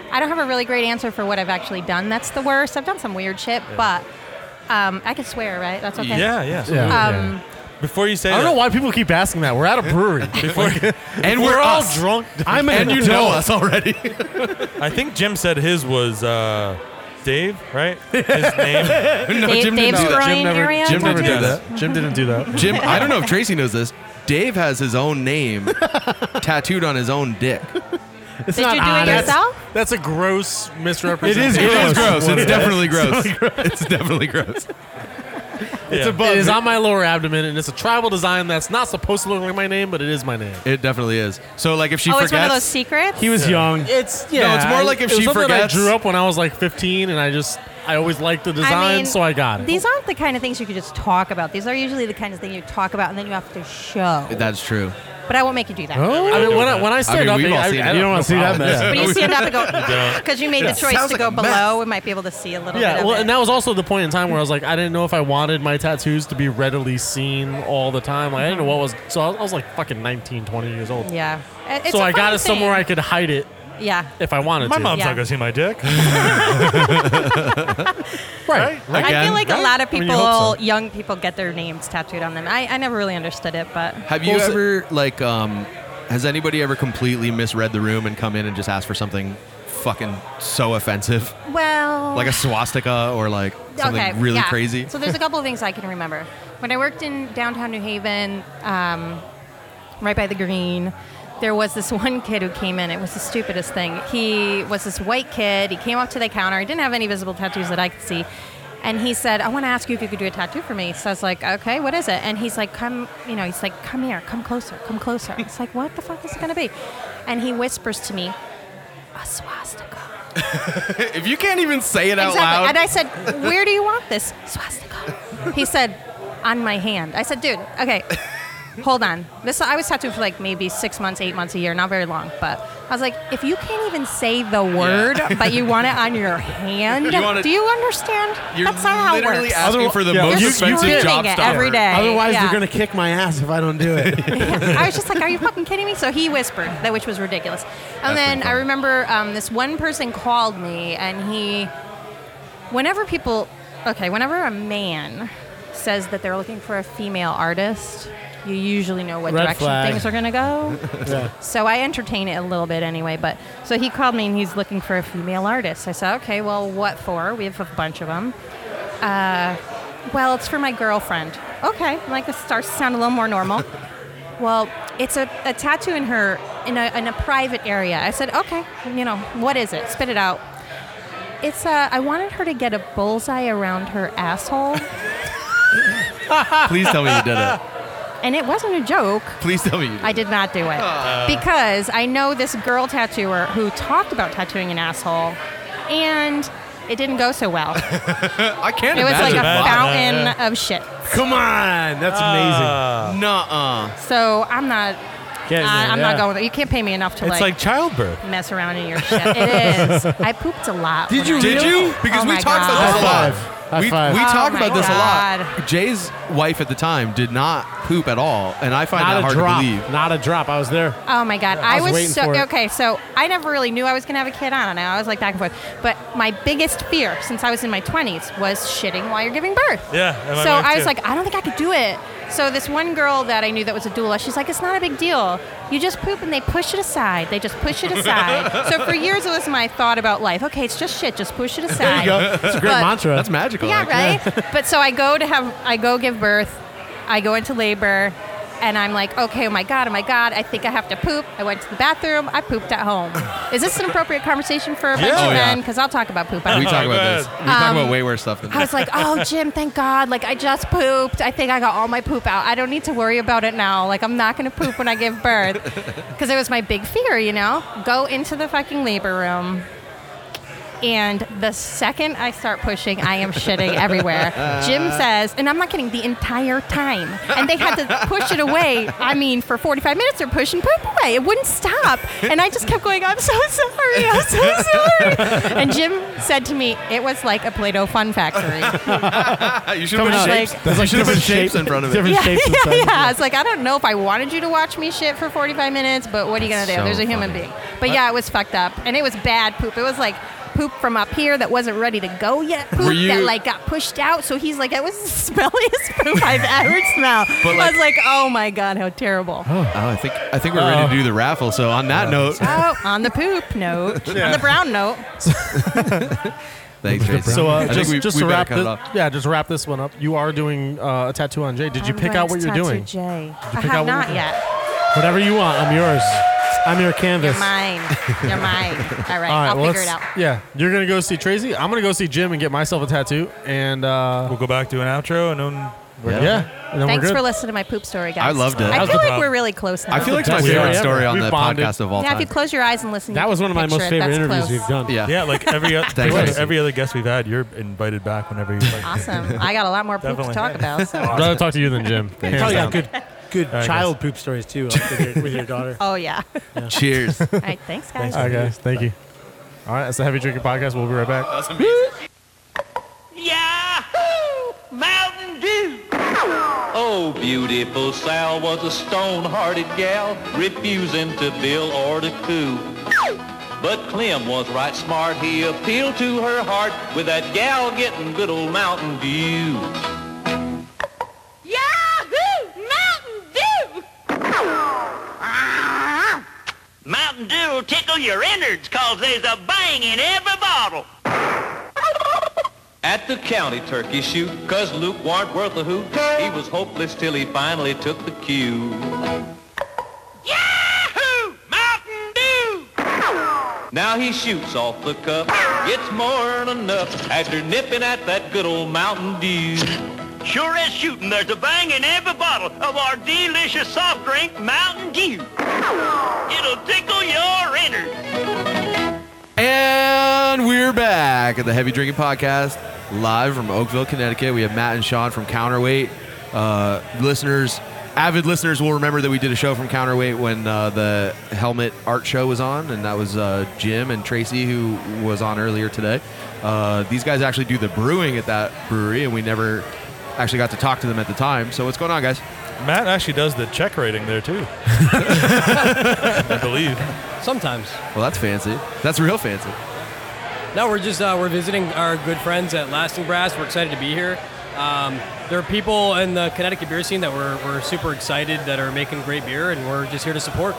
Speaker 12: I don't have a really great answer for what I've actually done. That's the worst. I've done some weird shit, but um, I could swear, right? That's okay.
Speaker 9: Yeah. Yeah.
Speaker 12: Um,
Speaker 9: Before you say
Speaker 5: I don't
Speaker 9: that,
Speaker 5: know why people keep asking that. We're at a brewery.
Speaker 9: before you-
Speaker 2: And
Speaker 5: we're all
Speaker 2: us.
Speaker 5: drunk. I'm
Speaker 2: And you know us already.
Speaker 9: I think Jim said his was uh, Dave, right? His name.
Speaker 2: no,
Speaker 12: Dave, Dave's
Speaker 2: didn't do that.
Speaker 12: groin area.
Speaker 2: Jim never
Speaker 12: tattoo?
Speaker 2: did that.
Speaker 5: Jim didn't do that.
Speaker 2: Jim, I don't know if Tracy knows this. Dave has his own name tattooed on his own dick.
Speaker 5: It's
Speaker 12: Did you do it yourself?
Speaker 5: That's a gross
Speaker 3: It is
Speaker 5: misrepresentation.
Speaker 3: gross.
Speaker 2: It's definitely gross. It's definitely gross.
Speaker 9: It's
Speaker 5: It is on my lower abdomen, and it's a tribal design that's not supposed to look like my name, but it is my name.
Speaker 2: It definitely is. So, like, if she
Speaker 12: oh,
Speaker 2: forgets,
Speaker 12: it's one of those secrets.
Speaker 3: He was young.
Speaker 5: It's yeah.
Speaker 2: it's more
Speaker 5: I-
Speaker 2: like if
Speaker 5: it was
Speaker 2: she
Speaker 5: something
Speaker 2: forgets-
Speaker 5: I drew up when I was like 15, and I just I always liked the design,
Speaker 12: I mean,
Speaker 5: so I got it.
Speaker 12: These aren't the kind of things you could just talk about. These are usually the kind of thing you talk about and then you have to show.
Speaker 2: that's true.
Speaker 12: But Oh. I won't make you do that.
Speaker 2: Oh.
Speaker 5: I mean, when I, when I stand
Speaker 2: mean,
Speaker 5: up,
Speaker 2: we've all seen it.
Speaker 5: you don't want to see that mess.
Speaker 12: But you stand up and go because you made the choice
Speaker 2: Sounds
Speaker 12: to
Speaker 2: like
Speaker 12: go
Speaker 2: a mess.
Speaker 12: below. We might be able to see a little bit.
Speaker 5: Yeah,
Speaker 12: of
Speaker 5: well,
Speaker 12: it.
Speaker 5: and that was also the point in time where I was like, I didn't know if I wanted my tattoos to be readily seen all the time. Like, I didn't know what was. So I was, I was like fucking 19, 20 years old.
Speaker 12: yeah. It- It's
Speaker 5: so
Speaker 12: a
Speaker 5: I got
Speaker 12: fun
Speaker 5: it somewhere I
Speaker 12: thing.
Speaker 5: could hide it
Speaker 12: yeah.
Speaker 5: if I wanted
Speaker 9: My
Speaker 5: to.
Speaker 9: mom's
Speaker 12: Yeah.
Speaker 9: not gonna see my dick.
Speaker 5: Right. right.
Speaker 12: I
Speaker 2: Again,
Speaker 12: feel like a lot of
Speaker 5: I mean,
Speaker 12: people,
Speaker 5: you hope so.
Speaker 12: young people, get their names tattooed on them. I, I never really understood it, but
Speaker 2: Have you
Speaker 5: Well, so-
Speaker 2: ever like um has anybody ever completely misread the room and come in and just asked for something fucking so offensive?
Speaker 12: well,
Speaker 2: Like a swastika or like something
Speaker 12: okay,
Speaker 2: really
Speaker 12: yeah.
Speaker 2: crazy?
Speaker 12: So there's a couple of things I can remember. When I worked in downtown New Haven, um, right by the green, there was this one kid who came in. It was the stupidest thing. He was this white kid. He came up to the counter. He didn't have any visible tattoos that I could see. And he said, I want to ask you if you could do a tattoo for me. So I was like, okay, what is it? And he's like, come, you know, he's like, come here, come closer, come closer. It's like, what the fuck is it going to be? And he whispers to me, a swastika.
Speaker 2: if you can't even say it out
Speaker 12: Exactly.
Speaker 2: loud,
Speaker 12: And I said, Where do you want this swastika? He said, On my hand. I said, Dude, okay. hold on. This I was tattooed for like maybe six months, eight months, a year, not very long. But I was like, if you can't even say the word, but you want it on your hand,
Speaker 2: You want it-
Speaker 12: do you understand?
Speaker 2: You're
Speaker 12: That's not how it
Speaker 2: literally
Speaker 12: works.
Speaker 2: asking for the
Speaker 3: yeah,
Speaker 2: most
Speaker 3: you-
Speaker 2: expensive
Speaker 12: you're
Speaker 2: job
Speaker 12: doing it
Speaker 2: stopper.
Speaker 12: every day.
Speaker 3: Otherwise,
Speaker 12: yeah.
Speaker 3: you're gonna kick my ass if I don't do it.
Speaker 12: I was just like, "Are you fucking kidding me?" So he whispered that, which was ridiculous. And then I remember um, this one person called me, and he, whenever people, okay, whenever a man says that they're looking for a female artist, you usually know what
Speaker 3: Red
Speaker 12: direction
Speaker 3: flag.
Speaker 12: things are gonna go.
Speaker 3: Yeah.
Speaker 12: So I entertain it a little bit anyway. But so he called me and he's looking for a female artist. I said, okay, well, what for? We have a bunch of them. Uh, well, it's for my girlfriend. Okay, like this starts to sound a little more normal. well, it's a, a tattoo in her in a, in a private area. I said, okay, you know, what is it? Spit it out. It's uh, I wanted her to get a bullseye around her asshole,
Speaker 2: Please tell me you did it.
Speaker 12: and it wasn't a joke.
Speaker 2: Please tell me you did
Speaker 12: I
Speaker 2: it.
Speaker 12: did not do it
Speaker 2: Uh.
Speaker 12: because I know this girl tattooer who talked about tattooing an asshole, and it didn't go so well. it
Speaker 2: I can't
Speaker 12: was like
Speaker 2: imagine
Speaker 12: a
Speaker 9: imagine.
Speaker 12: fountain of shit.
Speaker 3: Come on, that's amazing.
Speaker 2: that. Uh, Nuh-uh.
Speaker 12: So I'm not. I, I'm not going. With it. You can't pay me enough to
Speaker 9: It's
Speaker 12: like,
Speaker 9: like childbirth.
Speaker 12: mess around in your shit. It is. I pooped a lot. when I-
Speaker 2: Did you? Because
Speaker 12: Oh
Speaker 2: we
Speaker 12: my
Speaker 2: talked about
Speaker 12: God.
Speaker 2: this a
Speaker 3: High
Speaker 2: lot.
Speaker 3: five. High
Speaker 2: we
Speaker 3: five.
Speaker 2: we
Speaker 12: Oh
Speaker 2: talk
Speaker 12: my
Speaker 2: about this a lot.
Speaker 12: God.
Speaker 2: Jay's wife at the time did not poop at all, and I find that
Speaker 3: Not a
Speaker 2: hard
Speaker 3: drop.
Speaker 2: to believe.
Speaker 3: Not a drop. I was there.
Speaker 12: Oh my god,
Speaker 3: I
Speaker 12: I
Speaker 3: was
Speaker 12: was,
Speaker 3: waiting
Speaker 12: so
Speaker 3: for it.
Speaker 12: okay. So I never really knew I was gonna have a kid. I don't know. I was like back and forth. But my biggest fear since I was in my twenties was shitting while you're giving birth.
Speaker 9: Yeah, and my
Speaker 12: So
Speaker 9: wife
Speaker 12: I was
Speaker 9: too.
Speaker 12: like, I don't think I could do it. So this one girl that I knew that was a doula, she's like, it's not a big deal. You just poop and they push it aside. They just push it aside. so for years it was my thought about life. Okay, it's just shit. Just push it aside.
Speaker 3: It's a great
Speaker 12: But-
Speaker 3: mantra.
Speaker 2: That's magical.
Speaker 12: Yeah,
Speaker 2: actually.
Speaker 12: right. but so I go to have, I go give birth, I go into labor, and I'm like, okay, oh my god, oh my god, I think I have to poop. I went to the bathroom, I pooped at home. Is this an appropriate conversation for a bunch
Speaker 9: Yeah.
Speaker 2: Oh,
Speaker 12: of
Speaker 2: yeah.
Speaker 12: men? Because I'll talk about poop.
Speaker 2: We
Speaker 12: I,
Speaker 2: talk
Speaker 9: Go
Speaker 2: about
Speaker 9: ahead.
Speaker 2: this. We talk about way worse stuff than
Speaker 12: I
Speaker 2: this.
Speaker 12: was like, oh Jim, thank God, like I just pooped. I think I got all my poop out. I don't need to worry about it now. Like I'm not gonna poop when I give birth, because it was my big fear, you know. Go into the fucking labor room. And the second I start pushing, I am shitting everywhere. Jim says, and I'm not kidding, the entire time. And they had to push it away. I mean, for 45 minutes, they're pushing poop away. It wouldn't stop. And I just kept going, I'm so sorry, I'm so sorry. And Jim said to me, it was like a Play Doh Fun Factory.
Speaker 2: you should have been
Speaker 12: out.
Speaker 2: shapes.
Speaker 12: Like-
Speaker 2: you should have been
Speaker 3: different
Speaker 2: shapes in front of it.
Speaker 3: Different
Speaker 12: yeah,
Speaker 3: shapes and
Speaker 12: yeah,
Speaker 3: sizes.
Speaker 12: yeah. It's like, I don't know if I wanted you to watch me shit for 45 minutes, but what are you going to do?
Speaker 2: So
Speaker 12: There's a human
Speaker 2: funny.
Speaker 12: being. But yeah, it was fucked up. And it was bad poop. It was like poop from up here that wasn't ready to go yet. Poop
Speaker 2: Were you-
Speaker 12: that like got pushed out. So he's like, it was the smelliest poop I've ever smelled.
Speaker 2: But,
Speaker 12: I
Speaker 2: like-
Speaker 12: was like, oh my God, how terrible.
Speaker 2: Oh, I think I think we're ready to
Speaker 3: Oh.
Speaker 2: do the raffle. So on
Speaker 3: Uh,
Speaker 2: that note,
Speaker 12: oh, on the poop note, on the brown note.
Speaker 2: thanks, Jason.
Speaker 5: So
Speaker 2: I
Speaker 5: uh,
Speaker 2: think
Speaker 5: just
Speaker 2: we,
Speaker 5: just
Speaker 2: we
Speaker 5: to
Speaker 2: better
Speaker 5: wrap
Speaker 2: cut it
Speaker 5: this,
Speaker 2: off.
Speaker 5: yeah, just wrap this one up. You are doing uh, a tattoo on Jay. Did you pick out what you're doing?
Speaker 12: Jay. I
Speaker 5: pick out
Speaker 12: have
Speaker 5: what you're
Speaker 12: not
Speaker 5: doing?
Speaker 12: yet.
Speaker 3: Whatever you want, I'm yours. I'm your
Speaker 12: You're
Speaker 3: canvas.
Speaker 12: mine. You're mine. All right,
Speaker 5: All right,
Speaker 12: I'll
Speaker 5: well,
Speaker 12: figure it
Speaker 5: let's-
Speaker 12: out.
Speaker 5: Yeah, you're gonna go see Tracy. I'm gonna go see Jim and get myself a tattoo. And uh,
Speaker 9: We'll go back to an outro and then we're
Speaker 5: yeah.
Speaker 9: done.
Speaker 5: and then
Speaker 12: Thanks
Speaker 5: we're
Speaker 12: for
Speaker 5: good.
Speaker 12: listening to my poop story, guys.
Speaker 2: I loved it. That
Speaker 12: I
Speaker 9: was the
Speaker 12: feel like
Speaker 9: problem.
Speaker 12: we're really close now.
Speaker 2: I feel like it's my
Speaker 3: Best we
Speaker 2: favorite
Speaker 3: ever.
Speaker 2: story on
Speaker 5: We
Speaker 2: the
Speaker 5: bonded.
Speaker 2: podcast of all
Speaker 12: Yeah, if
Speaker 2: time.
Speaker 12: you close your eyes and listen.
Speaker 3: that
Speaker 12: you
Speaker 3: was
Speaker 12: can
Speaker 3: one of my most
Speaker 12: picture it.
Speaker 3: favorite
Speaker 12: That's
Speaker 3: interviews
Speaker 12: close.
Speaker 3: we've done.
Speaker 2: Yeah.
Speaker 9: Yeah, like every o-
Speaker 2: Thanks,
Speaker 9: like
Speaker 2: Tracy.
Speaker 9: every other guest we've had, you're invited back whenever you like.
Speaker 12: Awesome. I got a lot more poop to
Speaker 9: Definitely.
Speaker 12: talk about. So.
Speaker 5: I'd rather talk to you than Jim.
Speaker 2: you.
Speaker 5: Hands
Speaker 3: Probably
Speaker 5: down.
Speaker 3: got good, good
Speaker 9: right,
Speaker 3: child poop stories too like, with, your, with your daughter.
Speaker 12: Oh yeah.
Speaker 2: Cheers.
Speaker 12: All right. Thanks, guys.
Speaker 5: All right, guys. Thank you. All right, that's the Heavy Drinking Podcast. We'll be right back.
Speaker 11: Yahoo! Mountain Dew! Oh, beautiful Sal was a stone-hearted gal, refusing to bill or to coo. But Clem was right smart. He appealed to her heart with that gal getting good old Mountain Dew.
Speaker 13: Yahoo! Mountain Dew!
Speaker 11: Mountain Dew will tickle your innards cause there's a bang in every bottle. At the county turkey shoot, cause Luke warn't worth a hoot. He was hopeless till he finally took the cue.
Speaker 13: Yahoo! Mountain Dew!
Speaker 11: Now he shoots off the cup, gets more than enough after nipping at that good old Mountain Dew.
Speaker 13: Sure as shooting, there's a bang in every bottle of our delicious soft drink, Mountain Dew. It'll tickle your innards.
Speaker 2: And we're back at the Heavy Drinking Podcast, live from Oakville, Connecticut. We have Matt and Sean from Counterweight. Uh, listeners, Avid listeners will remember that we did a show from Counterweight when uh, the helmet art show was on, and that was uh, Jim and Tracy, who was on earlier today. Uh, these guys actually do the brewing at that brewery, and we never actually got to talk to them at the time. So, what's going on, guys?
Speaker 9: Matt actually does the check rating there, too. I believe.
Speaker 14: Sometimes.
Speaker 2: Well, that's fancy. That's real fancy.
Speaker 14: No, we're just uh, we're visiting our good friends at Lasting Brass. We're excited to be here. Um, there are people in the Connecticut beer scene that we're, we're super excited that are making great beer, and we're just here to support.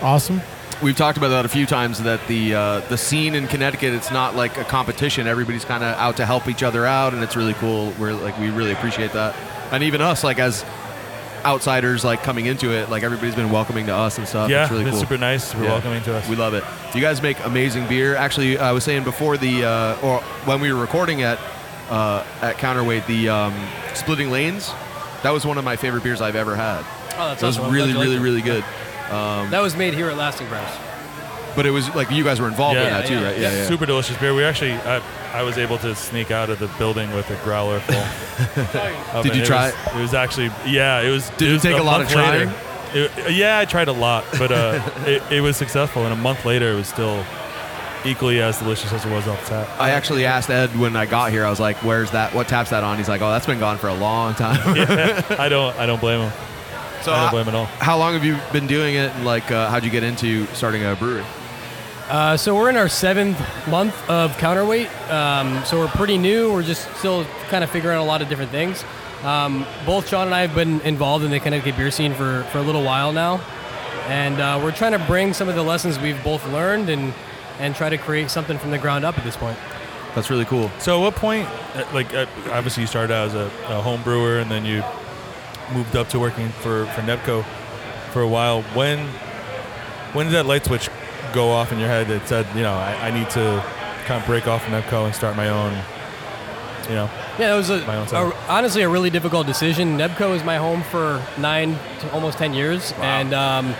Speaker 3: Awesome.
Speaker 2: We've talked about that a few times. That the uh, the scene in Connecticut, it's not like a competition. Everybody's kind of out to help each other out, and it's really cool. We're like we really appreciate that, and even us, like as outsiders, like coming into it, like everybody's been welcoming to us and stuff.
Speaker 9: Yeah,
Speaker 2: it's really
Speaker 9: been
Speaker 2: cool.
Speaker 9: super nice, super welcoming to us.
Speaker 2: We love it. You guys make amazing beer. Actually, I was saying before the uh, or when we were recording at uh, at Counterweight, the um, Splitting Lanes, that was one of my favorite beers I've ever had.
Speaker 14: Oh, that's
Speaker 2: It was
Speaker 14: awesome. I'm
Speaker 2: really,
Speaker 14: glad you
Speaker 2: really,
Speaker 14: liked
Speaker 2: really good. Um,
Speaker 14: That was made here at Lasting Brass.
Speaker 2: But it was like you guys were involved in that too, right? Yeah, yeah.
Speaker 9: Super delicious beer. We actually, I, I was able to sneak out of the building with a growler full. Of
Speaker 2: Did
Speaker 9: it.
Speaker 2: you
Speaker 9: It
Speaker 2: try
Speaker 9: was- It was actually, yeah, it was.
Speaker 2: Did it
Speaker 9: was
Speaker 2: take a lot
Speaker 9: month
Speaker 2: of trying?
Speaker 9: later. It- yeah, I tried a lot, but uh, it, it was successful. And a month later, it was still equally as delicious as it was off the tap.
Speaker 2: I actually asked Ed when I got here. I was like, "Where's that? What tap's that on?" He's like, "Oh, that's been gone for a long time."
Speaker 9: Yeah, I don't, I don't blame him.
Speaker 2: So
Speaker 9: I don't
Speaker 2: I-
Speaker 9: blame him at all.
Speaker 2: How long have you been doing it? And like, uh, how'd you get into starting a brewery?
Speaker 14: Uh, so we're in our seventh month of counterweight. Um, so we're pretty new. We're just still kind of figuring out a lot of different things. Um, both Sean and I have been involved in the Connecticut beer scene for, for a little while now, and uh, we're trying to bring some of the lessons we've both learned and and try to create something from the ground up at this point.
Speaker 2: That's really cool.
Speaker 9: So, at what point, uh, like, uh, obviously you started out as a, a home brewer and then you moved up to working for, for Nebco for a while. When when did that light switch go off in your head that said, you know, I, I need to kind of break off from Nebco and start my own, you know?
Speaker 14: Yeah, it was a,
Speaker 9: My own
Speaker 14: a- honestly a really difficult decision. Nebco was my home for nine, to almost ten years, and um,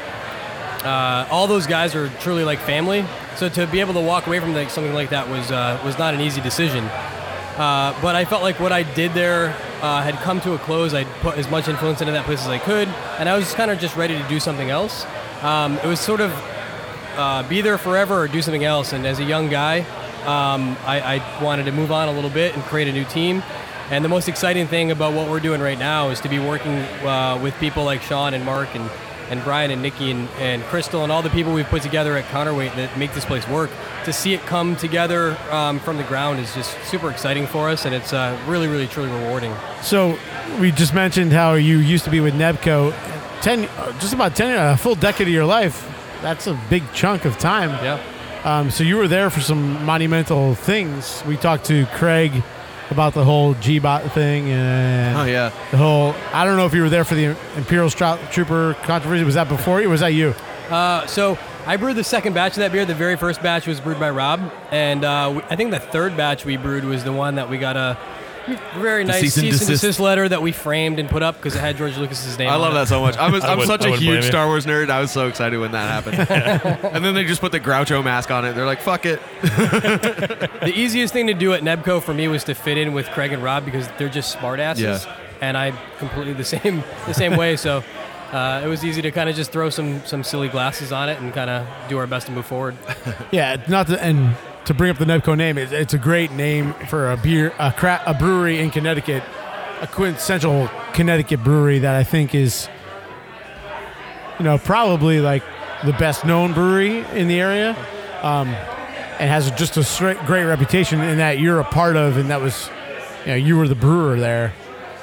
Speaker 14: uh, all those guys are truly like family. So to be able to walk away from like, something like that was uh, was not an easy decision. Uh, but I felt like what I did there uh, had come to a close. I'd put as much influence into that place as I could, and I was kind of just ready to do something else. Um, it was sort of uh, be there forever or do something else. And as a young guy, um, I, I wanted to move on a little bit and create a new team. And the most exciting thing about what we're doing right now is to be working uh, with people like Sean and Mark and, and Brian and Nikki and, and Crystal and all the people we've put together at Counterweight that make this place work. To see it come together um, from the ground is just super exciting for us, and it's uh, really, really, truly rewarding.
Speaker 3: So we just mentioned how you used to be with Nebco, ten, uh, just about ten, a full decade of your life. That's a big chunk of time.
Speaker 14: Yeah.
Speaker 3: Um, so you were there for some monumental things. We talked to Craig about the whole G-Bot thing and
Speaker 2: Oh, yeah.
Speaker 3: the whole. I don't know if you were there for the Imperial Strout Trooper controversy. Was that before you? Or was that you?
Speaker 14: Uh, so I brewed the second batch of that beer. The very first batch was brewed by Rob, and uh, we, I think the third batch we brewed was the one that we got a very
Speaker 2: The
Speaker 14: nice
Speaker 2: cease
Speaker 14: cease
Speaker 2: and
Speaker 14: and,
Speaker 2: desist.
Speaker 14: desist. letter that we framed and put up because it had George Lucas's name.
Speaker 2: I
Speaker 14: on
Speaker 2: love
Speaker 14: it.
Speaker 2: that so much. I was, I am such a huge Star Wars nerd. I was so excited when that happened. and then they just put the Groucho mask on it. They're like, "Fuck it."
Speaker 14: the easiest thing to do at Nebco for me was to fit in with Craig and Rob because they're just smartasses,
Speaker 2: Yeah.
Speaker 14: and I'm completely the same the same way. So. Uh, it was easy to kind of just throw some, some silly glasses on it and kind of do our best to move forward.
Speaker 3: Yeah, it's not the, and to bring up the Nebco name, it, it's a great name for a beer, a, cra- a brewery in Connecticut, a quintessential Connecticut brewery that I think is, you know, probably like the best known brewery in the area, um, and has just a straight, great reputation. And that you're a part of, and that was, you know, you were the brewer there,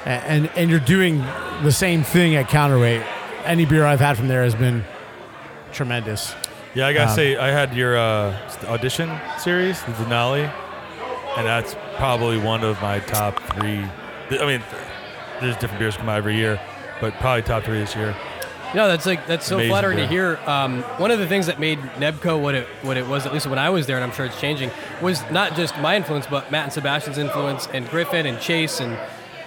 Speaker 3: a- and and you're doing the same thing at Counterweight. Any beer I've had from there has been tremendous.
Speaker 9: Yeah, I
Speaker 2: Uh-huh.
Speaker 9: gotta
Speaker 3: Um,
Speaker 9: say, I had your uh, audition series, the Denali, and that's probably one of my top three. I mean, there's different beers come out every year, but probably top three this year.
Speaker 14: No, that's like that's so
Speaker 9: Amazing
Speaker 14: flattering
Speaker 9: beer.
Speaker 14: to hear. Um, one of the things that made Nebco what it what it was, at least when I was there, and I'm sure it's changing, was not just my influence, but Matt and Sebastian's influence, and Griffin and Chase and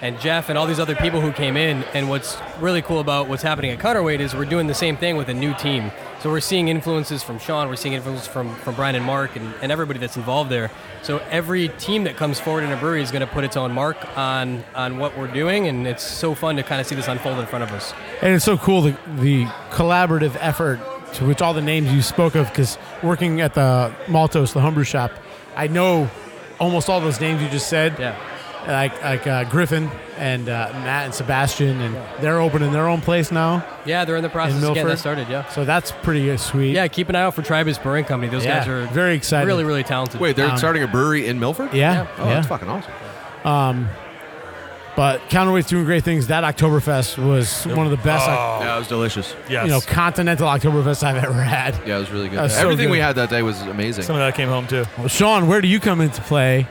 Speaker 14: and Jeff and all these other people who came in. And what's really cool about what's happening at Cutterweight is we're doing the same thing with a new team. So we're seeing influences from Sean, we're seeing influences from, from Brian and Mark and, and everybody that's involved there. So every team that comes forward in a brewery is going to put its own mark on, on what we're doing. And it's so fun to kind of see this unfold in front of us.
Speaker 3: And it's so cool the, the collaborative effort to which all the names you spoke of, because working at the Maltos, the homebrew shop, I know almost all those names you just said.
Speaker 14: Yeah.
Speaker 3: Like like uh, Griffin and uh, Matt and Sebastian, and they're opening their own place now.
Speaker 14: Yeah, they're in the process of getting
Speaker 3: Milford.
Speaker 14: that started. Yeah.
Speaker 3: So that's pretty uh, sweet.
Speaker 14: Yeah, keep an eye out for Tribus Brewing Company. Those
Speaker 3: Yeah,
Speaker 14: guys are
Speaker 3: very excited.
Speaker 14: Really, really talented.
Speaker 2: Wait, they're
Speaker 3: Um,
Speaker 2: starting a brewery in Milford?
Speaker 3: Yeah,
Speaker 2: Oh, that's
Speaker 3: yeah.
Speaker 2: fucking awesome.
Speaker 3: Um, but Counterweight's doing great things. That Oktoberfest was one of the best.
Speaker 9: Oh.
Speaker 3: like,
Speaker 2: yeah, it was delicious.
Speaker 3: You know, continental Oktoberfest I've ever had.
Speaker 2: Yeah, it was really good.
Speaker 3: That was so
Speaker 2: Everything we
Speaker 3: good.
Speaker 2: had that day was amazing.
Speaker 9: Some of that came home too.
Speaker 3: Well, Sean, where do you come into play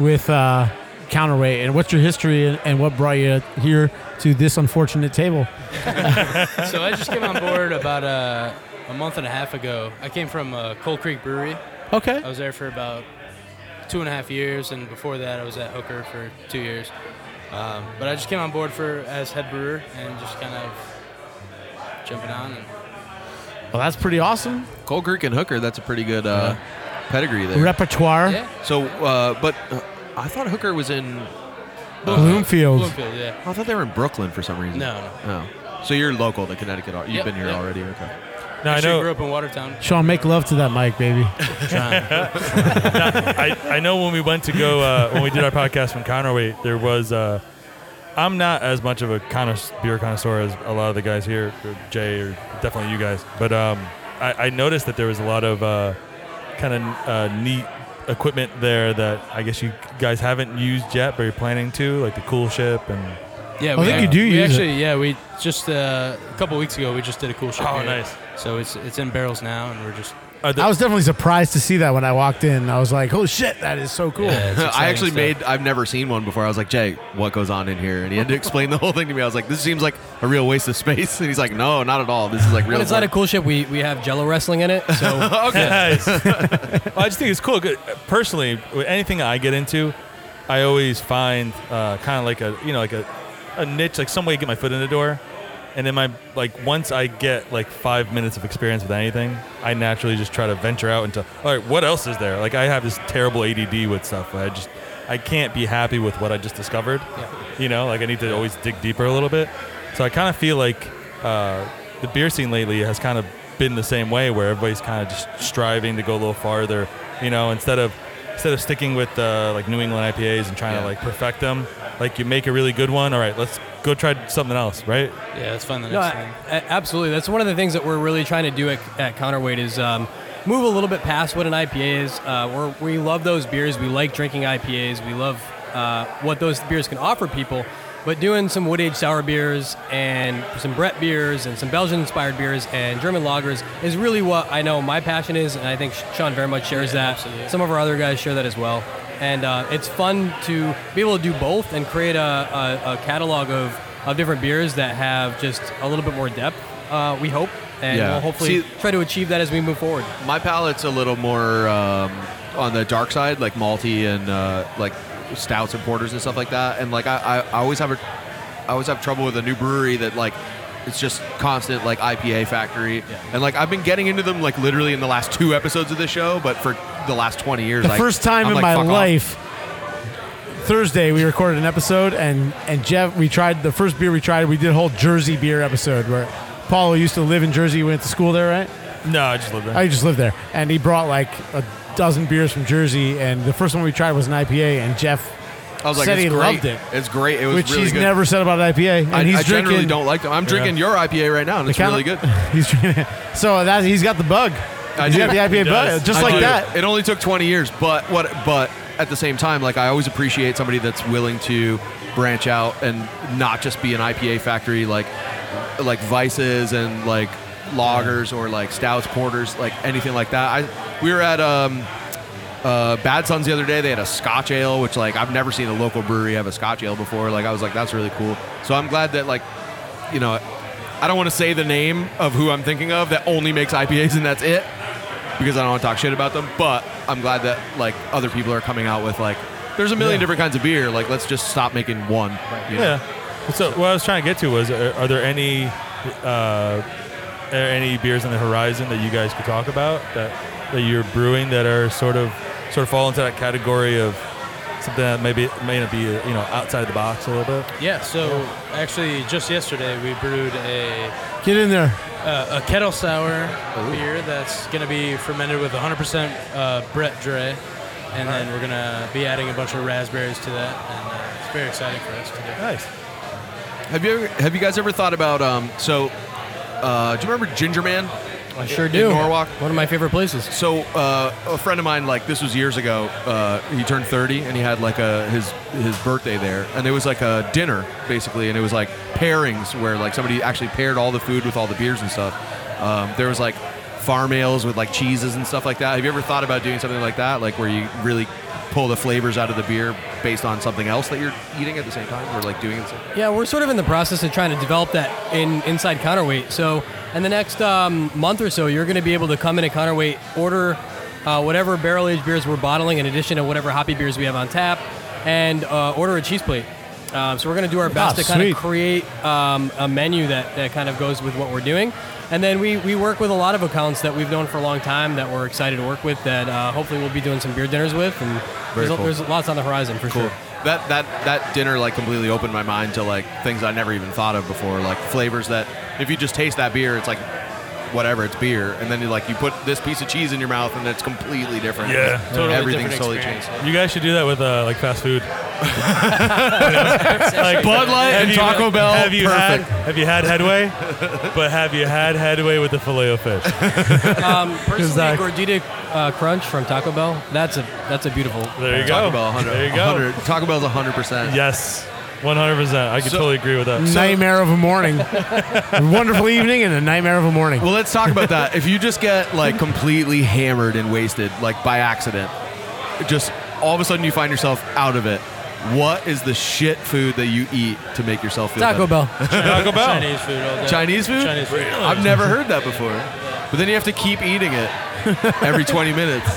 Speaker 3: with uh, Counterweight, and what's your history, and, and what brought you here to this unfortunate table?
Speaker 15: so I just came on board about uh, a month and a half ago. I came from uh, Coal Creek Brewery.
Speaker 3: Okay.
Speaker 15: I was there for about two and a half years, and before that, I was at Hooker for two years. Um, but I just came on board for as head brewer and just kind of jumping on. And
Speaker 3: Well, that's pretty awesome.
Speaker 2: Cold Creek and Hooker, that's a pretty good uh, pedigree there.
Speaker 3: Repertoire. Yeah.
Speaker 2: So, uh, but uh, I thought Hooker was in uh,
Speaker 3: Bloomfield.
Speaker 15: Bloomfield, yeah.
Speaker 2: I thought they were in Brooklyn for some reason.
Speaker 15: No,
Speaker 2: no. Oh. So you're local to Connecticut. al- You've
Speaker 15: Yep,
Speaker 2: been here
Speaker 15: yep.
Speaker 2: already. Okay.
Speaker 9: No, I
Speaker 15: Actually,
Speaker 9: know.
Speaker 15: grew up in Watertown.
Speaker 3: Sean, make love to that mic, baby.
Speaker 9: I, I know when we went to go uh, when we did our podcast from Counterweight, there was. Uh, I'm not as much of a connoisseur, beer connoisseur as a lot of the guys here, or Jay, or definitely you guys. But um, I, I noticed that there was a lot of uh, kind of uh, neat equipment there that I guess you guys haven't used yet, but you're planning to, like the cool ship and.
Speaker 15: Yeah,
Speaker 9: we
Speaker 15: uh, we actually, yeah, we just uh, a couple weeks ago we just did a cool shot.
Speaker 9: Oh,
Speaker 15: here.
Speaker 9: nice.
Speaker 15: So it's it's in barrels now, and we're just.
Speaker 3: I was definitely surprised to see that when I walked in. I was like, "Oh shit, that is so cool!"
Speaker 2: I actually made. I've never seen one before. I was like, Jay, what goes on in here? And he had to explain the whole thing to me. I was like, this seems like a real waste of space. And he's like, no, not at all. This is like
Speaker 14: But
Speaker 2: real.
Speaker 14: it's not a
Speaker 2: work."
Speaker 14: cool ship. We, we have Jello wrestling in it. So
Speaker 9: okay.
Speaker 14: Yeah.
Speaker 9: Nice. well, I just think it's cool. 'cause Personally, with anything I get into, I always find uh, kind of like a you know like a, a niche, like some way to get my foot in the door. And then my like once I get like five minutes of experience with anything, I naturally just try to venture out into all right, what else is there? Like I have this terrible ADD with stuff. I just I can't be happy with what I just discovered. You know, like I need to always dig deeper a little bit. So I kind of feel like uh, the beer scene lately has kind of been the same way, where everybody's kind of just striving to go a little farther. You know, instead of instead of sticking with uh, like New England IPAs and trying
Speaker 15: Yeah.
Speaker 9: to like perfect them, like you make a really good one. All right, let's go try something else, right?
Speaker 15: Yeah, let's find the
Speaker 14: No,
Speaker 15: next
Speaker 14: a-
Speaker 15: thing.
Speaker 14: a- absolutely. That's one of the things that we're really trying to do at, at Counterweight is um, move a little bit past what an IPA is. Uh, we're, we love those beers. We like drinking IPAs. We love uh, what those beers can offer people. But doing some wood aged sour beers and some Brett beers and some Belgian inspired beers and German lagers is really what I know my passion is, and I think Sean very much shares that. Some of our other guys share that as well. And uh, it's fun to be able to do both and create a, a, a catalog of of different beers that have just a little bit more depth. Uh, we hope, and
Speaker 2: Yeah.
Speaker 14: we'll hopefully
Speaker 2: See-
Speaker 14: try to achieve that as we move forward.
Speaker 2: My palate's a little more um, on the dark side, like malty and uh, like stouts and porters and stuff like that. And like I, I, I always have a, I always have trouble with a new brewery that like it's just constant like IPA factory. And like I've been getting into them like literally in the last two episodes of this show, but for the last twenty years,
Speaker 3: The
Speaker 2: I-
Speaker 3: first time
Speaker 2: I'm
Speaker 3: in
Speaker 2: like,
Speaker 3: my
Speaker 2: "Fuck off."
Speaker 3: life. Thursday we recorded an episode, and and Jeff, we tried the first beer we tried. We did a whole Jersey beer episode where Paulo used to live in Jersey. Went to school there, right?
Speaker 9: No, I just live there.
Speaker 3: I just lived there, and he brought like a dozen beers from Jersey, and the first one we tried was an IPA, and Jeff
Speaker 2: I was like,
Speaker 3: said
Speaker 2: it's
Speaker 3: he
Speaker 2: great.
Speaker 3: loved it,
Speaker 2: It's great. It was
Speaker 3: which
Speaker 2: really
Speaker 3: he's
Speaker 2: good.
Speaker 3: never said about IPA, and
Speaker 2: I,
Speaker 3: he's
Speaker 2: I
Speaker 3: drinking.
Speaker 2: generally don't like them. I'm
Speaker 3: Yeah.
Speaker 2: drinking your IPA right now, and
Speaker 3: The
Speaker 2: it's
Speaker 3: counter-
Speaker 2: really good.
Speaker 3: he's drinking. So that he's got the bug.
Speaker 2: I
Speaker 3: He's
Speaker 2: do.
Speaker 3: got the IPA bug, just
Speaker 2: I
Speaker 3: like
Speaker 2: do.
Speaker 3: that.
Speaker 2: It only took 20 years, but what? But at the same time, like I always appreciate somebody that's willing to branch out and not just be an IPA factory, like like vices and like loggers or like stouts, porters, like anything like that. I we were at um, uh, Bad Sons the other day. They had a Scotch ale, which like I've never seen a local brewery have a Scotch ale before. Like I was like, that's really cool. So I'm glad that like you know, I don't want to say the name of who I'm thinking of that only makes IPAs and that's it because I don't want to talk shit about them. But I'm glad that like other people are coming out with like There's a million
Speaker 9: Yeah.
Speaker 2: different kinds of beer. Like, let's just stop making one. you know?
Speaker 9: Yeah. So what I was trying to get to was, are, are there any, uh, are there any beers on the horizon that you guys could talk about that that you're brewing that are sort of sort of fall into that category of something that maybe may not be uh, you know outside the box a little bit?
Speaker 15: Yeah, so actually, just yesterday we brewed a
Speaker 16: Get in there.
Speaker 15: uh, a kettle sour beer that's going to be fermented with 100% uh, Brett Dre, and then we're going to be adding a bunch of raspberries to that, and uh, it's very exciting for us to do.
Speaker 9: Nice.
Speaker 2: Have you ever, have you guys ever thought about um so uh, do you remember Ginger Man?
Speaker 14: I sure
Speaker 2: In-
Speaker 14: do.
Speaker 2: In Norwalk,
Speaker 14: one of my favorite places.
Speaker 2: So uh, a friend of mine, like this was years ago, uh, he turned 30 and he had like a his his birthday there, and it was like a dinner basically, and it was like pairings where like somebody actually paired all the food with all the beers and stuff. Um, there was like farm ales with like cheeses and stuff like that. Have you ever thought about doing something like that, like where you really pull the flavors out of the beer based on something else that you're eating at the same time, or like doing it? at the same-
Speaker 14: Yeah, we're sort of in the process of trying to develop that in inside counterweight. So, in the next um, month or so, you're going to be able to come in at counterweight, order uh, whatever barrel aged beers we're bottling, in addition to whatever hoppy beers we have on tap, and uh, order a cheese plate. Um, so we're going to do our best
Speaker 16: Ah,
Speaker 14: to kind
Speaker 16: sweet.
Speaker 14: of create um, a menu that, that kind of goes with what we're doing. And then we, we work with a lot of accounts that we've known for a long time that we're excited to work with that uh, hopefully we'll be doing some beer dinners with. And
Speaker 2: Very
Speaker 14: there's,
Speaker 2: cool.
Speaker 14: there's lots on the horizon for sure.
Speaker 2: That that that dinner like completely opened my mind to like things I never even thought of before, like flavors that if you just taste that beer, it's like whatever, it's beer, and then you like you put this piece of cheese in your mouth and it's completely different.
Speaker 9: Yeah,
Speaker 2: everything's totally changed.
Speaker 9: You guys should do that with uh, like fast food.
Speaker 2: Bud Light
Speaker 9: have
Speaker 2: and
Speaker 9: you-
Speaker 2: Taco Bell,
Speaker 9: Have you had
Speaker 2: perfect.
Speaker 9: Have you had Headway? but have you had Headway with the filet o fish?
Speaker 14: um,
Speaker 9: 'Cause
Speaker 14: personally,
Speaker 9: that-
Speaker 14: gordita uh, crunch from Taco Bell. That's a that's a beautiful.
Speaker 9: There you
Speaker 2: Taco
Speaker 9: go.
Speaker 2: Bell, 100,
Speaker 9: There you go.
Speaker 2: 100 Taco Bell's 100. percent
Speaker 9: Yes, 100. percent I can
Speaker 2: So-
Speaker 9: totally agree with that.
Speaker 16: nightmare of a morning. A wonderful evening and a nightmare of a morning.
Speaker 2: Well, let's talk about that. If you just get like completely hammered and wasted, like by accident, just all of a sudden you find yourself out of it. What is the shit food that you eat to make yourself feel
Speaker 14: Taco
Speaker 2: better?
Speaker 14: Bell. Taco Bell. Chinese food all day.
Speaker 2: Chinese food?
Speaker 14: Chinese food. Really?
Speaker 2: I've never heard that before. But then you have to keep eating it every 20 minutes.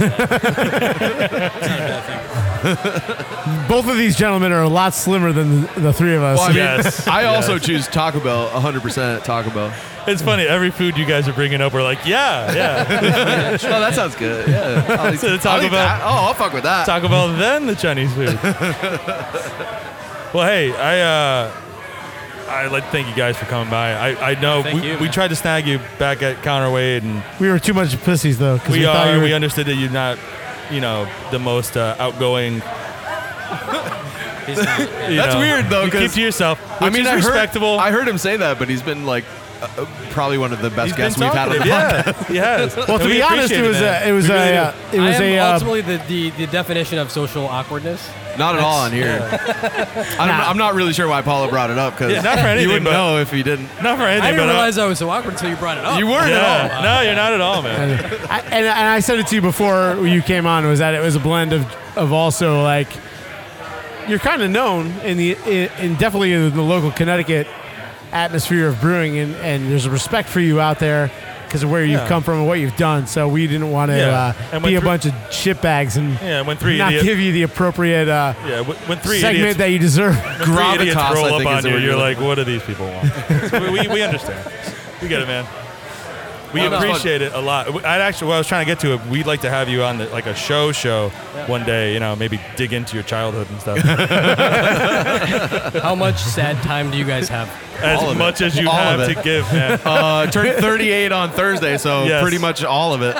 Speaker 16: Both of these gentlemen are a lot slimmer than the, the three of us.
Speaker 2: Well, I mean, I also choose Taco Bell 100% Taco Bell.
Speaker 9: It's funny. Every food you guys are bringing up, we're like, yeah, yeah.
Speaker 2: oh, that sounds good. Yeah. I'll eat-
Speaker 9: So
Speaker 2: I'll
Speaker 9: Taco
Speaker 2: eat
Speaker 9: Bell.
Speaker 2: that. Oh, I'll fuck with that.
Speaker 9: Taco Bell, then the Chinese food. well, hey, I uh, I'd like to thank you guys for coming by. I, I know
Speaker 16: Thank
Speaker 9: we,
Speaker 16: you,
Speaker 9: we tried to snag you back at Counterweight, and
Speaker 16: we were too much pussies though. 'cause
Speaker 9: we,
Speaker 16: thought
Speaker 9: are.
Speaker 16: you were-
Speaker 9: We understood that you're not, you know, the most uh, outgoing. You
Speaker 2: That's
Speaker 9: know,
Speaker 2: weird though.
Speaker 9: you keep
Speaker 2: 'cause-
Speaker 9: to yourself,
Speaker 2: I
Speaker 9: which
Speaker 2: mean,
Speaker 9: is
Speaker 2: I heard,
Speaker 9: respectable.
Speaker 2: I heard him say that, but he's been like uh, uh, probably one of the best
Speaker 9: He's been
Speaker 2: guests we've had on the
Speaker 9: talkative, yeah.
Speaker 2: podcast.
Speaker 9: He has.
Speaker 16: Well, to be honest, it was a, it was a, uh, it was
Speaker 14: I am
Speaker 16: a. uh,
Speaker 14: ultimately the, the, the definition of social awkwardness.
Speaker 2: Not at all on here. I don't, know- I'm not really sure why Paula brought it up because
Speaker 14: Yeah, not for
Speaker 2: you
Speaker 14: anything,
Speaker 2: wouldn't
Speaker 14: but-
Speaker 2: know if you didn't.
Speaker 9: Not for uh,
Speaker 14: I didn't realize I was so awkward until you brought it up.
Speaker 2: You weren't at all.
Speaker 9: No, you're not at all, man.
Speaker 16: I, and, and I said it to you before you came on was that it was a blend of of also like you're kind of known in the in, in definitely in the local Connecticut atmosphere of brewing and, and there's a respect for you out there because of where you've
Speaker 9: Yeah.
Speaker 16: come from and what you've done. So we didn't want to
Speaker 9: Yeah.
Speaker 16: uh,
Speaker 9: And
Speaker 16: be
Speaker 9: when
Speaker 16: a
Speaker 9: thr-
Speaker 16: bunch of shitbags and
Speaker 9: Yeah, when three
Speaker 16: not
Speaker 9: idiot-
Speaker 16: give you the appropriate uh,
Speaker 9: Yeah, when- when three
Speaker 16: segment
Speaker 9: idiots-
Speaker 16: that you deserve.
Speaker 9: When three idiots roll up on you, you're like, what do these people want? So we, we, we understand. We get it, man. We
Speaker 16: Well, no.
Speaker 9: appreciate it a lot. We- I actually, what I was trying to get to, it, we'd like to have you on the, like a show show one day. You know, maybe dig into your childhood and stuff.
Speaker 14: How much sad time do you guys have?
Speaker 9: As All of much it. as you All have of it. to give, man.
Speaker 2: Uh, turned 38 on Thursday, so
Speaker 9: Yes.
Speaker 2: pretty much all of it.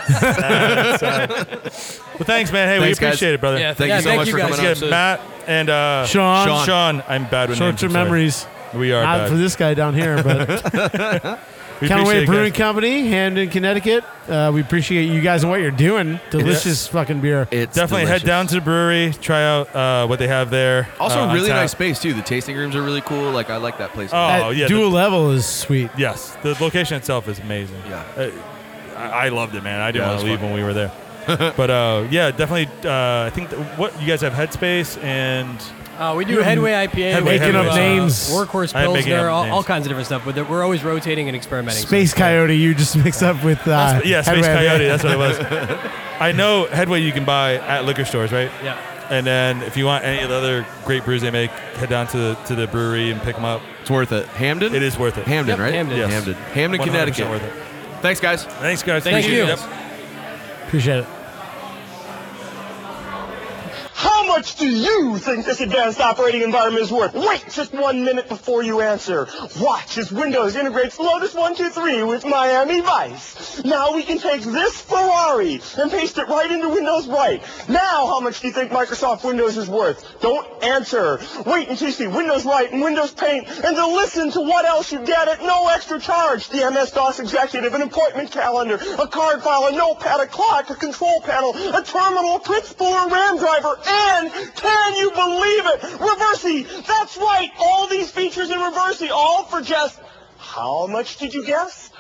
Speaker 9: Well, thanks, man. Hey,
Speaker 2: Thanks,
Speaker 9: we
Speaker 2: guys.
Speaker 9: appreciate it, brother.
Speaker 2: Yeah, Thank you yeah, so thank much you for guys. coming on.
Speaker 9: Again, Matt and uh,
Speaker 16: Sean.
Speaker 9: Sean.
Speaker 16: Sean.
Speaker 9: I'm bad with names.
Speaker 16: short-term
Speaker 9: I'm sorry.
Speaker 16: memories.
Speaker 9: We are
Speaker 16: not
Speaker 9: bad.
Speaker 16: for this guy down here, but Counterweight
Speaker 9: appreciate it,
Speaker 16: Brewing
Speaker 9: guys.
Speaker 16: Company, Hamden, Connecticut. Uh, we appreciate you guys and what you're doing. Delicious fucking beer.
Speaker 9: Definitely head down to the brewery, try out uh, what they have there.
Speaker 2: Also,
Speaker 9: uh, on
Speaker 2: really
Speaker 9: tap.
Speaker 2: nice space too. The tasting rooms are really cool. Like I like that place. a lot.
Speaker 9: Oh, yeah. the-
Speaker 16: Dual level is sweet.
Speaker 9: Yes, the location itself is amazing. Yeah, I, I loved it, man. I didn't
Speaker 16: Yeah, it
Speaker 9: want
Speaker 16: was
Speaker 9: to leave
Speaker 16: fun.
Speaker 9: when we were there. but uh, yeah, definitely. Uh, I think th- what you guys have Headspace and
Speaker 14: Uh, we do Headway IPA.
Speaker 9: Headway,
Speaker 14: we do,
Speaker 9: Headway.
Speaker 14: uh, Workhorse
Speaker 9: I am making
Speaker 14: Pilsner,
Speaker 9: up
Speaker 14: all, all
Speaker 9: names.
Speaker 14: kinds of different stuff. But they're- we're always rotating and experimenting.
Speaker 16: Space Coyote, you just mixed up with. Uh,
Speaker 9: yeah, Space
Speaker 16: Headway.
Speaker 9: Coyote. That's what it was. I know Headway you can buy at liquor stores, right?
Speaker 14: Yeah.
Speaker 9: And then if you want any of the other great brews they make, head down to the, to the brewery and pick them up.
Speaker 2: It's worth it. Hamden?
Speaker 9: It is worth it.
Speaker 2: Hamden, right?
Speaker 9: Yes.
Speaker 2: Hamden. Hamden,
Speaker 9: 100%
Speaker 2: Connecticut.
Speaker 9: Worth it.
Speaker 2: Thanks, guys.
Speaker 9: Thanks, guys.
Speaker 2: Thank you.
Speaker 9: Yep.
Speaker 16: Appreciate it.
Speaker 6: How much do you think this advanced operating environment is worth? Wait just one minute before you answer. Watch as Windows integrates Lotus 123 with Miami Vice. Now we can take this Ferrari and paste it right into Windows Right. Now how much do you think Microsoft Windows is worth? Don't answer. Wait until you see Windows Right and Windows Paint and then listen to what else you get at no extra charge. The MS-DOS executive, an appointment calendar, a card file, a notepad, a clock, a control panel, a terminal, a print spooler, a RAM driver, and can you believe it? Reversi! That's right! All these features in Reversi, all for just how much did you guess?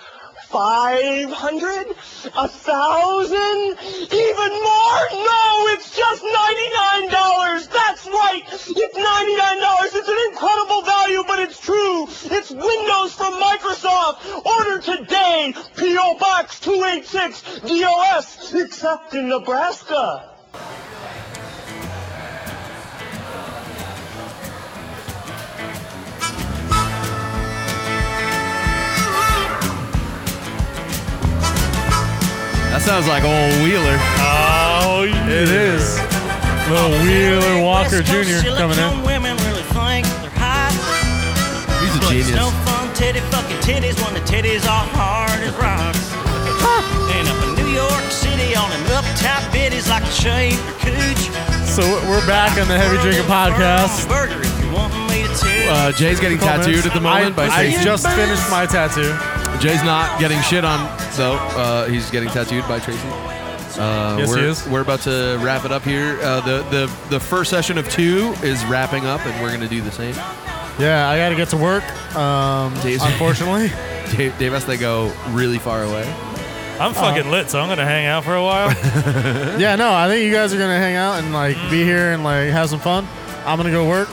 Speaker 6: 500? A thousand? Even more? No, it's just $99! That's right! It's $99! It's an incredible value, but it's true! It's Windows from Microsoft! Order today! P.O. Box 286 DOS, except in Nebraska!
Speaker 2: That sounds like old Wheeler.
Speaker 9: Oh,
Speaker 2: it is.
Speaker 5: Oh,
Speaker 9: Little Wheeler Walker Jr. coming
Speaker 17: Silicone
Speaker 9: in.
Speaker 17: women really think they're hot.
Speaker 2: He's a
Speaker 17: But it's
Speaker 2: genius.
Speaker 17: no fun, titty fucking titties when the titties are hard as rocks. and up in New York City on them uptight bitties like a shaved cooch.
Speaker 5: So we're back on the Heavy Drinking Podcast.
Speaker 17: Burger if you want me to too.
Speaker 2: Uh, Jay's getting
Speaker 5: Comments?
Speaker 2: tattooed at the moment.
Speaker 5: I,
Speaker 2: by
Speaker 5: I
Speaker 2: Tracy.
Speaker 5: just finished my tattoo.
Speaker 2: Jay's not getting shit on, so uh, he's getting tattooed by Tracy. Uh,
Speaker 5: Yes, he
Speaker 2: we're,
Speaker 5: is.
Speaker 2: We're about to wrap it up here. Uh, the, the the first session of two is wrapping up, and we're going to do the same.
Speaker 5: Yeah, I got to get to work. Um, unfortunately,
Speaker 2: Dave, Dave has to go really far away.
Speaker 9: I'm fucking lit, so I'm gonna hang out for a while.
Speaker 5: yeah, no, I think you guys are gonna hang out and like be here and like have some fun. I'm gonna go work.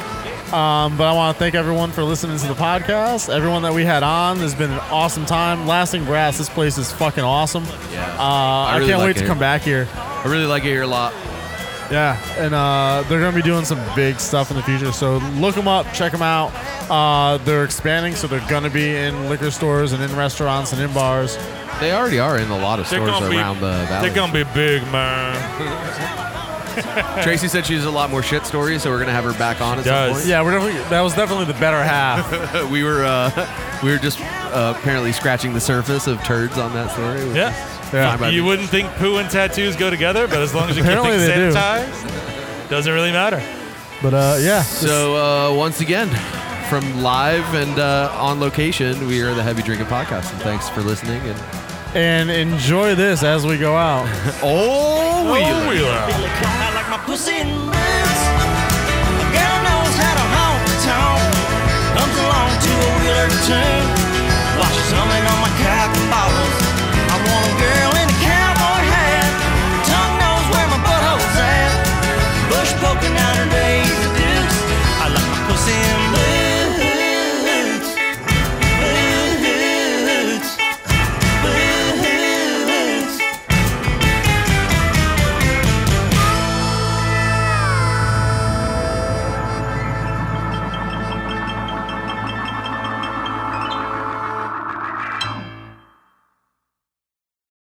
Speaker 5: Um, but I want to thank everyone for listening to the podcast. Everyone that we had on has been an awesome time. Lasting Grass, this place is fucking awesome.
Speaker 2: Yeah.
Speaker 5: Uh, I,
Speaker 2: really
Speaker 5: can't
Speaker 2: like
Speaker 5: wait
Speaker 2: it
Speaker 5: to
Speaker 2: here.
Speaker 5: come back here.
Speaker 2: I really like it here a lot.
Speaker 5: Yeah, and uh, they're going to be doing some big stuff in the future. So look them up, check them out. Uh, they're expanding, so they're going to be in liquor stores and in restaurants and in bars.
Speaker 2: They already are in a lot of
Speaker 5: They're
Speaker 2: stores
Speaker 5: gonna be-
Speaker 2: around the valley.
Speaker 9: They're gonna be big, man.
Speaker 2: Tracy said she has a lot more shit stories, so we're gonna have her back on. At Some point.
Speaker 5: Yeah, we're definitely, that was definitely the better half.
Speaker 2: we were uh, we were just uh, apparently scratching the surface of turds on that story. which
Speaker 9: Yeah.
Speaker 2: is fine by
Speaker 9: yeah.
Speaker 2: me.
Speaker 9: You wouldn't think poo and tattoos go together, but as long as you keep
Speaker 2: Apparently
Speaker 9: things
Speaker 2: they do.
Speaker 9: sanitized, doesn't really matter.
Speaker 5: But uh, yeah.
Speaker 2: So uh, once again, from live and uh, on location, we are the Heavy Drinking Podcast, and thanks for listening. And
Speaker 5: And enjoy this as we go out.
Speaker 2: oh,
Speaker 17: Really come out like my pussy in